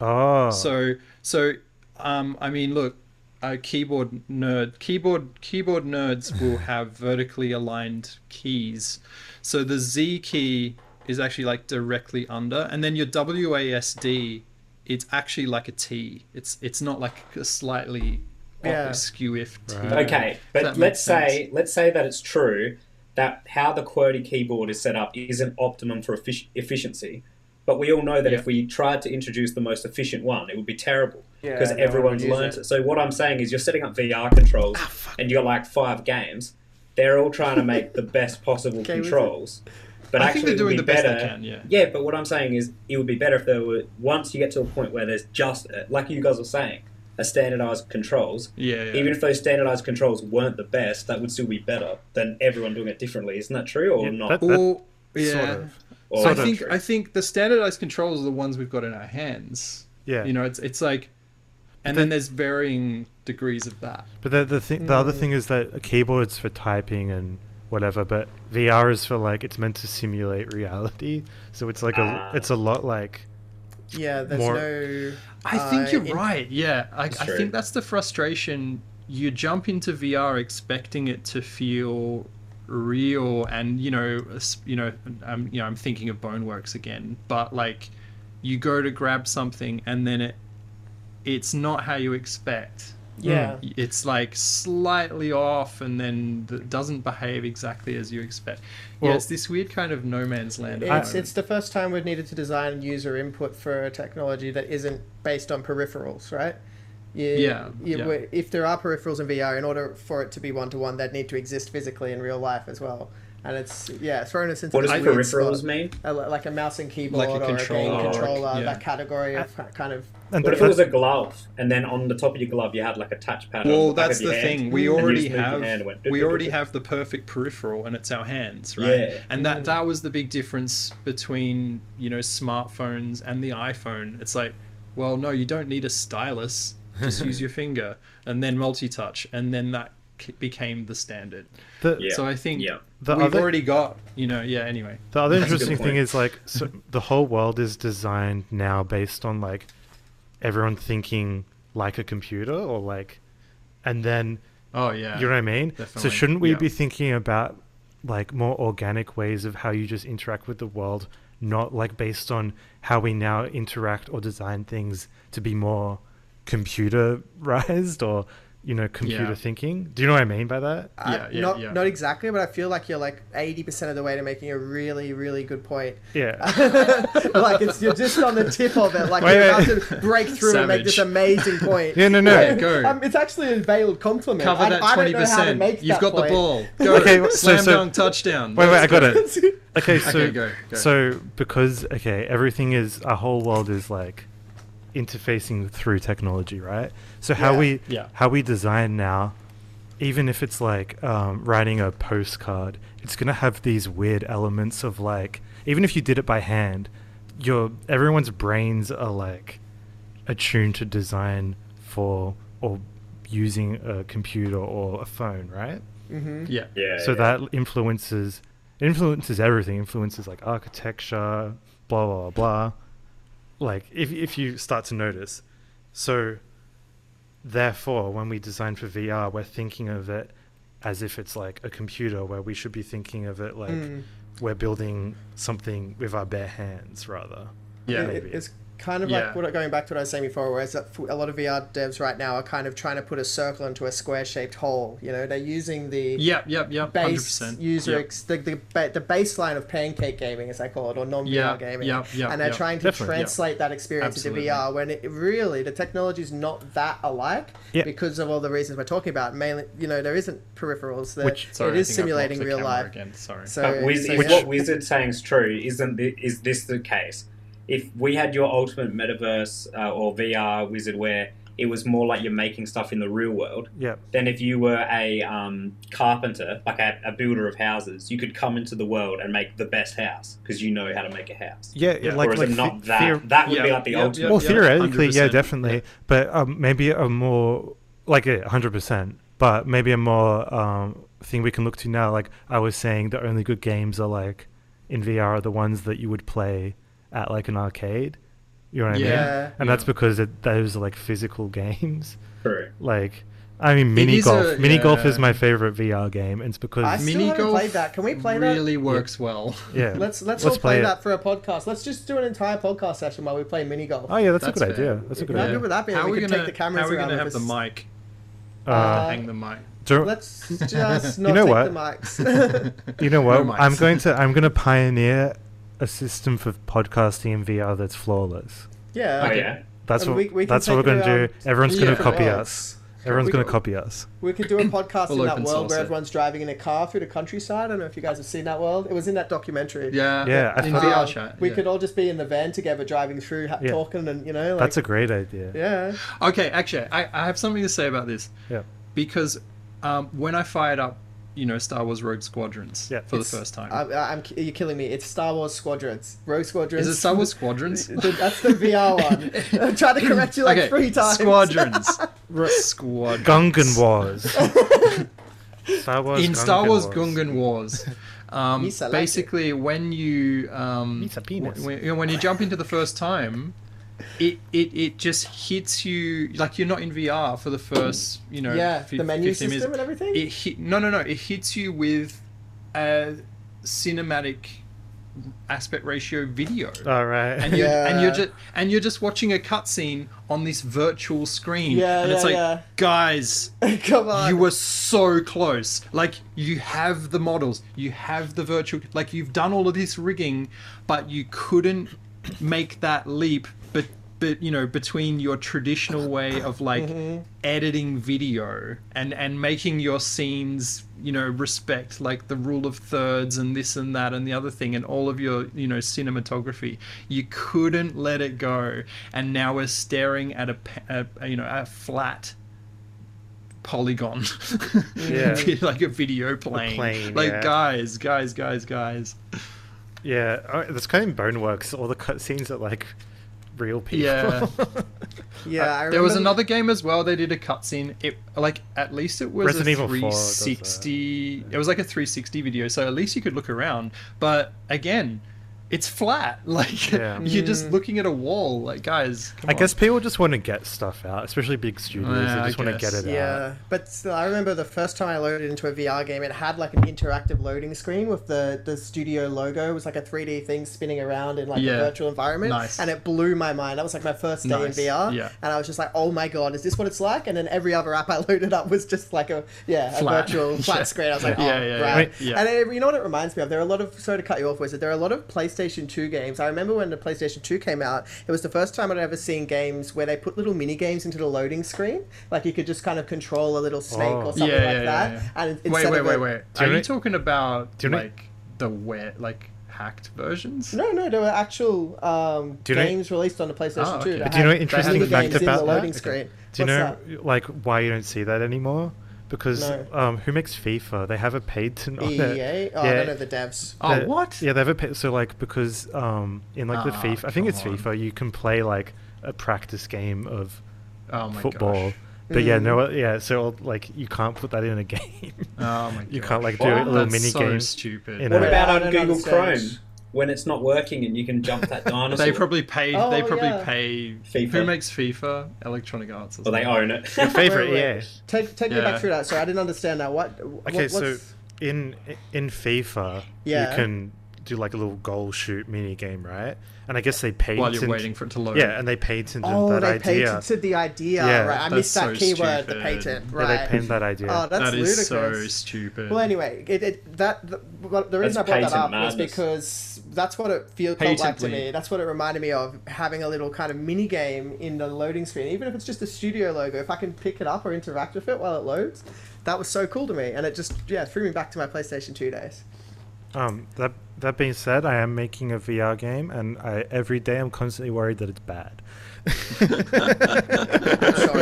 [SPEAKER 3] Oh,
[SPEAKER 2] So so um I mean look, a keyboard nerd keyboard keyboard nerds will have vertically aligned keys. So the Z key is actually like directly under and then your WASD it's actually like a T. It's it's not like a slightly
[SPEAKER 4] Yeah.
[SPEAKER 2] skewift.
[SPEAKER 3] Right.
[SPEAKER 5] Okay, but
[SPEAKER 2] Mm. that
[SPEAKER 5] let's
[SPEAKER 2] makes
[SPEAKER 5] say let's say that it's true that how the QWERTY keyboard is set up isn't optimum for effic- efficiency. But we all know that
[SPEAKER 2] Yeah.
[SPEAKER 5] if we tried to introduce the most efficient one, it would be terrible
[SPEAKER 4] Yeah,
[SPEAKER 5] because
[SPEAKER 4] no one would
[SPEAKER 5] everyone's
[SPEAKER 4] use
[SPEAKER 5] learned
[SPEAKER 4] it.
[SPEAKER 5] it. So what I'm saying is, you're setting up VR controls,
[SPEAKER 2] Ah,
[SPEAKER 5] and you got like five games. They're all trying to make the best possible
[SPEAKER 4] Okay, was it?
[SPEAKER 5] controls, but
[SPEAKER 2] I think
[SPEAKER 5] actually
[SPEAKER 2] they're
[SPEAKER 5] it
[SPEAKER 2] doing
[SPEAKER 5] would
[SPEAKER 2] the
[SPEAKER 5] be
[SPEAKER 2] best
[SPEAKER 5] better.
[SPEAKER 2] they can, yeah.
[SPEAKER 5] yeah, but what I'm saying is, it would be better if there were once you get to a point where there's just uh, like you guys were saying, a standardized controls,
[SPEAKER 2] Yeah, yeah.
[SPEAKER 5] even if those standardized controls weren't the best, that would still be better than everyone doing it differently. Isn't that true or
[SPEAKER 3] Yeah,
[SPEAKER 5] not?
[SPEAKER 3] that-
[SPEAKER 2] Or, yeah.
[SPEAKER 3] Sort of.
[SPEAKER 5] or
[SPEAKER 2] I
[SPEAKER 3] Sort of.
[SPEAKER 2] think I think the standardized controls are the ones we've got in our hands.
[SPEAKER 3] Yeah.
[SPEAKER 2] You know, it's it's like, and then there's varying degrees of that.
[SPEAKER 3] But the the thing, the other thing is that a keyboard's for typing and whatever, but VR is for like it's meant to simulate reality. So it's like
[SPEAKER 5] Ah.
[SPEAKER 3] a it's a lot like
[SPEAKER 4] Yeah, there's
[SPEAKER 3] More-
[SPEAKER 4] no.
[SPEAKER 2] I
[SPEAKER 4] uh,
[SPEAKER 2] think you're
[SPEAKER 4] in-
[SPEAKER 2] right. Yeah, I, I
[SPEAKER 5] true.
[SPEAKER 2] think that's the frustration. You jump into VR expecting it to feel real, and you know, s- you know, I'm you know, I'm thinking of Boneworks again, but like, you go to grab something, and then it, it's not how you expect.
[SPEAKER 4] Yeah.
[SPEAKER 2] Hmm. It's like slightly off, and then it doesn't behave exactly as you expect.
[SPEAKER 3] Well-
[SPEAKER 2] yeah, it's this weird kind of no man's land. at the
[SPEAKER 4] It's,
[SPEAKER 2] moment.
[SPEAKER 4] it's the first time we've needed to design user input for a technology that isn't based on peripherals, right? You,
[SPEAKER 2] Yeah,
[SPEAKER 4] you-
[SPEAKER 2] yeah.
[SPEAKER 4] If there are peripherals in VR, in order for it to be one to one, they'd need to exist physically in real life as well. And it's yeah, thrown us into
[SPEAKER 5] what does
[SPEAKER 4] this weird
[SPEAKER 5] peripherals
[SPEAKER 4] spot.
[SPEAKER 5] mean?
[SPEAKER 4] A- like a mouse and keyboard or a
[SPEAKER 2] controller,
[SPEAKER 4] game controller,
[SPEAKER 2] yeah.
[SPEAKER 4] that category of kind of
[SPEAKER 3] and
[SPEAKER 5] What
[SPEAKER 3] the,
[SPEAKER 5] if it was
[SPEAKER 3] the-
[SPEAKER 5] a glove, and then on the top of your glove you had like a touchpad? on
[SPEAKER 2] Well,
[SPEAKER 5] the back
[SPEAKER 2] that's
[SPEAKER 5] of your
[SPEAKER 2] the
[SPEAKER 5] hand,
[SPEAKER 2] thing. We
[SPEAKER 5] and you
[SPEAKER 2] already
[SPEAKER 5] just moved your hand
[SPEAKER 2] have
[SPEAKER 5] and went,
[SPEAKER 2] we already have the perfect peripheral, and it's our hands, right?
[SPEAKER 5] Yeah.
[SPEAKER 2] And that that was the big difference between you know smartphones and the iPhone. It's like, well, no, you don't need a stylus. Just use your finger, and then multi-touch, and then that c- became the standard.
[SPEAKER 3] the,
[SPEAKER 5] Yeah.
[SPEAKER 2] So I think
[SPEAKER 5] Yeah.
[SPEAKER 3] The
[SPEAKER 2] we've
[SPEAKER 3] other-
[SPEAKER 2] already got you know yeah. Anyway,
[SPEAKER 3] the other
[SPEAKER 5] That's a good
[SPEAKER 3] interesting thing
[SPEAKER 5] point.
[SPEAKER 3] is like so the whole world is designed now based on like everyone thinking like a computer or like, and then
[SPEAKER 2] oh yeah,
[SPEAKER 3] You know what I mean? So
[SPEAKER 2] Definitely.
[SPEAKER 3] shouldn't we
[SPEAKER 2] Yeah.
[SPEAKER 3] be thinking about like more organic ways of how you just interact with the world, not like based on how we now interact or design things to be more computerized or you know computer
[SPEAKER 2] Yeah.
[SPEAKER 3] thinking? Do you know what I mean by that?
[SPEAKER 4] I-
[SPEAKER 2] Yeah, yeah,
[SPEAKER 4] not
[SPEAKER 2] yeah.
[SPEAKER 4] not exactly, but I feel like you're like eighty percent of the way to making a really really good point.
[SPEAKER 3] Yeah.
[SPEAKER 4] like it's you're just on the tip of it. Like
[SPEAKER 3] Wait,
[SPEAKER 4] you
[SPEAKER 3] wait.
[SPEAKER 4] have to break through and make this
[SPEAKER 2] Savage.
[SPEAKER 4] amazing point.
[SPEAKER 3] Yeah, no, no.
[SPEAKER 2] Yeah, go.
[SPEAKER 4] Um, it's actually a veiled compliment.
[SPEAKER 2] Cover
[SPEAKER 4] I,
[SPEAKER 2] that
[SPEAKER 4] I
[SPEAKER 2] twenty
[SPEAKER 4] don't know how to
[SPEAKER 2] percent.
[SPEAKER 4] make
[SPEAKER 2] You've
[SPEAKER 4] that
[SPEAKER 2] got
[SPEAKER 4] point.
[SPEAKER 2] the ball. Go.
[SPEAKER 3] Okay, so-
[SPEAKER 2] Slam
[SPEAKER 3] so-
[SPEAKER 2] dunk touchdown.
[SPEAKER 3] wait, wait, I got it. Okay, so
[SPEAKER 2] Okay, go, go.
[SPEAKER 3] so because okay, everything is our whole world is like interfacing through technology, right? So how
[SPEAKER 4] Yeah.
[SPEAKER 3] we
[SPEAKER 2] Yeah.
[SPEAKER 3] how we design now, even if it's like um, writing a postcard, it's gonna have these weird elements of like even if you did it by hand, your everyone's brains are like attuned to design for or using a computer or a phone, right?
[SPEAKER 2] Yeah.
[SPEAKER 5] Yeah.
[SPEAKER 3] so
[SPEAKER 5] yeah.
[SPEAKER 3] that influences influences everything influences like architecture blah blah blah like if, if you start to notice so therefore when we design for vr we're thinking of it as if it's like a computer where we should be thinking of it like we're building something with our bare hands rather
[SPEAKER 2] Yeah.
[SPEAKER 4] It-
[SPEAKER 3] maybe.
[SPEAKER 4] it's kind of
[SPEAKER 2] Yeah.
[SPEAKER 4] like what, going back to what I was saying before, whereas a f- a lot of VR devs right now are kind of trying to put a circle into a square-shaped hole. You know, they're using the
[SPEAKER 2] Yep, yep, yep. Hundred
[SPEAKER 4] base
[SPEAKER 2] percent.
[SPEAKER 4] user
[SPEAKER 2] yep.
[SPEAKER 4] ex- the, the ba- the baseline of pancake gaming as I call it or non VR
[SPEAKER 2] Yeah,
[SPEAKER 4] gaming
[SPEAKER 2] yeah, yeah,
[SPEAKER 4] and they're
[SPEAKER 2] yeah.
[SPEAKER 4] trying to
[SPEAKER 3] Definitely, yeah.
[SPEAKER 4] translate that experience
[SPEAKER 2] Absolutely.
[SPEAKER 4] into VR when it really the technology's not that alike
[SPEAKER 3] Yeah.
[SPEAKER 4] because of all the reasons we're talking about mainly you know there isn't peripherals there
[SPEAKER 3] Which-
[SPEAKER 2] Sorry,
[SPEAKER 4] it
[SPEAKER 2] I
[SPEAKER 4] is
[SPEAKER 2] think I've locked
[SPEAKER 4] simulating
[SPEAKER 2] the
[SPEAKER 4] real
[SPEAKER 2] camera
[SPEAKER 4] life
[SPEAKER 2] Again. Sorry.
[SPEAKER 4] so,
[SPEAKER 5] But Wiz,
[SPEAKER 4] so
[SPEAKER 5] if
[SPEAKER 4] yeah.
[SPEAKER 5] what Wizard's saying's true, isn't the, is this the case? If we had your ultimate metaverse uh, or VR Wizard, where it was more like you're making stuff in the real world,
[SPEAKER 3] yeah
[SPEAKER 5] then if you were a um, carpenter, like a, a builder of houses, you could come into the world and make the best house because you know how to make a house.
[SPEAKER 3] yeah,
[SPEAKER 2] Yeah.
[SPEAKER 3] like
[SPEAKER 5] or is
[SPEAKER 3] like
[SPEAKER 5] it not
[SPEAKER 3] the-
[SPEAKER 5] that?
[SPEAKER 3] theor-
[SPEAKER 5] that would be
[SPEAKER 2] Yeah,
[SPEAKER 5] like the
[SPEAKER 2] yeah,
[SPEAKER 5] ultimate.
[SPEAKER 3] Well,
[SPEAKER 2] yeah,
[SPEAKER 3] theoretically, yeah,
[SPEAKER 2] 100%,
[SPEAKER 3] definitely.
[SPEAKER 2] yeah.
[SPEAKER 3] But um, maybe a more like a hundred percent. But maybe a more um, thing we can look to now. Like I was saying, the only good games are like in VR are the ones that you would play at like an arcade. You know what I mean?
[SPEAKER 4] Yeah.
[SPEAKER 3] And that's because it, those are like physical games.
[SPEAKER 5] True.
[SPEAKER 3] Like I mean, mini
[SPEAKER 2] is
[SPEAKER 3] golf.
[SPEAKER 2] a-
[SPEAKER 3] mini golf is
[SPEAKER 2] yeah.
[SPEAKER 3] my favorite VR game, and it's because
[SPEAKER 4] I still
[SPEAKER 2] Mini
[SPEAKER 4] haven't
[SPEAKER 2] golf
[SPEAKER 4] played that. Can we play that?
[SPEAKER 2] really works well.
[SPEAKER 3] yeah.
[SPEAKER 4] let's let's, all
[SPEAKER 3] it.
[SPEAKER 4] play that for a podcast let's just do an entire podcast session while we play mini golf
[SPEAKER 3] Oh yeah, that's, a
[SPEAKER 2] That's
[SPEAKER 3] good
[SPEAKER 2] fair.
[SPEAKER 3] idea. That's a good
[SPEAKER 4] Yeah.
[SPEAKER 3] idea.
[SPEAKER 4] good with that being,
[SPEAKER 2] How
[SPEAKER 4] we
[SPEAKER 2] are we
[SPEAKER 4] could
[SPEAKER 2] gonna
[SPEAKER 4] take the cameras
[SPEAKER 2] how are we
[SPEAKER 4] around
[SPEAKER 2] gonna
[SPEAKER 4] with
[SPEAKER 2] have the
[SPEAKER 4] us.
[SPEAKER 2] mic?
[SPEAKER 3] Uh,
[SPEAKER 2] hang the mic.
[SPEAKER 3] do,
[SPEAKER 4] Let's just not
[SPEAKER 3] know what?
[SPEAKER 4] take the mics.
[SPEAKER 3] you know
[SPEAKER 2] No
[SPEAKER 3] what?
[SPEAKER 2] mics.
[SPEAKER 3] I'm going to I'm going to pioneer a system for podcasting in VR that's flawless.
[SPEAKER 4] yeah.
[SPEAKER 5] Oh, yeah.
[SPEAKER 3] That's
[SPEAKER 4] And
[SPEAKER 3] what
[SPEAKER 4] we- we can
[SPEAKER 3] that's what we're
[SPEAKER 4] take it
[SPEAKER 3] going to do.
[SPEAKER 4] around
[SPEAKER 3] Everyone's going
[SPEAKER 2] Yeah.
[SPEAKER 3] to copy
[SPEAKER 4] Yeah.
[SPEAKER 3] us. Everyone's
[SPEAKER 2] We
[SPEAKER 3] going to
[SPEAKER 2] got-
[SPEAKER 3] copy us.
[SPEAKER 4] We could do a podcast
[SPEAKER 2] We'll
[SPEAKER 4] in that
[SPEAKER 2] open
[SPEAKER 4] world
[SPEAKER 2] source
[SPEAKER 4] where
[SPEAKER 2] it.
[SPEAKER 4] everyone's driving in a car through the countryside. I don't know if you guys have seen that world. It was in that documentary.
[SPEAKER 2] Yeah,
[SPEAKER 3] Yeah, I
[SPEAKER 2] in
[SPEAKER 3] thought-
[SPEAKER 2] VR
[SPEAKER 4] Um,
[SPEAKER 2] chat.
[SPEAKER 4] We
[SPEAKER 2] yeah.
[SPEAKER 4] could all just be in the van together, driving through, ha-
[SPEAKER 3] Yeah.
[SPEAKER 4] talking, and you know, like,
[SPEAKER 3] That's a great idea.
[SPEAKER 4] yeah,
[SPEAKER 2] Okay, actually, I, I have something to say about this
[SPEAKER 3] Yeah.
[SPEAKER 2] because um, when I fired up, you know, Star Wars Rogue Squadrons
[SPEAKER 3] Yeah.
[SPEAKER 2] for the
[SPEAKER 4] It's-
[SPEAKER 2] first time,
[SPEAKER 4] I'm, I'm, you're killing me. It's Star Wars Squadrons, Rogue Squadrons.
[SPEAKER 2] is it Star Wars Squadrons?
[SPEAKER 4] The- That's the VR one. I tried to correct you like
[SPEAKER 2] okay,
[SPEAKER 4] three times.
[SPEAKER 2] Squadrons, Squadrons.
[SPEAKER 3] Gungan Wars. Star Wars
[SPEAKER 2] in Star
[SPEAKER 3] Gungan
[SPEAKER 2] Wars
[SPEAKER 3] Wars.
[SPEAKER 2] Gungan Wars. Um,
[SPEAKER 4] Yes, I like it.
[SPEAKER 2] basically, when you um,
[SPEAKER 3] It's a penis.
[SPEAKER 2] When, you know, when you jump into the first time, it, it it just hits you like you're not in VR for the first you know
[SPEAKER 4] Yeah,
[SPEAKER 2] fif-
[SPEAKER 4] the menu
[SPEAKER 2] 15
[SPEAKER 4] system
[SPEAKER 2] minutes.
[SPEAKER 4] and everything.
[SPEAKER 2] It hit no no no. It hits you with a cinematic aspect ratio video.
[SPEAKER 3] All right.
[SPEAKER 2] and you're, and you're
[SPEAKER 4] Yeah.
[SPEAKER 2] just and you're just watching a cutscene on this virtual screen,
[SPEAKER 4] Yeah,
[SPEAKER 2] and it's
[SPEAKER 4] yeah,
[SPEAKER 2] like,
[SPEAKER 4] yeah.
[SPEAKER 2] guys,
[SPEAKER 4] Come on.
[SPEAKER 2] you were so close. Like you have the models, you have the virtual, like you've done all of this rigging, but you couldn't make that leap. But but you know between your traditional way of like editing video and and making your scenes you know respect like the rule of thirds and this and that and the other thing and all of your you know cinematography you couldn't let it go and now we're staring at a, pa- a you know a flat polygon
[SPEAKER 3] Yeah.
[SPEAKER 2] like a video plane,
[SPEAKER 3] plane,
[SPEAKER 2] like
[SPEAKER 3] yeah.
[SPEAKER 2] guys guys guys guys
[SPEAKER 3] Yeah, all right, that's kind of Boneworks. All the cutscenes are like real people.
[SPEAKER 2] Yeah.
[SPEAKER 4] yeah, I remember
[SPEAKER 2] there was another game as well they did a cutscene it like at least it was
[SPEAKER 3] Resident
[SPEAKER 2] a
[SPEAKER 3] Evil 4 does that.
[SPEAKER 2] 360 it was like a 360 video so at least you could look around but again it's flat like
[SPEAKER 3] Yeah. Mm.
[SPEAKER 2] you're just looking at a wall like guys come
[SPEAKER 3] I
[SPEAKER 2] on.
[SPEAKER 3] guess people just want to get stuff out, especially big studios.
[SPEAKER 2] Yeah, I
[SPEAKER 3] they just want to get
[SPEAKER 2] guess.
[SPEAKER 3] it out.
[SPEAKER 4] Yeah, but still, I remember the first time I loaded into a VR game, it had like an interactive loading screen with the, the studio logo. It was like a 3D thing spinning around in like
[SPEAKER 2] Yeah.
[SPEAKER 4] a virtual environment.
[SPEAKER 2] Nice.
[SPEAKER 4] And it blew my mind. That was like my first day
[SPEAKER 2] Nice.
[SPEAKER 4] in VR.
[SPEAKER 2] Yeah.
[SPEAKER 4] And I was just like, oh my God, is this what it's like? And then every other app I loaded up was just like a, yeah,
[SPEAKER 2] Flat.
[SPEAKER 4] a virtual flat
[SPEAKER 2] Yeah.
[SPEAKER 4] screen. I was like, oh,
[SPEAKER 2] Yeah, yeah,
[SPEAKER 4] right.
[SPEAKER 2] yeah. Yeah.
[SPEAKER 4] And it, you know what it reminds me of? There are a lot of, sorry to cut you off, Wizard, there are a lot of PlayStation 2 games. I remember when the PlayStation 2 came out, it was the first time I'd ever seen games where they put little mini games into the loading screen. Like you could just kind of control a little snake
[SPEAKER 3] Oh.
[SPEAKER 4] or something
[SPEAKER 2] Yeah,
[SPEAKER 4] like
[SPEAKER 2] yeah,
[SPEAKER 4] that.
[SPEAKER 2] yeah, yeah.
[SPEAKER 4] And instead
[SPEAKER 2] wait wait
[SPEAKER 4] of
[SPEAKER 2] wait
[SPEAKER 4] a-
[SPEAKER 2] wait
[SPEAKER 3] Do
[SPEAKER 2] are
[SPEAKER 3] you
[SPEAKER 2] you
[SPEAKER 3] know-
[SPEAKER 2] talking about
[SPEAKER 3] do you know-
[SPEAKER 2] like the where like hacked versions
[SPEAKER 4] No, no, there were actual um,
[SPEAKER 3] Do you know-
[SPEAKER 4] games released on the PlayStation
[SPEAKER 2] Oh, okay.
[SPEAKER 4] 2. that
[SPEAKER 2] But
[SPEAKER 3] Do you know
[SPEAKER 4] had
[SPEAKER 3] an interesting
[SPEAKER 4] mini
[SPEAKER 3] fact
[SPEAKER 4] games in
[SPEAKER 3] about
[SPEAKER 4] the
[SPEAKER 3] that?
[SPEAKER 4] loading
[SPEAKER 3] Okay.
[SPEAKER 4] screen?
[SPEAKER 3] Do you
[SPEAKER 4] What's
[SPEAKER 3] know like why you don't see that anymore? Because
[SPEAKER 4] No.
[SPEAKER 3] um, who makes FIFA? They have a patent
[SPEAKER 4] that?
[SPEAKER 3] on it.
[SPEAKER 4] EA? Oh, I don't know the devs.
[SPEAKER 2] oh
[SPEAKER 3] They-
[SPEAKER 2] what
[SPEAKER 3] Yeah, they have a pit. So like because um in like the
[SPEAKER 2] Ah,
[SPEAKER 3] FIFA, I think it's
[SPEAKER 2] come on.
[SPEAKER 3] FIFA. You can play like a practice game of
[SPEAKER 2] oh my
[SPEAKER 3] football.
[SPEAKER 2] gosh
[SPEAKER 3] But yeah, no,
[SPEAKER 4] Mm.
[SPEAKER 3] yeah. So like, you can't put that in a game.
[SPEAKER 2] oh my
[SPEAKER 3] You
[SPEAKER 2] gosh.
[SPEAKER 3] can't, like, do
[SPEAKER 2] Oh,
[SPEAKER 3] a little
[SPEAKER 2] that's
[SPEAKER 3] mini
[SPEAKER 2] so
[SPEAKER 3] game
[SPEAKER 2] stupid
[SPEAKER 3] in
[SPEAKER 5] What
[SPEAKER 3] Yeah.
[SPEAKER 5] about
[SPEAKER 4] I
[SPEAKER 5] on
[SPEAKER 4] don't
[SPEAKER 5] Google
[SPEAKER 4] understand.
[SPEAKER 5] Chrome when it's not working and you can jump that dinosaur?
[SPEAKER 2] They probably pay.
[SPEAKER 4] Oh,
[SPEAKER 2] they probably
[SPEAKER 4] yeah.
[SPEAKER 2] pay.
[SPEAKER 5] FIFA.
[SPEAKER 2] Who makes FIFA? Electronic Arts. or
[SPEAKER 5] Well, they
[SPEAKER 2] something.
[SPEAKER 5] own it.
[SPEAKER 3] Favorite,
[SPEAKER 4] Wait, wait,
[SPEAKER 3] yeah.
[SPEAKER 4] Take, take me
[SPEAKER 2] Yeah.
[SPEAKER 4] back through that. Sorry, I didn't understand that. What?
[SPEAKER 3] Okay,
[SPEAKER 4] what,
[SPEAKER 3] so
[SPEAKER 4] what's-
[SPEAKER 3] in in FIFA, you
[SPEAKER 4] Yeah.
[SPEAKER 3] can do like a little goal shoot mini game, right? And I guess they patented
[SPEAKER 2] While you're waiting for it to load.
[SPEAKER 3] yeah, and they patented
[SPEAKER 4] Oh,
[SPEAKER 3] that
[SPEAKER 4] they
[SPEAKER 3] idea.
[SPEAKER 4] patented the idea.
[SPEAKER 3] Yeah,
[SPEAKER 4] right. I
[SPEAKER 2] that's
[SPEAKER 4] missed
[SPEAKER 2] so
[SPEAKER 4] that keyword, the
[SPEAKER 2] stupid.
[SPEAKER 4] patent.
[SPEAKER 3] Yeah,
[SPEAKER 4] Right.
[SPEAKER 3] they patented that idea.
[SPEAKER 4] Oh, that's
[SPEAKER 2] That is so
[SPEAKER 4] ludicrous.
[SPEAKER 2] stupid.
[SPEAKER 4] well, anyway, it, it, that the, but the reason
[SPEAKER 5] That's
[SPEAKER 4] I brought that up
[SPEAKER 5] patent
[SPEAKER 4] was
[SPEAKER 5] madness.
[SPEAKER 4] because that's what it feels felt like to
[SPEAKER 2] Patently.
[SPEAKER 4] me. That's what it reminded me of having a little kind of mini game in the loading screen, even if it's just a studio logo. If I can pick it up or interact with it while it loads, that was so cool to me, and it just yeah threw me back to my PlayStation Two days.
[SPEAKER 3] um, that that being said, I am making a VR game, and I every day I'm constantly worried that it's bad.
[SPEAKER 4] Sorry,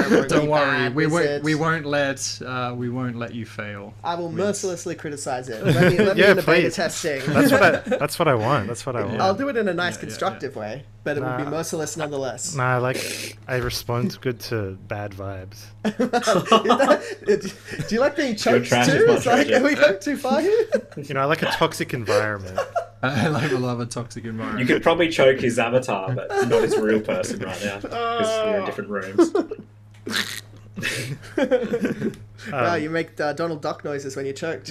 [SPEAKER 4] it won't
[SPEAKER 2] Don't
[SPEAKER 4] be
[SPEAKER 2] worry,
[SPEAKER 4] bad,
[SPEAKER 2] we won't.
[SPEAKER 4] Wizards.
[SPEAKER 2] We won't let. Uh, we won't let you fail.
[SPEAKER 4] I will mercilessly criticize it. Let me, let me
[SPEAKER 3] Yeah,
[SPEAKER 4] in the beta
[SPEAKER 3] please.
[SPEAKER 4] testing.
[SPEAKER 3] That's what I. that's what I want. That's what I want.
[SPEAKER 4] I'll do it in a
[SPEAKER 2] Yeah,
[SPEAKER 4] nice
[SPEAKER 2] yeah, yeah.
[SPEAKER 4] constructive way, but it will
[SPEAKER 3] Nah.
[SPEAKER 4] be merciless nonetheless.
[SPEAKER 3] Nah, like I respond good to bad vibes.
[SPEAKER 4] do you like being choked too?
[SPEAKER 5] trans is not
[SPEAKER 4] It's like,
[SPEAKER 5] tragic.
[SPEAKER 4] are we going too far here?
[SPEAKER 3] You know, I like a toxic environment.
[SPEAKER 2] I like a love a toxic
[SPEAKER 5] You
[SPEAKER 2] environment.
[SPEAKER 5] could probably choke his avatar, but not his real person right now. Because they're in different rooms.
[SPEAKER 2] Um,
[SPEAKER 4] wow, you make uh, Donald Duck noises when you're choked.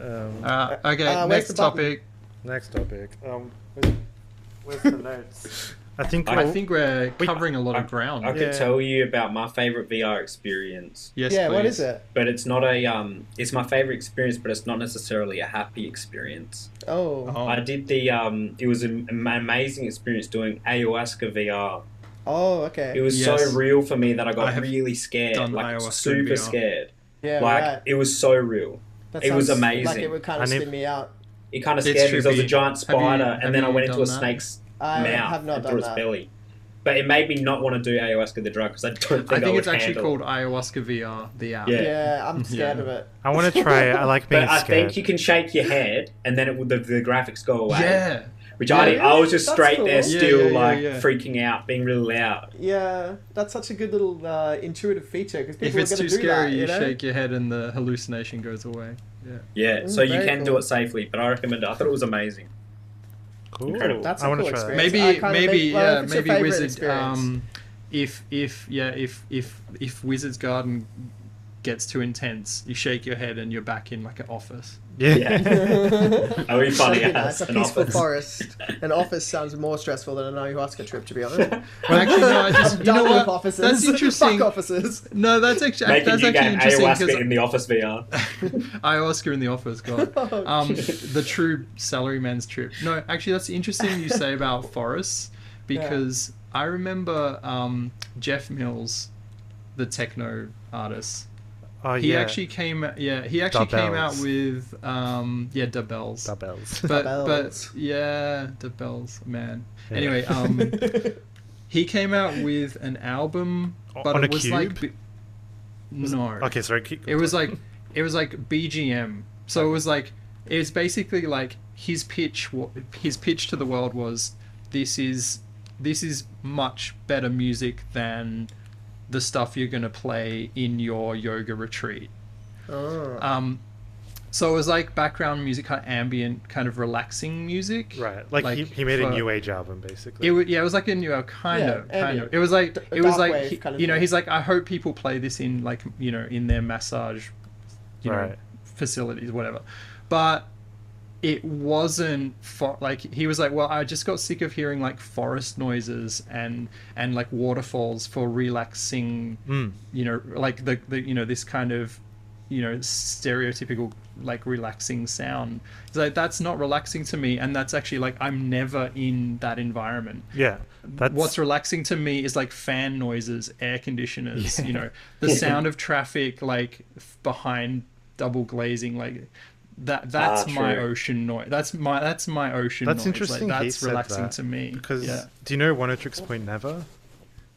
[SPEAKER 3] Um,
[SPEAKER 2] Uh, okay,
[SPEAKER 4] Uh, where's
[SPEAKER 2] next
[SPEAKER 4] the button?
[SPEAKER 2] topic.
[SPEAKER 3] next topic. Um, where's, where's the notes? I think
[SPEAKER 5] I
[SPEAKER 2] I
[SPEAKER 3] all-
[SPEAKER 2] think we're
[SPEAKER 3] Wait,
[SPEAKER 2] covering a lot of ground.
[SPEAKER 5] I
[SPEAKER 3] Yeah.
[SPEAKER 5] could tell you about my favorite VR experience,
[SPEAKER 2] Yes,
[SPEAKER 4] yeah, what
[SPEAKER 2] please.
[SPEAKER 4] is it?
[SPEAKER 5] but it's not a um. It's my favorite experience, but it's not necessarily a happy experience.
[SPEAKER 4] Oh, oh,
[SPEAKER 2] Oh.
[SPEAKER 5] I did the um. It was an am- amazing experience doing ayahuasca VR. It
[SPEAKER 4] Oh, okay.
[SPEAKER 5] was
[SPEAKER 2] Yes.
[SPEAKER 5] so real for me that I got
[SPEAKER 2] I have
[SPEAKER 5] really scared,
[SPEAKER 2] done
[SPEAKER 5] like
[SPEAKER 2] ayahuasca
[SPEAKER 5] super
[SPEAKER 2] VR.
[SPEAKER 5] scared.
[SPEAKER 4] Yeah,
[SPEAKER 5] like
[SPEAKER 4] right.
[SPEAKER 5] it was so real.
[SPEAKER 4] That
[SPEAKER 5] it was
[SPEAKER 4] sounds Like
[SPEAKER 5] amazing.
[SPEAKER 4] it would kind
[SPEAKER 3] I
[SPEAKER 4] of
[SPEAKER 3] need-
[SPEAKER 4] spin me out.
[SPEAKER 5] It kind of
[SPEAKER 2] It's
[SPEAKER 5] scared me because there was a
[SPEAKER 2] trippy.
[SPEAKER 5] giant
[SPEAKER 2] Have you-
[SPEAKER 5] spider,
[SPEAKER 2] have
[SPEAKER 5] and then I
[SPEAKER 2] you
[SPEAKER 5] went into
[SPEAKER 2] done
[SPEAKER 5] a
[SPEAKER 2] that?
[SPEAKER 5] snake's
[SPEAKER 4] I
[SPEAKER 5] mouth
[SPEAKER 4] have not
[SPEAKER 5] and
[SPEAKER 4] done
[SPEAKER 5] through its
[SPEAKER 4] that.
[SPEAKER 5] belly. But it made me not want to do ayahuasca the drug because I don't think I,
[SPEAKER 2] I think
[SPEAKER 5] would
[SPEAKER 2] it's actually
[SPEAKER 5] handle it.
[SPEAKER 2] called ayahuasca VR. The app.
[SPEAKER 5] Yeah.
[SPEAKER 4] Yeah, I'm scared
[SPEAKER 2] Yeah.
[SPEAKER 4] of it.
[SPEAKER 3] I want to try. it. I like being
[SPEAKER 5] But I
[SPEAKER 3] scared.
[SPEAKER 5] think you can shake your head, and then it would the, the graphics go away.
[SPEAKER 2] Yeah.
[SPEAKER 5] Which I did. I was just
[SPEAKER 4] That's
[SPEAKER 5] straight
[SPEAKER 4] cool.
[SPEAKER 5] there,
[SPEAKER 4] Yeah,
[SPEAKER 5] still
[SPEAKER 2] yeah, yeah,
[SPEAKER 5] like
[SPEAKER 2] yeah.
[SPEAKER 5] freaking out, being really loud.
[SPEAKER 4] Yeah, that's such a good little uh, intuitive feature because people
[SPEAKER 2] If it's
[SPEAKER 4] are
[SPEAKER 2] too
[SPEAKER 4] going to do
[SPEAKER 2] scary,
[SPEAKER 4] that.
[SPEAKER 2] you,
[SPEAKER 4] You know?
[SPEAKER 2] shake your head and the hallucination goes away.
[SPEAKER 5] Yeah,
[SPEAKER 4] Ooh,
[SPEAKER 5] so you
[SPEAKER 4] very
[SPEAKER 5] can do
[SPEAKER 4] cool.
[SPEAKER 5] it safely, but I recommend it. I thought it was amazing.
[SPEAKER 3] cool.
[SPEAKER 5] Incredible.
[SPEAKER 4] That's
[SPEAKER 3] I
[SPEAKER 4] a
[SPEAKER 3] want
[SPEAKER 4] cool
[SPEAKER 3] to try. That.
[SPEAKER 4] experience.
[SPEAKER 2] Maybe,
[SPEAKER 4] I kinda
[SPEAKER 2] maybe,
[SPEAKER 4] make- well, if
[SPEAKER 2] yeah,
[SPEAKER 4] it's your
[SPEAKER 2] maybe
[SPEAKER 4] favorite
[SPEAKER 2] Wizard.
[SPEAKER 4] experience.
[SPEAKER 2] Um, if if yeah, if if if Wizard's Garden gets too intense, you shake your head and you're back in like an office.
[SPEAKER 3] Yeah.
[SPEAKER 5] That would be funny
[SPEAKER 4] Something nice,
[SPEAKER 5] as
[SPEAKER 4] a
[SPEAKER 5] an
[SPEAKER 4] peaceful
[SPEAKER 5] office.
[SPEAKER 4] forest. An office sounds more stressful than an ayahuasca trip, to be honest.
[SPEAKER 2] Well, actually, no, I just
[SPEAKER 4] I'm
[SPEAKER 2] you know
[SPEAKER 4] done with
[SPEAKER 2] what?
[SPEAKER 4] offices.
[SPEAKER 2] That's interesting.
[SPEAKER 4] Fuck offices.
[SPEAKER 2] No, that's actually
[SPEAKER 5] Make a
[SPEAKER 2] that's
[SPEAKER 5] new
[SPEAKER 2] actually
[SPEAKER 5] game,
[SPEAKER 2] interesting
[SPEAKER 5] ayahuasca
[SPEAKER 2] because
[SPEAKER 5] in the office VR.
[SPEAKER 2] ayahuasca in the office, God.
[SPEAKER 4] Oh,
[SPEAKER 2] Um, the true salaryman's trip. No, actually, that's interesting you say about forests because I remember um, Jeff Mills, the techno artist.
[SPEAKER 3] Oh
[SPEAKER 2] He
[SPEAKER 3] yeah.
[SPEAKER 2] actually came, yeah, he actually came out
[SPEAKER 3] Dabells.
[SPEAKER 2] with, um, yeah, Da Bells.
[SPEAKER 3] Da bells.
[SPEAKER 2] But,
[SPEAKER 4] Dabells.
[SPEAKER 2] but yeah, Da Bells, man.
[SPEAKER 3] Yeah.
[SPEAKER 2] Anyway, um, he came out with an album,
[SPEAKER 3] O-
[SPEAKER 2] but
[SPEAKER 3] on a
[SPEAKER 2] it was like,
[SPEAKER 3] cube?
[SPEAKER 2] bi- no,
[SPEAKER 3] okay, sorry. Keep,
[SPEAKER 2] it was like it was like BGM. So it was like it was basically like his pitch. wa- His pitch to the world was, "This is this is much better music than the stuff you're gonna play in your yoga retreat."
[SPEAKER 4] Oh.
[SPEAKER 2] Um, so it was like background music, kind of ambient, kind of relaxing music.
[SPEAKER 3] right. Like, he, he made a
[SPEAKER 2] for-
[SPEAKER 3] new age album basically.
[SPEAKER 2] It was, yeah, it was like a new album, kind
[SPEAKER 4] Yeah,
[SPEAKER 2] of, kind
[SPEAKER 4] ambient.
[SPEAKER 2] of. It was like
[SPEAKER 4] D-
[SPEAKER 2] it was
[SPEAKER 4] dark
[SPEAKER 2] like
[SPEAKER 4] wave
[SPEAKER 2] he-
[SPEAKER 4] kind of
[SPEAKER 2] you know
[SPEAKER 4] thing.
[SPEAKER 2] he's like I hope people play this in like you know in their massage, you know,
[SPEAKER 3] Right.
[SPEAKER 2] facilities whatever, but it wasn't for like he was like well I just got sick of hearing like forest noises and and like waterfalls for relaxing
[SPEAKER 3] Mm.
[SPEAKER 2] you know like the, the you know this kind of you know stereotypical like relaxing sound it's like that's not relaxing to me and that's actually like i'm never in that environment
[SPEAKER 3] Yeah. That's
[SPEAKER 2] what's relaxing to me is like fan noises air conditioners you know the
[SPEAKER 5] Yeah.
[SPEAKER 2] sound of traffic like f- behind double glazing like that that's
[SPEAKER 5] Ah,
[SPEAKER 2] my
[SPEAKER 5] true.
[SPEAKER 2] ocean noise that's my that's my ocean
[SPEAKER 3] That's
[SPEAKER 2] noise
[SPEAKER 3] interesting
[SPEAKER 2] like,
[SPEAKER 3] he
[SPEAKER 2] that's
[SPEAKER 3] said
[SPEAKER 2] relaxing
[SPEAKER 3] that,
[SPEAKER 2] to me
[SPEAKER 3] because
[SPEAKER 2] yeah.
[SPEAKER 3] do you know One Tricks Point Never?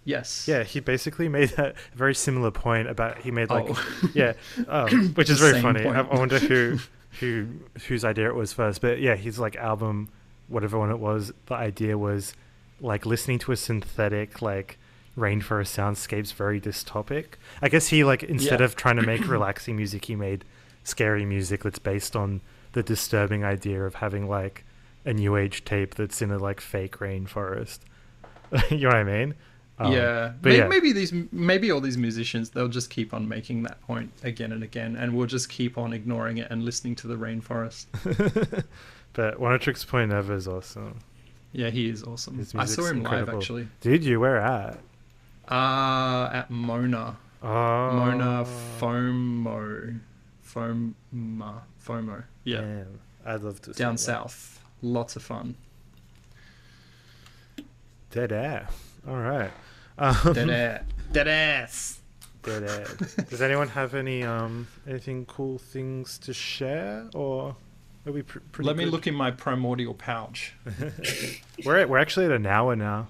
[SPEAKER 2] yes
[SPEAKER 3] Yeah, he basically made that very similar point about he made like
[SPEAKER 2] Oh.
[SPEAKER 3] yeah, um, which is very
[SPEAKER 2] Same
[SPEAKER 3] funny. I,
[SPEAKER 2] point.
[SPEAKER 3] I wonder who who whose idea it was first, but yeah, his like album, whatever one it was, the idea was like listening to a synthetic like rainforest soundscapes very dystopic. I guess he like instead
[SPEAKER 2] Yeah.
[SPEAKER 3] of trying to make relaxing music, he made scary music that's based on the disturbing idea of having like a new age tape that's in a like fake rainforest. you know what I mean? Um,
[SPEAKER 2] yeah.
[SPEAKER 3] but
[SPEAKER 2] maybe,
[SPEAKER 3] yeah.
[SPEAKER 2] maybe these, maybe all these musicians, they'll just keep on making that point again and again, and we'll just keep on ignoring it and listening to the rainforest.
[SPEAKER 3] but One Tricks Point Never is awesome.
[SPEAKER 2] Yeah, he is awesome.
[SPEAKER 3] His
[SPEAKER 2] I
[SPEAKER 3] music's
[SPEAKER 2] saw him live
[SPEAKER 3] incredible.
[SPEAKER 2] actually.
[SPEAKER 3] Dude, you where at?
[SPEAKER 2] Uh at Mona,
[SPEAKER 3] Oh,
[SPEAKER 2] Mona FOMO, FOMA, FOMO. Yeah,
[SPEAKER 3] damn. I'd love to. see
[SPEAKER 2] down
[SPEAKER 3] that.
[SPEAKER 2] south. Lots of fun.
[SPEAKER 3] Dead air. All right. Um,
[SPEAKER 2] Dead ass. Dead ass.
[SPEAKER 3] dead air. Does anyone have any um anything cool things to share or? Are we pr- pretty
[SPEAKER 2] Let me
[SPEAKER 3] good?
[SPEAKER 2] look in my primordial pouch.
[SPEAKER 3] We're at, we're actually at an hour now.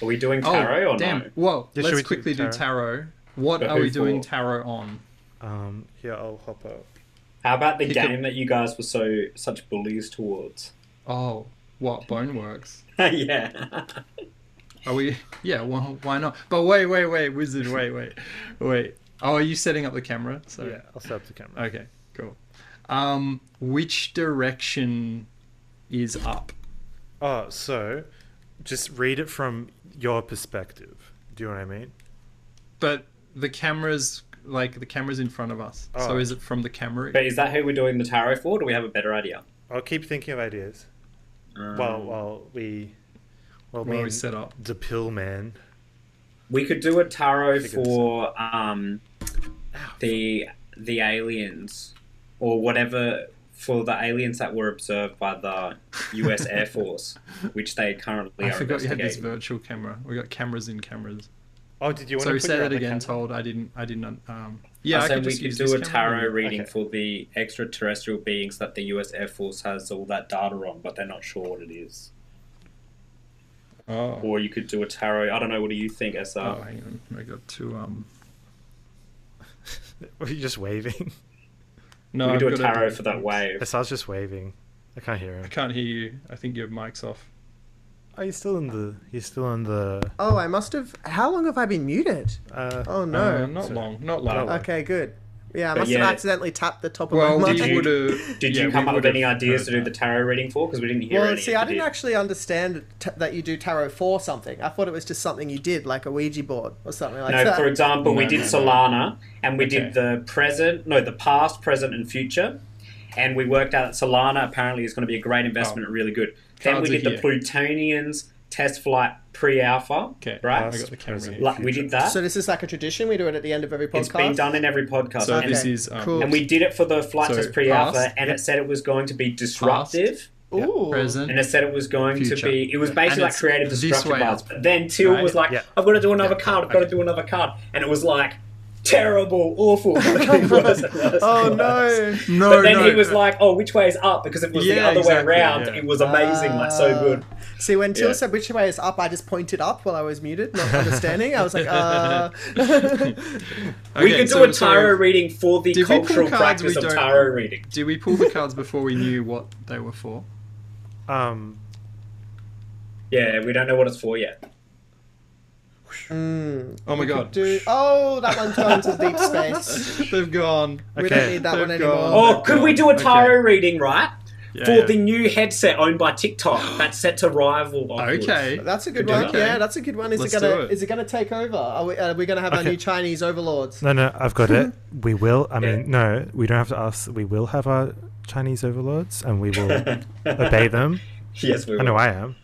[SPEAKER 5] Are we doing tarot or
[SPEAKER 2] Oh, damn!
[SPEAKER 5] no?
[SPEAKER 2] Whoa,
[SPEAKER 3] Yeah, should we
[SPEAKER 2] let's
[SPEAKER 3] do
[SPEAKER 2] quickly do tarot. What
[SPEAKER 5] But
[SPEAKER 2] are
[SPEAKER 5] who
[SPEAKER 2] we doing
[SPEAKER 5] for?
[SPEAKER 2] tarot on?
[SPEAKER 3] Um, here I'll hop up.
[SPEAKER 5] How about the
[SPEAKER 2] Pick
[SPEAKER 5] game that you guys were so such bullies towards?
[SPEAKER 2] Oh, what Boneworks?
[SPEAKER 5] yeah.
[SPEAKER 2] Are we? Yeah. Well, why not? But wait, wait, wait, Wizard, wait, wait, wait. Oh, are you setting up the camera? So
[SPEAKER 3] Yeah, I'll set up the camera.
[SPEAKER 2] Okay, cool. Um, which direction is up?
[SPEAKER 3] Oh, so just read it from your perspective. Do you know what I mean?
[SPEAKER 2] But the camera's like the camera's in front of us. So
[SPEAKER 3] Oh.
[SPEAKER 2] is it from the camera?
[SPEAKER 5] But is that who we're doing the tarot for? Do we have a better idea?
[SPEAKER 3] I'll keep thinking of ideas.
[SPEAKER 5] Um,
[SPEAKER 3] Well, while we Well,
[SPEAKER 2] What
[SPEAKER 3] me
[SPEAKER 2] do Mm. we
[SPEAKER 3] and
[SPEAKER 2] set up?
[SPEAKER 3] the pill man.
[SPEAKER 5] We could do a tarot
[SPEAKER 3] Think of
[SPEAKER 5] for um, the the aliens or whatever for the aliens that were observed by the U.S. Air Force, which they currently
[SPEAKER 2] I
[SPEAKER 5] are
[SPEAKER 2] forgot you had this
[SPEAKER 5] investigating.
[SPEAKER 2] virtual camera. We got cameras in cameras.
[SPEAKER 3] Oh, did you want
[SPEAKER 2] So
[SPEAKER 3] to
[SPEAKER 2] we
[SPEAKER 3] put
[SPEAKER 2] say
[SPEAKER 3] your
[SPEAKER 2] that
[SPEAKER 3] other
[SPEAKER 2] again.
[SPEAKER 3] camera? Oh,
[SPEAKER 2] Told I didn't. I didn't. Um,
[SPEAKER 5] I
[SPEAKER 2] yeah, I,
[SPEAKER 5] said
[SPEAKER 2] could
[SPEAKER 5] we
[SPEAKER 2] just
[SPEAKER 5] could
[SPEAKER 2] use
[SPEAKER 5] do
[SPEAKER 2] this
[SPEAKER 5] a
[SPEAKER 2] camera
[SPEAKER 5] tarot
[SPEAKER 2] and-
[SPEAKER 5] reading
[SPEAKER 3] okay.
[SPEAKER 5] for the extraterrestrial beings that the U.S. Air Force has all that data on, but they're not sure what it is.
[SPEAKER 2] Oh.
[SPEAKER 5] Or you could do a tarot. I don't know. What do you think, SR?
[SPEAKER 2] Oh, hang on. I got two. Um,
[SPEAKER 3] Were you just waving?
[SPEAKER 2] no,
[SPEAKER 5] we could do a
[SPEAKER 2] I've got
[SPEAKER 5] tarot for that wave.
[SPEAKER 3] Yes, I was just waving. I can't hear
[SPEAKER 2] I
[SPEAKER 3] him.
[SPEAKER 2] can't hear you. I think your mic's off.
[SPEAKER 3] Are you still in the? He's still in the.
[SPEAKER 4] Oh, I must have. How long have I been muted?
[SPEAKER 3] Uh,
[SPEAKER 4] Oh
[SPEAKER 2] Uh,
[SPEAKER 4] no.
[SPEAKER 2] not
[SPEAKER 3] So-
[SPEAKER 2] long. Not long.
[SPEAKER 3] Uh,
[SPEAKER 4] okay, good. Yeah, I
[SPEAKER 5] But
[SPEAKER 4] must
[SPEAKER 5] yeah.
[SPEAKER 4] have accidentally tapped the top of
[SPEAKER 2] well,
[SPEAKER 4] my
[SPEAKER 2] we
[SPEAKER 5] you-
[SPEAKER 4] mic.
[SPEAKER 2] would have.
[SPEAKER 5] Did
[SPEAKER 2] yeah,
[SPEAKER 5] you
[SPEAKER 2] we
[SPEAKER 5] come up with
[SPEAKER 2] would've
[SPEAKER 5] any ideas to do
[SPEAKER 2] heard
[SPEAKER 5] the
[SPEAKER 2] that.
[SPEAKER 5] tarot reading for? Because we didn't hear
[SPEAKER 4] Well,
[SPEAKER 5] any.
[SPEAKER 4] see,
[SPEAKER 5] if
[SPEAKER 4] I
[SPEAKER 5] you
[SPEAKER 4] didn't
[SPEAKER 5] did.
[SPEAKER 4] actually understand t- that you do tarot for something. I thought it was just something you did, like a Ouija board or something like
[SPEAKER 5] No,
[SPEAKER 4] that.
[SPEAKER 5] for example, we
[SPEAKER 2] No,
[SPEAKER 5] did
[SPEAKER 2] no, no.
[SPEAKER 5] Solana and we
[SPEAKER 2] Okay.
[SPEAKER 5] did the present, no, the past, present, and future. And we worked out that Solana apparently is going to be a great investment, really good. Then we
[SPEAKER 2] Oh. Cards
[SPEAKER 5] did
[SPEAKER 2] are
[SPEAKER 5] the
[SPEAKER 2] here.
[SPEAKER 5] Plutonians test flight pre alpha,
[SPEAKER 2] Okay.
[SPEAKER 5] right?
[SPEAKER 2] I got the camera.
[SPEAKER 3] Past,
[SPEAKER 2] here.
[SPEAKER 5] Like, we did that.
[SPEAKER 4] so this is like a tradition. We do it at the end of every podcast.
[SPEAKER 5] it's been done in every podcast.
[SPEAKER 2] So
[SPEAKER 5] and,
[SPEAKER 2] this
[SPEAKER 4] Okay,
[SPEAKER 2] is. Um,
[SPEAKER 4] cool.
[SPEAKER 5] and we did it for the flight
[SPEAKER 2] So
[SPEAKER 5] test pre alpha,
[SPEAKER 2] past,
[SPEAKER 5] and it said it was going to be disruptive.
[SPEAKER 2] yeah,
[SPEAKER 4] Ooh.
[SPEAKER 2] Present.
[SPEAKER 5] And it said it was going to
[SPEAKER 2] Future.
[SPEAKER 5] be. It was
[SPEAKER 2] Yeah.
[SPEAKER 5] basically
[SPEAKER 2] And
[SPEAKER 5] like
[SPEAKER 2] it's
[SPEAKER 5] creative
[SPEAKER 2] this
[SPEAKER 5] destructive
[SPEAKER 2] way
[SPEAKER 5] arts.
[SPEAKER 2] up.
[SPEAKER 5] But then Till
[SPEAKER 2] Right?
[SPEAKER 5] was like,
[SPEAKER 3] Yeah.
[SPEAKER 5] "I've got to do another
[SPEAKER 2] Yeah.
[SPEAKER 5] card. I've got to
[SPEAKER 2] Okay.
[SPEAKER 5] do another card," and it was like terrible, awful. Worse and worse
[SPEAKER 4] Oh
[SPEAKER 5] and worse.
[SPEAKER 4] no!
[SPEAKER 2] No,
[SPEAKER 5] But then
[SPEAKER 2] no,
[SPEAKER 5] he was
[SPEAKER 2] no.
[SPEAKER 5] like, "Oh, which way is up?" Because if it was the
[SPEAKER 2] Yeah,
[SPEAKER 5] other way
[SPEAKER 2] exactly,
[SPEAKER 5] around,
[SPEAKER 2] yeah. Ah.
[SPEAKER 5] it was amazing, like so good.
[SPEAKER 4] See, when Till
[SPEAKER 5] Yeah.
[SPEAKER 4] said which way is up, I just pointed up while I was muted, not understanding. I was like, uh.
[SPEAKER 2] Okay,
[SPEAKER 5] we could do
[SPEAKER 2] so-
[SPEAKER 5] a tarot
[SPEAKER 2] so
[SPEAKER 5] reading for the
[SPEAKER 2] Did we pull
[SPEAKER 5] cultural
[SPEAKER 2] cards we
[SPEAKER 5] practice of
[SPEAKER 2] don't-
[SPEAKER 5] tarot reading.
[SPEAKER 2] Did we pull the cards before we knew what they were for?
[SPEAKER 3] Um,
[SPEAKER 5] Yeah, we don't know what it's for yet.
[SPEAKER 4] mm,
[SPEAKER 2] Oh my god.
[SPEAKER 4] do, oh, that one turns to deep space.
[SPEAKER 2] They've gone.
[SPEAKER 4] We
[SPEAKER 3] Okay.
[SPEAKER 4] don't need that
[SPEAKER 2] They've
[SPEAKER 4] one anymore.
[SPEAKER 2] gone.
[SPEAKER 5] Oh, could we do a
[SPEAKER 2] Okay.
[SPEAKER 5] tarot reading, right?
[SPEAKER 2] Yeah,
[SPEAKER 5] for
[SPEAKER 2] yeah.
[SPEAKER 5] the new headset owned by TikTok that's set to rival. Oculus.
[SPEAKER 2] Okay.
[SPEAKER 4] That's a
[SPEAKER 2] Could
[SPEAKER 4] good
[SPEAKER 2] do
[SPEAKER 4] one.
[SPEAKER 2] that.
[SPEAKER 4] Yeah, that's a good one. Is
[SPEAKER 2] Let's
[SPEAKER 4] it gonna
[SPEAKER 2] do it.
[SPEAKER 4] is it gonna take over? Are we, are we gonna have our
[SPEAKER 3] Okay.
[SPEAKER 4] new Chinese overlords?
[SPEAKER 3] no, no, I've got it. We will. I
[SPEAKER 5] Yeah.
[SPEAKER 3] mean, no, we don't have to ask. We will have our Chinese overlords, and we will obey them.
[SPEAKER 5] Yes, we
[SPEAKER 3] I know
[SPEAKER 5] will.
[SPEAKER 3] I am.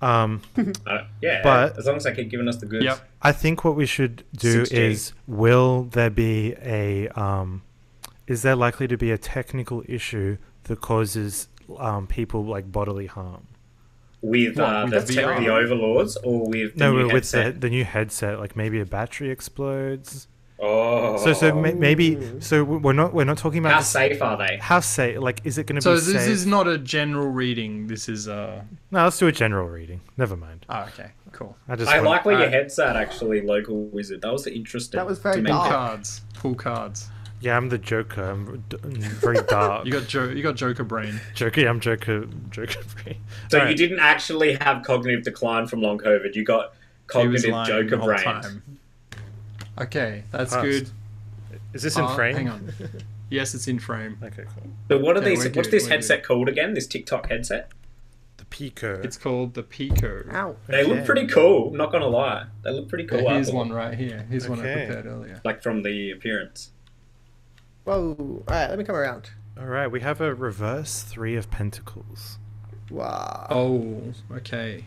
[SPEAKER 3] Um,
[SPEAKER 5] Uh, yeah,
[SPEAKER 3] But-
[SPEAKER 5] as long as they keep giving us the goods.
[SPEAKER 2] Yep.
[SPEAKER 3] I think what we should do
[SPEAKER 5] 6G.
[SPEAKER 3] is will there be a um, is there likely to be a technical issue that causes um, people like bodily harm?
[SPEAKER 5] With
[SPEAKER 2] What,
[SPEAKER 5] uh,
[SPEAKER 2] with
[SPEAKER 5] the,
[SPEAKER 2] the
[SPEAKER 5] tech-
[SPEAKER 2] VR?
[SPEAKER 5] the overlords or with the
[SPEAKER 3] no,
[SPEAKER 5] new
[SPEAKER 3] well, with the,
[SPEAKER 5] headset?
[SPEAKER 3] the new headset, like maybe a battery explodes.
[SPEAKER 5] Oh,
[SPEAKER 3] So so ma- maybe so w- we're not we're not talking about
[SPEAKER 5] how
[SPEAKER 3] this-
[SPEAKER 5] safe are they?
[SPEAKER 3] how safe like is it going to
[SPEAKER 2] So
[SPEAKER 3] be
[SPEAKER 2] this
[SPEAKER 3] safe?
[SPEAKER 2] is not a general reading. This is a.
[SPEAKER 3] No, let's do a general reading. Never mind.
[SPEAKER 2] Oh, okay. Cool.
[SPEAKER 3] I just
[SPEAKER 5] I
[SPEAKER 3] want-
[SPEAKER 5] like where your
[SPEAKER 2] Alright.
[SPEAKER 5] head's at, actually, local wizard. That was interesting.
[SPEAKER 4] That was very
[SPEAKER 5] to me.
[SPEAKER 2] Pull
[SPEAKER 4] dark.
[SPEAKER 2] cards. Pull cards.
[SPEAKER 3] yeah, I'm the Joker. I'm d- very dark.
[SPEAKER 2] You got jo- You got Joker brain.
[SPEAKER 3] Joker. yeah, I'm Joker. Joker free.
[SPEAKER 5] So you
[SPEAKER 3] Alright.
[SPEAKER 5] didn't actually have cognitive decline from long COVID. You got
[SPEAKER 2] He was
[SPEAKER 5] cognitive
[SPEAKER 2] lying
[SPEAKER 5] Joker
[SPEAKER 2] the whole
[SPEAKER 5] brain.
[SPEAKER 2] time. Okay, that's
[SPEAKER 3] Passed.
[SPEAKER 2] good.
[SPEAKER 3] Is this
[SPEAKER 2] Uh,
[SPEAKER 3] in frame?
[SPEAKER 2] Hang on. Yes, it's in frame.
[SPEAKER 3] Okay, cool.
[SPEAKER 5] But what are
[SPEAKER 2] Okay,
[SPEAKER 5] these?
[SPEAKER 2] we're
[SPEAKER 5] What's
[SPEAKER 2] good,
[SPEAKER 5] this
[SPEAKER 2] we're good.
[SPEAKER 5] headset called again? This TikTok headset.
[SPEAKER 3] The Pico.
[SPEAKER 2] It's called the Pico.
[SPEAKER 4] Ow.
[SPEAKER 5] They
[SPEAKER 3] Okay.
[SPEAKER 5] look pretty cool. I'm not gonna lie, they look pretty cool.
[SPEAKER 2] Yeah, here's
[SPEAKER 5] I thought.
[SPEAKER 2] one right here. Here's one I
[SPEAKER 3] Okay.
[SPEAKER 2] prepared earlier.
[SPEAKER 5] Like from the appearance.
[SPEAKER 4] Whoa! All right, let me come around.
[SPEAKER 3] All right, we have a reverse three of pentacles.
[SPEAKER 4] Wow.
[SPEAKER 2] Oh, okay.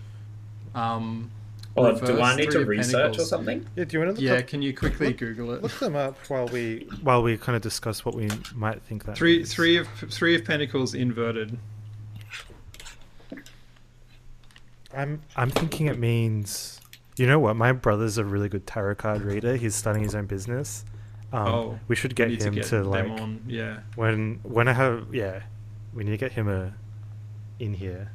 [SPEAKER 2] Um,
[SPEAKER 5] Or
[SPEAKER 2] reverse
[SPEAKER 5] Oh, do I need
[SPEAKER 2] three
[SPEAKER 5] to
[SPEAKER 2] of
[SPEAKER 5] research
[SPEAKER 2] pentacles.
[SPEAKER 5] or something?
[SPEAKER 3] Yeah, do you want to
[SPEAKER 2] Yeah, can you quickly Google it?
[SPEAKER 3] them up while we while we kind of discuss what we might think that
[SPEAKER 2] Three,
[SPEAKER 3] means.
[SPEAKER 2] three of three of Pentacles inverted.
[SPEAKER 3] I'm I'm thinking it means. You know what? My brother's a really good tarot card reader. He's starting his own business. Um,
[SPEAKER 2] Oh,
[SPEAKER 3] we should
[SPEAKER 2] We
[SPEAKER 3] get
[SPEAKER 2] need
[SPEAKER 3] him to,
[SPEAKER 2] them
[SPEAKER 3] like
[SPEAKER 2] on. Yeah.
[SPEAKER 3] when when I have yeah, we need to get him a in here.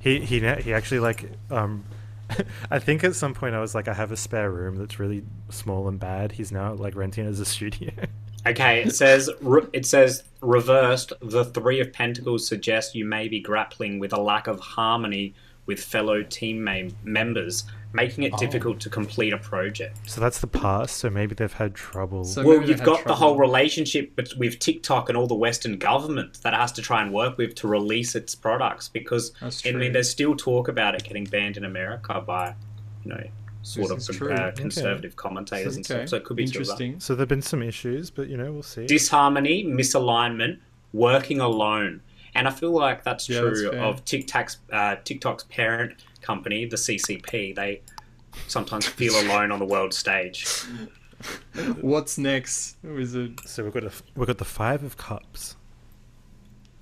[SPEAKER 3] He he ne- he actually like um, I think at some point I was like I have a spare room that's really small and bad. He's now like renting it as a studio.
[SPEAKER 5] Okay, it says re- it says reversed. The three of pentacles suggests you may be grappling with a lack of harmony with fellow team mem- members, making
[SPEAKER 2] Oh.
[SPEAKER 5] it difficult to complete a project.
[SPEAKER 3] so that's the past. So maybe they've had trouble.
[SPEAKER 2] So
[SPEAKER 5] well,
[SPEAKER 2] maybe they
[SPEAKER 5] you've
[SPEAKER 2] had
[SPEAKER 5] got the
[SPEAKER 2] trouble.
[SPEAKER 5] whole relationship bet- with TikTok and all the Western governments that it has to try and work with to release its products because
[SPEAKER 2] That's
[SPEAKER 5] I
[SPEAKER 2] true.
[SPEAKER 5] mean, there's still talk about it getting banned in America by, you know, sort
[SPEAKER 2] This is
[SPEAKER 5] of
[SPEAKER 2] true.
[SPEAKER 5] uh,
[SPEAKER 2] Okay.
[SPEAKER 5] conservative commentators and
[SPEAKER 2] Okay.
[SPEAKER 5] stuff. So it could be true.
[SPEAKER 2] interesting.
[SPEAKER 3] so there've been some issues, but you know we'll see.
[SPEAKER 5] disharmony, misalignment, working alone. And I feel like that's
[SPEAKER 2] Yeah, that's
[SPEAKER 5] true
[SPEAKER 2] fair.
[SPEAKER 5] of TikTok's, uh, TikTok's parent company, the CCP, they sometimes feel alone on the world stage.
[SPEAKER 2] What's next? Is it
[SPEAKER 3] So we've got a, we've got the five of cups.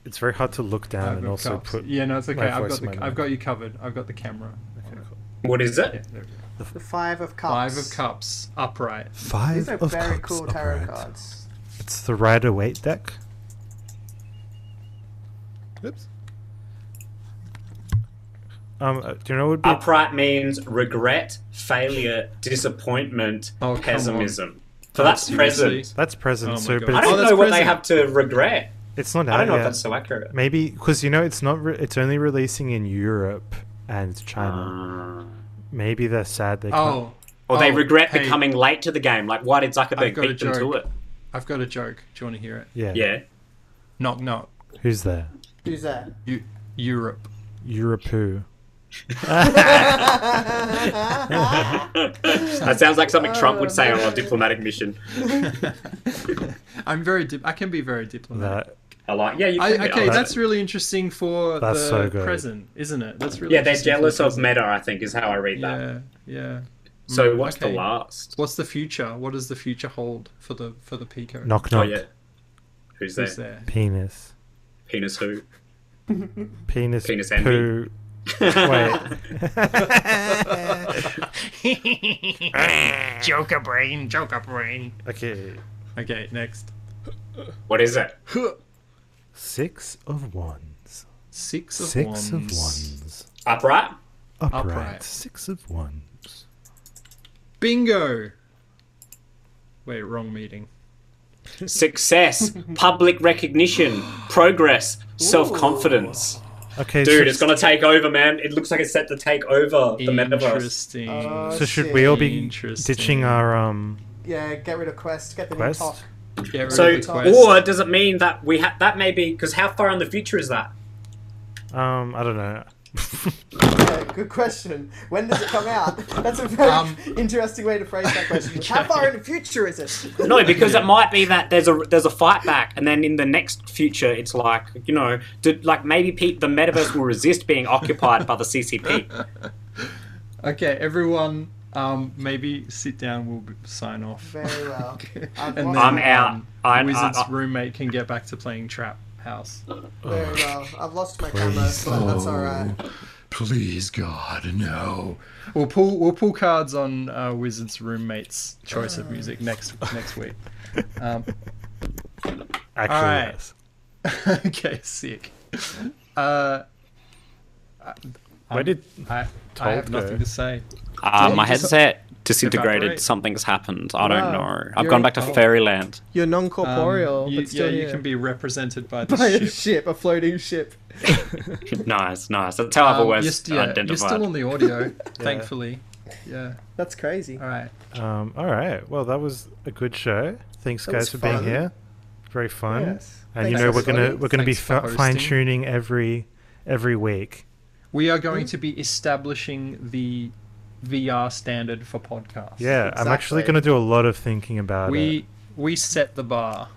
[SPEAKER 3] It's very hard to look down
[SPEAKER 2] Five
[SPEAKER 3] and
[SPEAKER 2] of
[SPEAKER 3] also
[SPEAKER 2] Cups?
[SPEAKER 3] put.
[SPEAKER 2] Yeah, no, it's okay.
[SPEAKER 3] my
[SPEAKER 2] I've
[SPEAKER 3] voice
[SPEAKER 2] got
[SPEAKER 3] in my
[SPEAKER 2] the,
[SPEAKER 3] mind.
[SPEAKER 2] I've got you covered. I've got the camera.
[SPEAKER 3] Okay, cool.
[SPEAKER 5] What is
[SPEAKER 2] Yeah,
[SPEAKER 5] it?
[SPEAKER 2] there we go.
[SPEAKER 4] The Five of Cups.
[SPEAKER 2] Five of Cups, upright.
[SPEAKER 3] Five
[SPEAKER 4] These are
[SPEAKER 3] of
[SPEAKER 4] very
[SPEAKER 3] cups.
[SPEAKER 4] cool tarot
[SPEAKER 3] upright.
[SPEAKER 4] cards.
[SPEAKER 3] It's the Rider Waite deck. Oops. Um, uh, do you know what would be?
[SPEAKER 5] Upright means regret, failure, disappointment,
[SPEAKER 2] Oh, come
[SPEAKER 5] pessimism. So
[SPEAKER 2] Oh,
[SPEAKER 5] that's
[SPEAKER 2] seriously?
[SPEAKER 5] present.
[SPEAKER 3] That's present.
[SPEAKER 2] Oh my
[SPEAKER 3] so,
[SPEAKER 2] God.
[SPEAKER 3] but
[SPEAKER 5] I
[SPEAKER 3] it's,
[SPEAKER 5] don't
[SPEAKER 2] Oh,
[SPEAKER 5] know
[SPEAKER 2] that's
[SPEAKER 5] what they
[SPEAKER 2] present.
[SPEAKER 5] have to regret.
[SPEAKER 3] it's not out
[SPEAKER 5] I don't know
[SPEAKER 3] yet.
[SPEAKER 5] if that's so accurate.
[SPEAKER 3] Maybe because you know it's not. Re- it's only releasing in Europe and China. Maybe they're sad they can't.
[SPEAKER 2] Oh,
[SPEAKER 5] or they
[SPEAKER 2] Oh,
[SPEAKER 5] regret
[SPEAKER 2] hey,
[SPEAKER 5] becoming late to the game. Like, why did
[SPEAKER 2] I've
[SPEAKER 5] Zuckerberg
[SPEAKER 2] got a
[SPEAKER 5] beat them to
[SPEAKER 2] joke.
[SPEAKER 5] it?
[SPEAKER 2] I've got a joke. Do you want to hear it?
[SPEAKER 3] Yeah.
[SPEAKER 5] Yeah.
[SPEAKER 2] Knock knock.
[SPEAKER 3] Who's there?
[SPEAKER 4] Who's that?
[SPEAKER 2] You, Europe.
[SPEAKER 3] Europe. who?
[SPEAKER 5] that sounds like something Trump would say on a diplomatic mission.
[SPEAKER 2] I'm very. Dip- I can be very diplomatic.
[SPEAKER 3] That
[SPEAKER 5] I like, yeah, you
[SPEAKER 2] I,
[SPEAKER 5] can be-
[SPEAKER 2] okay,
[SPEAKER 5] I-
[SPEAKER 2] that's really interesting for
[SPEAKER 3] That's
[SPEAKER 2] the
[SPEAKER 3] so good.
[SPEAKER 2] present, isn't it? That's really
[SPEAKER 5] yeah, they're
[SPEAKER 2] interesting for
[SPEAKER 5] jealous
[SPEAKER 2] the
[SPEAKER 5] of
[SPEAKER 2] present.
[SPEAKER 5] meta, I think, is how I read that.
[SPEAKER 2] Yeah, yeah.
[SPEAKER 5] So
[SPEAKER 2] Mm,
[SPEAKER 5] what's
[SPEAKER 2] okay.
[SPEAKER 5] the last?
[SPEAKER 2] What's the future? What does the future hold for the for the Pico?
[SPEAKER 3] knock
[SPEAKER 5] Oh,
[SPEAKER 3] knock.
[SPEAKER 5] yeah. Who's there?
[SPEAKER 2] Who's there?
[SPEAKER 3] Penis.
[SPEAKER 5] Penis who?
[SPEAKER 3] Penis.
[SPEAKER 5] Penis envy.
[SPEAKER 3] poo. Wait.
[SPEAKER 2] Joker brain, Joker brain.
[SPEAKER 3] Okay.
[SPEAKER 2] Okay, next.
[SPEAKER 5] What is it?
[SPEAKER 3] Six of wands.
[SPEAKER 2] Six of
[SPEAKER 3] Six
[SPEAKER 2] wands.
[SPEAKER 3] of wands.
[SPEAKER 5] Upright?
[SPEAKER 3] Upright.
[SPEAKER 2] Upright.
[SPEAKER 3] Six of wands.
[SPEAKER 2] Bingo. Wait, wrong meeting.
[SPEAKER 5] Success, public recognition, progress, self confidence.
[SPEAKER 3] Okay.
[SPEAKER 5] Dude,
[SPEAKER 3] so,
[SPEAKER 5] it's gonna take over, man. It looks like it's set to take over the metaverse.
[SPEAKER 2] Interesting.
[SPEAKER 4] Uh,
[SPEAKER 3] so should we all be
[SPEAKER 2] Interesting.
[SPEAKER 3] ditching our um?
[SPEAKER 4] Yeah, get rid of Quest. Get the
[SPEAKER 3] Quest?
[SPEAKER 4] new talk.
[SPEAKER 2] Get rid
[SPEAKER 5] So,
[SPEAKER 2] of the quest.
[SPEAKER 5] or does it mean that we ha- that may be because how far in the future is that?
[SPEAKER 3] Um, I don't know.
[SPEAKER 4] Yeah, good question. When does it come out? That's a very
[SPEAKER 2] Um,
[SPEAKER 4] interesting way to phrase that question. How far in the future is it?
[SPEAKER 5] No, because it might be that there's a there's a fight back, and then in the next future, it's like you know, did, like maybe Pete, the metaverse will resist being occupied by the CCP.
[SPEAKER 2] Okay, everyone. Um, maybe sit down. We'll b- sign off.
[SPEAKER 4] Very well. I've
[SPEAKER 2] and then,
[SPEAKER 4] lost-
[SPEAKER 5] I'm out.
[SPEAKER 2] um,
[SPEAKER 5] I'm-
[SPEAKER 2] Wizard's
[SPEAKER 5] I- I-
[SPEAKER 2] roommate can get back to playing Trap House.
[SPEAKER 3] Oh,
[SPEAKER 4] Very well. I've lost my camera, but that's alright.
[SPEAKER 2] Please, God, no. We'll pull we'll pull cards on uh, Wizard's roommate's choice of
[SPEAKER 4] Uh.
[SPEAKER 2] music next next week. Um,
[SPEAKER 3] Actually,
[SPEAKER 2] Alright.
[SPEAKER 3] yes.
[SPEAKER 2] okay, sick. Uh,
[SPEAKER 3] Where did
[SPEAKER 2] I I have
[SPEAKER 3] Told her.
[SPEAKER 2] nothing to say.
[SPEAKER 6] Uh,
[SPEAKER 2] Yeah,
[SPEAKER 6] my
[SPEAKER 2] just-
[SPEAKER 6] headset disintegrated.
[SPEAKER 2] evaporate.
[SPEAKER 6] Something's happened. I don't
[SPEAKER 4] Wow.
[SPEAKER 6] know. I've
[SPEAKER 4] You're
[SPEAKER 6] gone back to
[SPEAKER 4] in-
[SPEAKER 6] fairyland.
[SPEAKER 4] You're
[SPEAKER 2] Um,
[SPEAKER 4] non-corporeal,
[SPEAKER 2] you-
[SPEAKER 4] but still
[SPEAKER 2] yeah, you
[SPEAKER 4] here.
[SPEAKER 2] can be represented by
[SPEAKER 4] by a
[SPEAKER 2] the ship.
[SPEAKER 4] ship, a floating ship.
[SPEAKER 6] Nice, nice. That's how I've
[SPEAKER 2] Um,
[SPEAKER 6] always
[SPEAKER 2] you're, st- yeah, you're
[SPEAKER 6] identified.
[SPEAKER 2] still on the audio, thankfully. Yeah.
[SPEAKER 4] That's crazy.
[SPEAKER 2] All right.
[SPEAKER 3] Um, all right. Well, that was a good show. Thanks,
[SPEAKER 4] That
[SPEAKER 3] guys,
[SPEAKER 4] was
[SPEAKER 3] for
[SPEAKER 4] fun.
[SPEAKER 3] being here. Very fun.
[SPEAKER 4] Yes.
[SPEAKER 3] And
[SPEAKER 4] Thanks
[SPEAKER 3] you know
[SPEAKER 4] for
[SPEAKER 3] we're gonna
[SPEAKER 4] hosting.
[SPEAKER 3] we're gonna
[SPEAKER 2] Thanks
[SPEAKER 3] be
[SPEAKER 2] for
[SPEAKER 3] f-
[SPEAKER 2] hosting.
[SPEAKER 3] fine tuning every every week.
[SPEAKER 2] We are going to be establishing the VR standard for podcasts.
[SPEAKER 3] Yeah, I'm actually
[SPEAKER 4] Exactly.
[SPEAKER 3] gonna do a lot of thinking about it.
[SPEAKER 2] We we set the bar.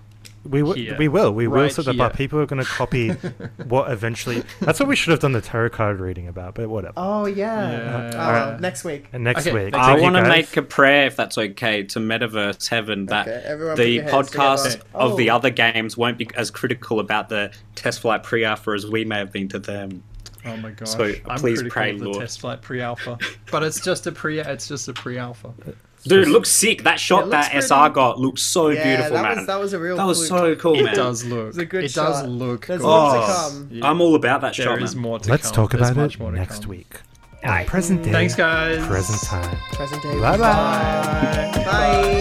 [SPEAKER 3] We w-
[SPEAKER 2] here.
[SPEAKER 3] we will we will
[SPEAKER 2] Right
[SPEAKER 3] set the bar.
[SPEAKER 2] here.
[SPEAKER 3] People are gonna copy what eventually. That's what we should have done the tarot card reading about. But whatever.
[SPEAKER 4] Oh yeah.
[SPEAKER 2] Yeah.
[SPEAKER 4] Uh,
[SPEAKER 3] Alright.
[SPEAKER 4] Next week.
[SPEAKER 3] and next
[SPEAKER 2] okay,
[SPEAKER 3] week,
[SPEAKER 2] thank
[SPEAKER 6] I
[SPEAKER 3] thank you
[SPEAKER 6] want to
[SPEAKER 3] guys.
[SPEAKER 6] make a prayer, if that's okay, to Metaverse Heaven that
[SPEAKER 4] Okay, everyone put
[SPEAKER 6] the
[SPEAKER 4] your hands
[SPEAKER 6] podcast
[SPEAKER 4] together.
[SPEAKER 6] of the
[SPEAKER 4] Oh.
[SPEAKER 6] other games won't be as critical about the test flight pre-alpha as we may have been to them.
[SPEAKER 2] Oh my gosh!
[SPEAKER 6] So,
[SPEAKER 2] I'm
[SPEAKER 6] please
[SPEAKER 2] critical
[SPEAKER 6] pray,
[SPEAKER 2] of the
[SPEAKER 6] Lord.
[SPEAKER 2] test flight pre-alpha, but it's just a pre. It's just a pre-alpha.
[SPEAKER 6] Dude, looks sick. That shot
[SPEAKER 4] It looks
[SPEAKER 6] that
[SPEAKER 4] pretty-
[SPEAKER 6] SR got looks so
[SPEAKER 4] Yeah,
[SPEAKER 6] beautiful,
[SPEAKER 4] that
[SPEAKER 6] man.
[SPEAKER 4] was that was a real.
[SPEAKER 6] That was
[SPEAKER 4] fluke.
[SPEAKER 6] so cool,
[SPEAKER 2] It
[SPEAKER 6] man.
[SPEAKER 2] does look.
[SPEAKER 4] a good
[SPEAKER 2] it does
[SPEAKER 4] shot.
[SPEAKER 2] look.
[SPEAKER 4] There's
[SPEAKER 2] Gorgeous.
[SPEAKER 4] more
[SPEAKER 6] Oh,
[SPEAKER 4] to come.
[SPEAKER 6] I'm all about that shot,
[SPEAKER 2] There
[SPEAKER 6] man.
[SPEAKER 2] is more to
[SPEAKER 3] Let's
[SPEAKER 2] come.
[SPEAKER 3] talk
[SPEAKER 2] There's
[SPEAKER 3] about
[SPEAKER 2] much
[SPEAKER 3] it
[SPEAKER 2] more to
[SPEAKER 3] next
[SPEAKER 2] come.
[SPEAKER 3] week. On present day,
[SPEAKER 2] Thanks, guys.
[SPEAKER 3] present time.
[SPEAKER 4] Present day.
[SPEAKER 3] Bye bye.
[SPEAKER 4] Bye.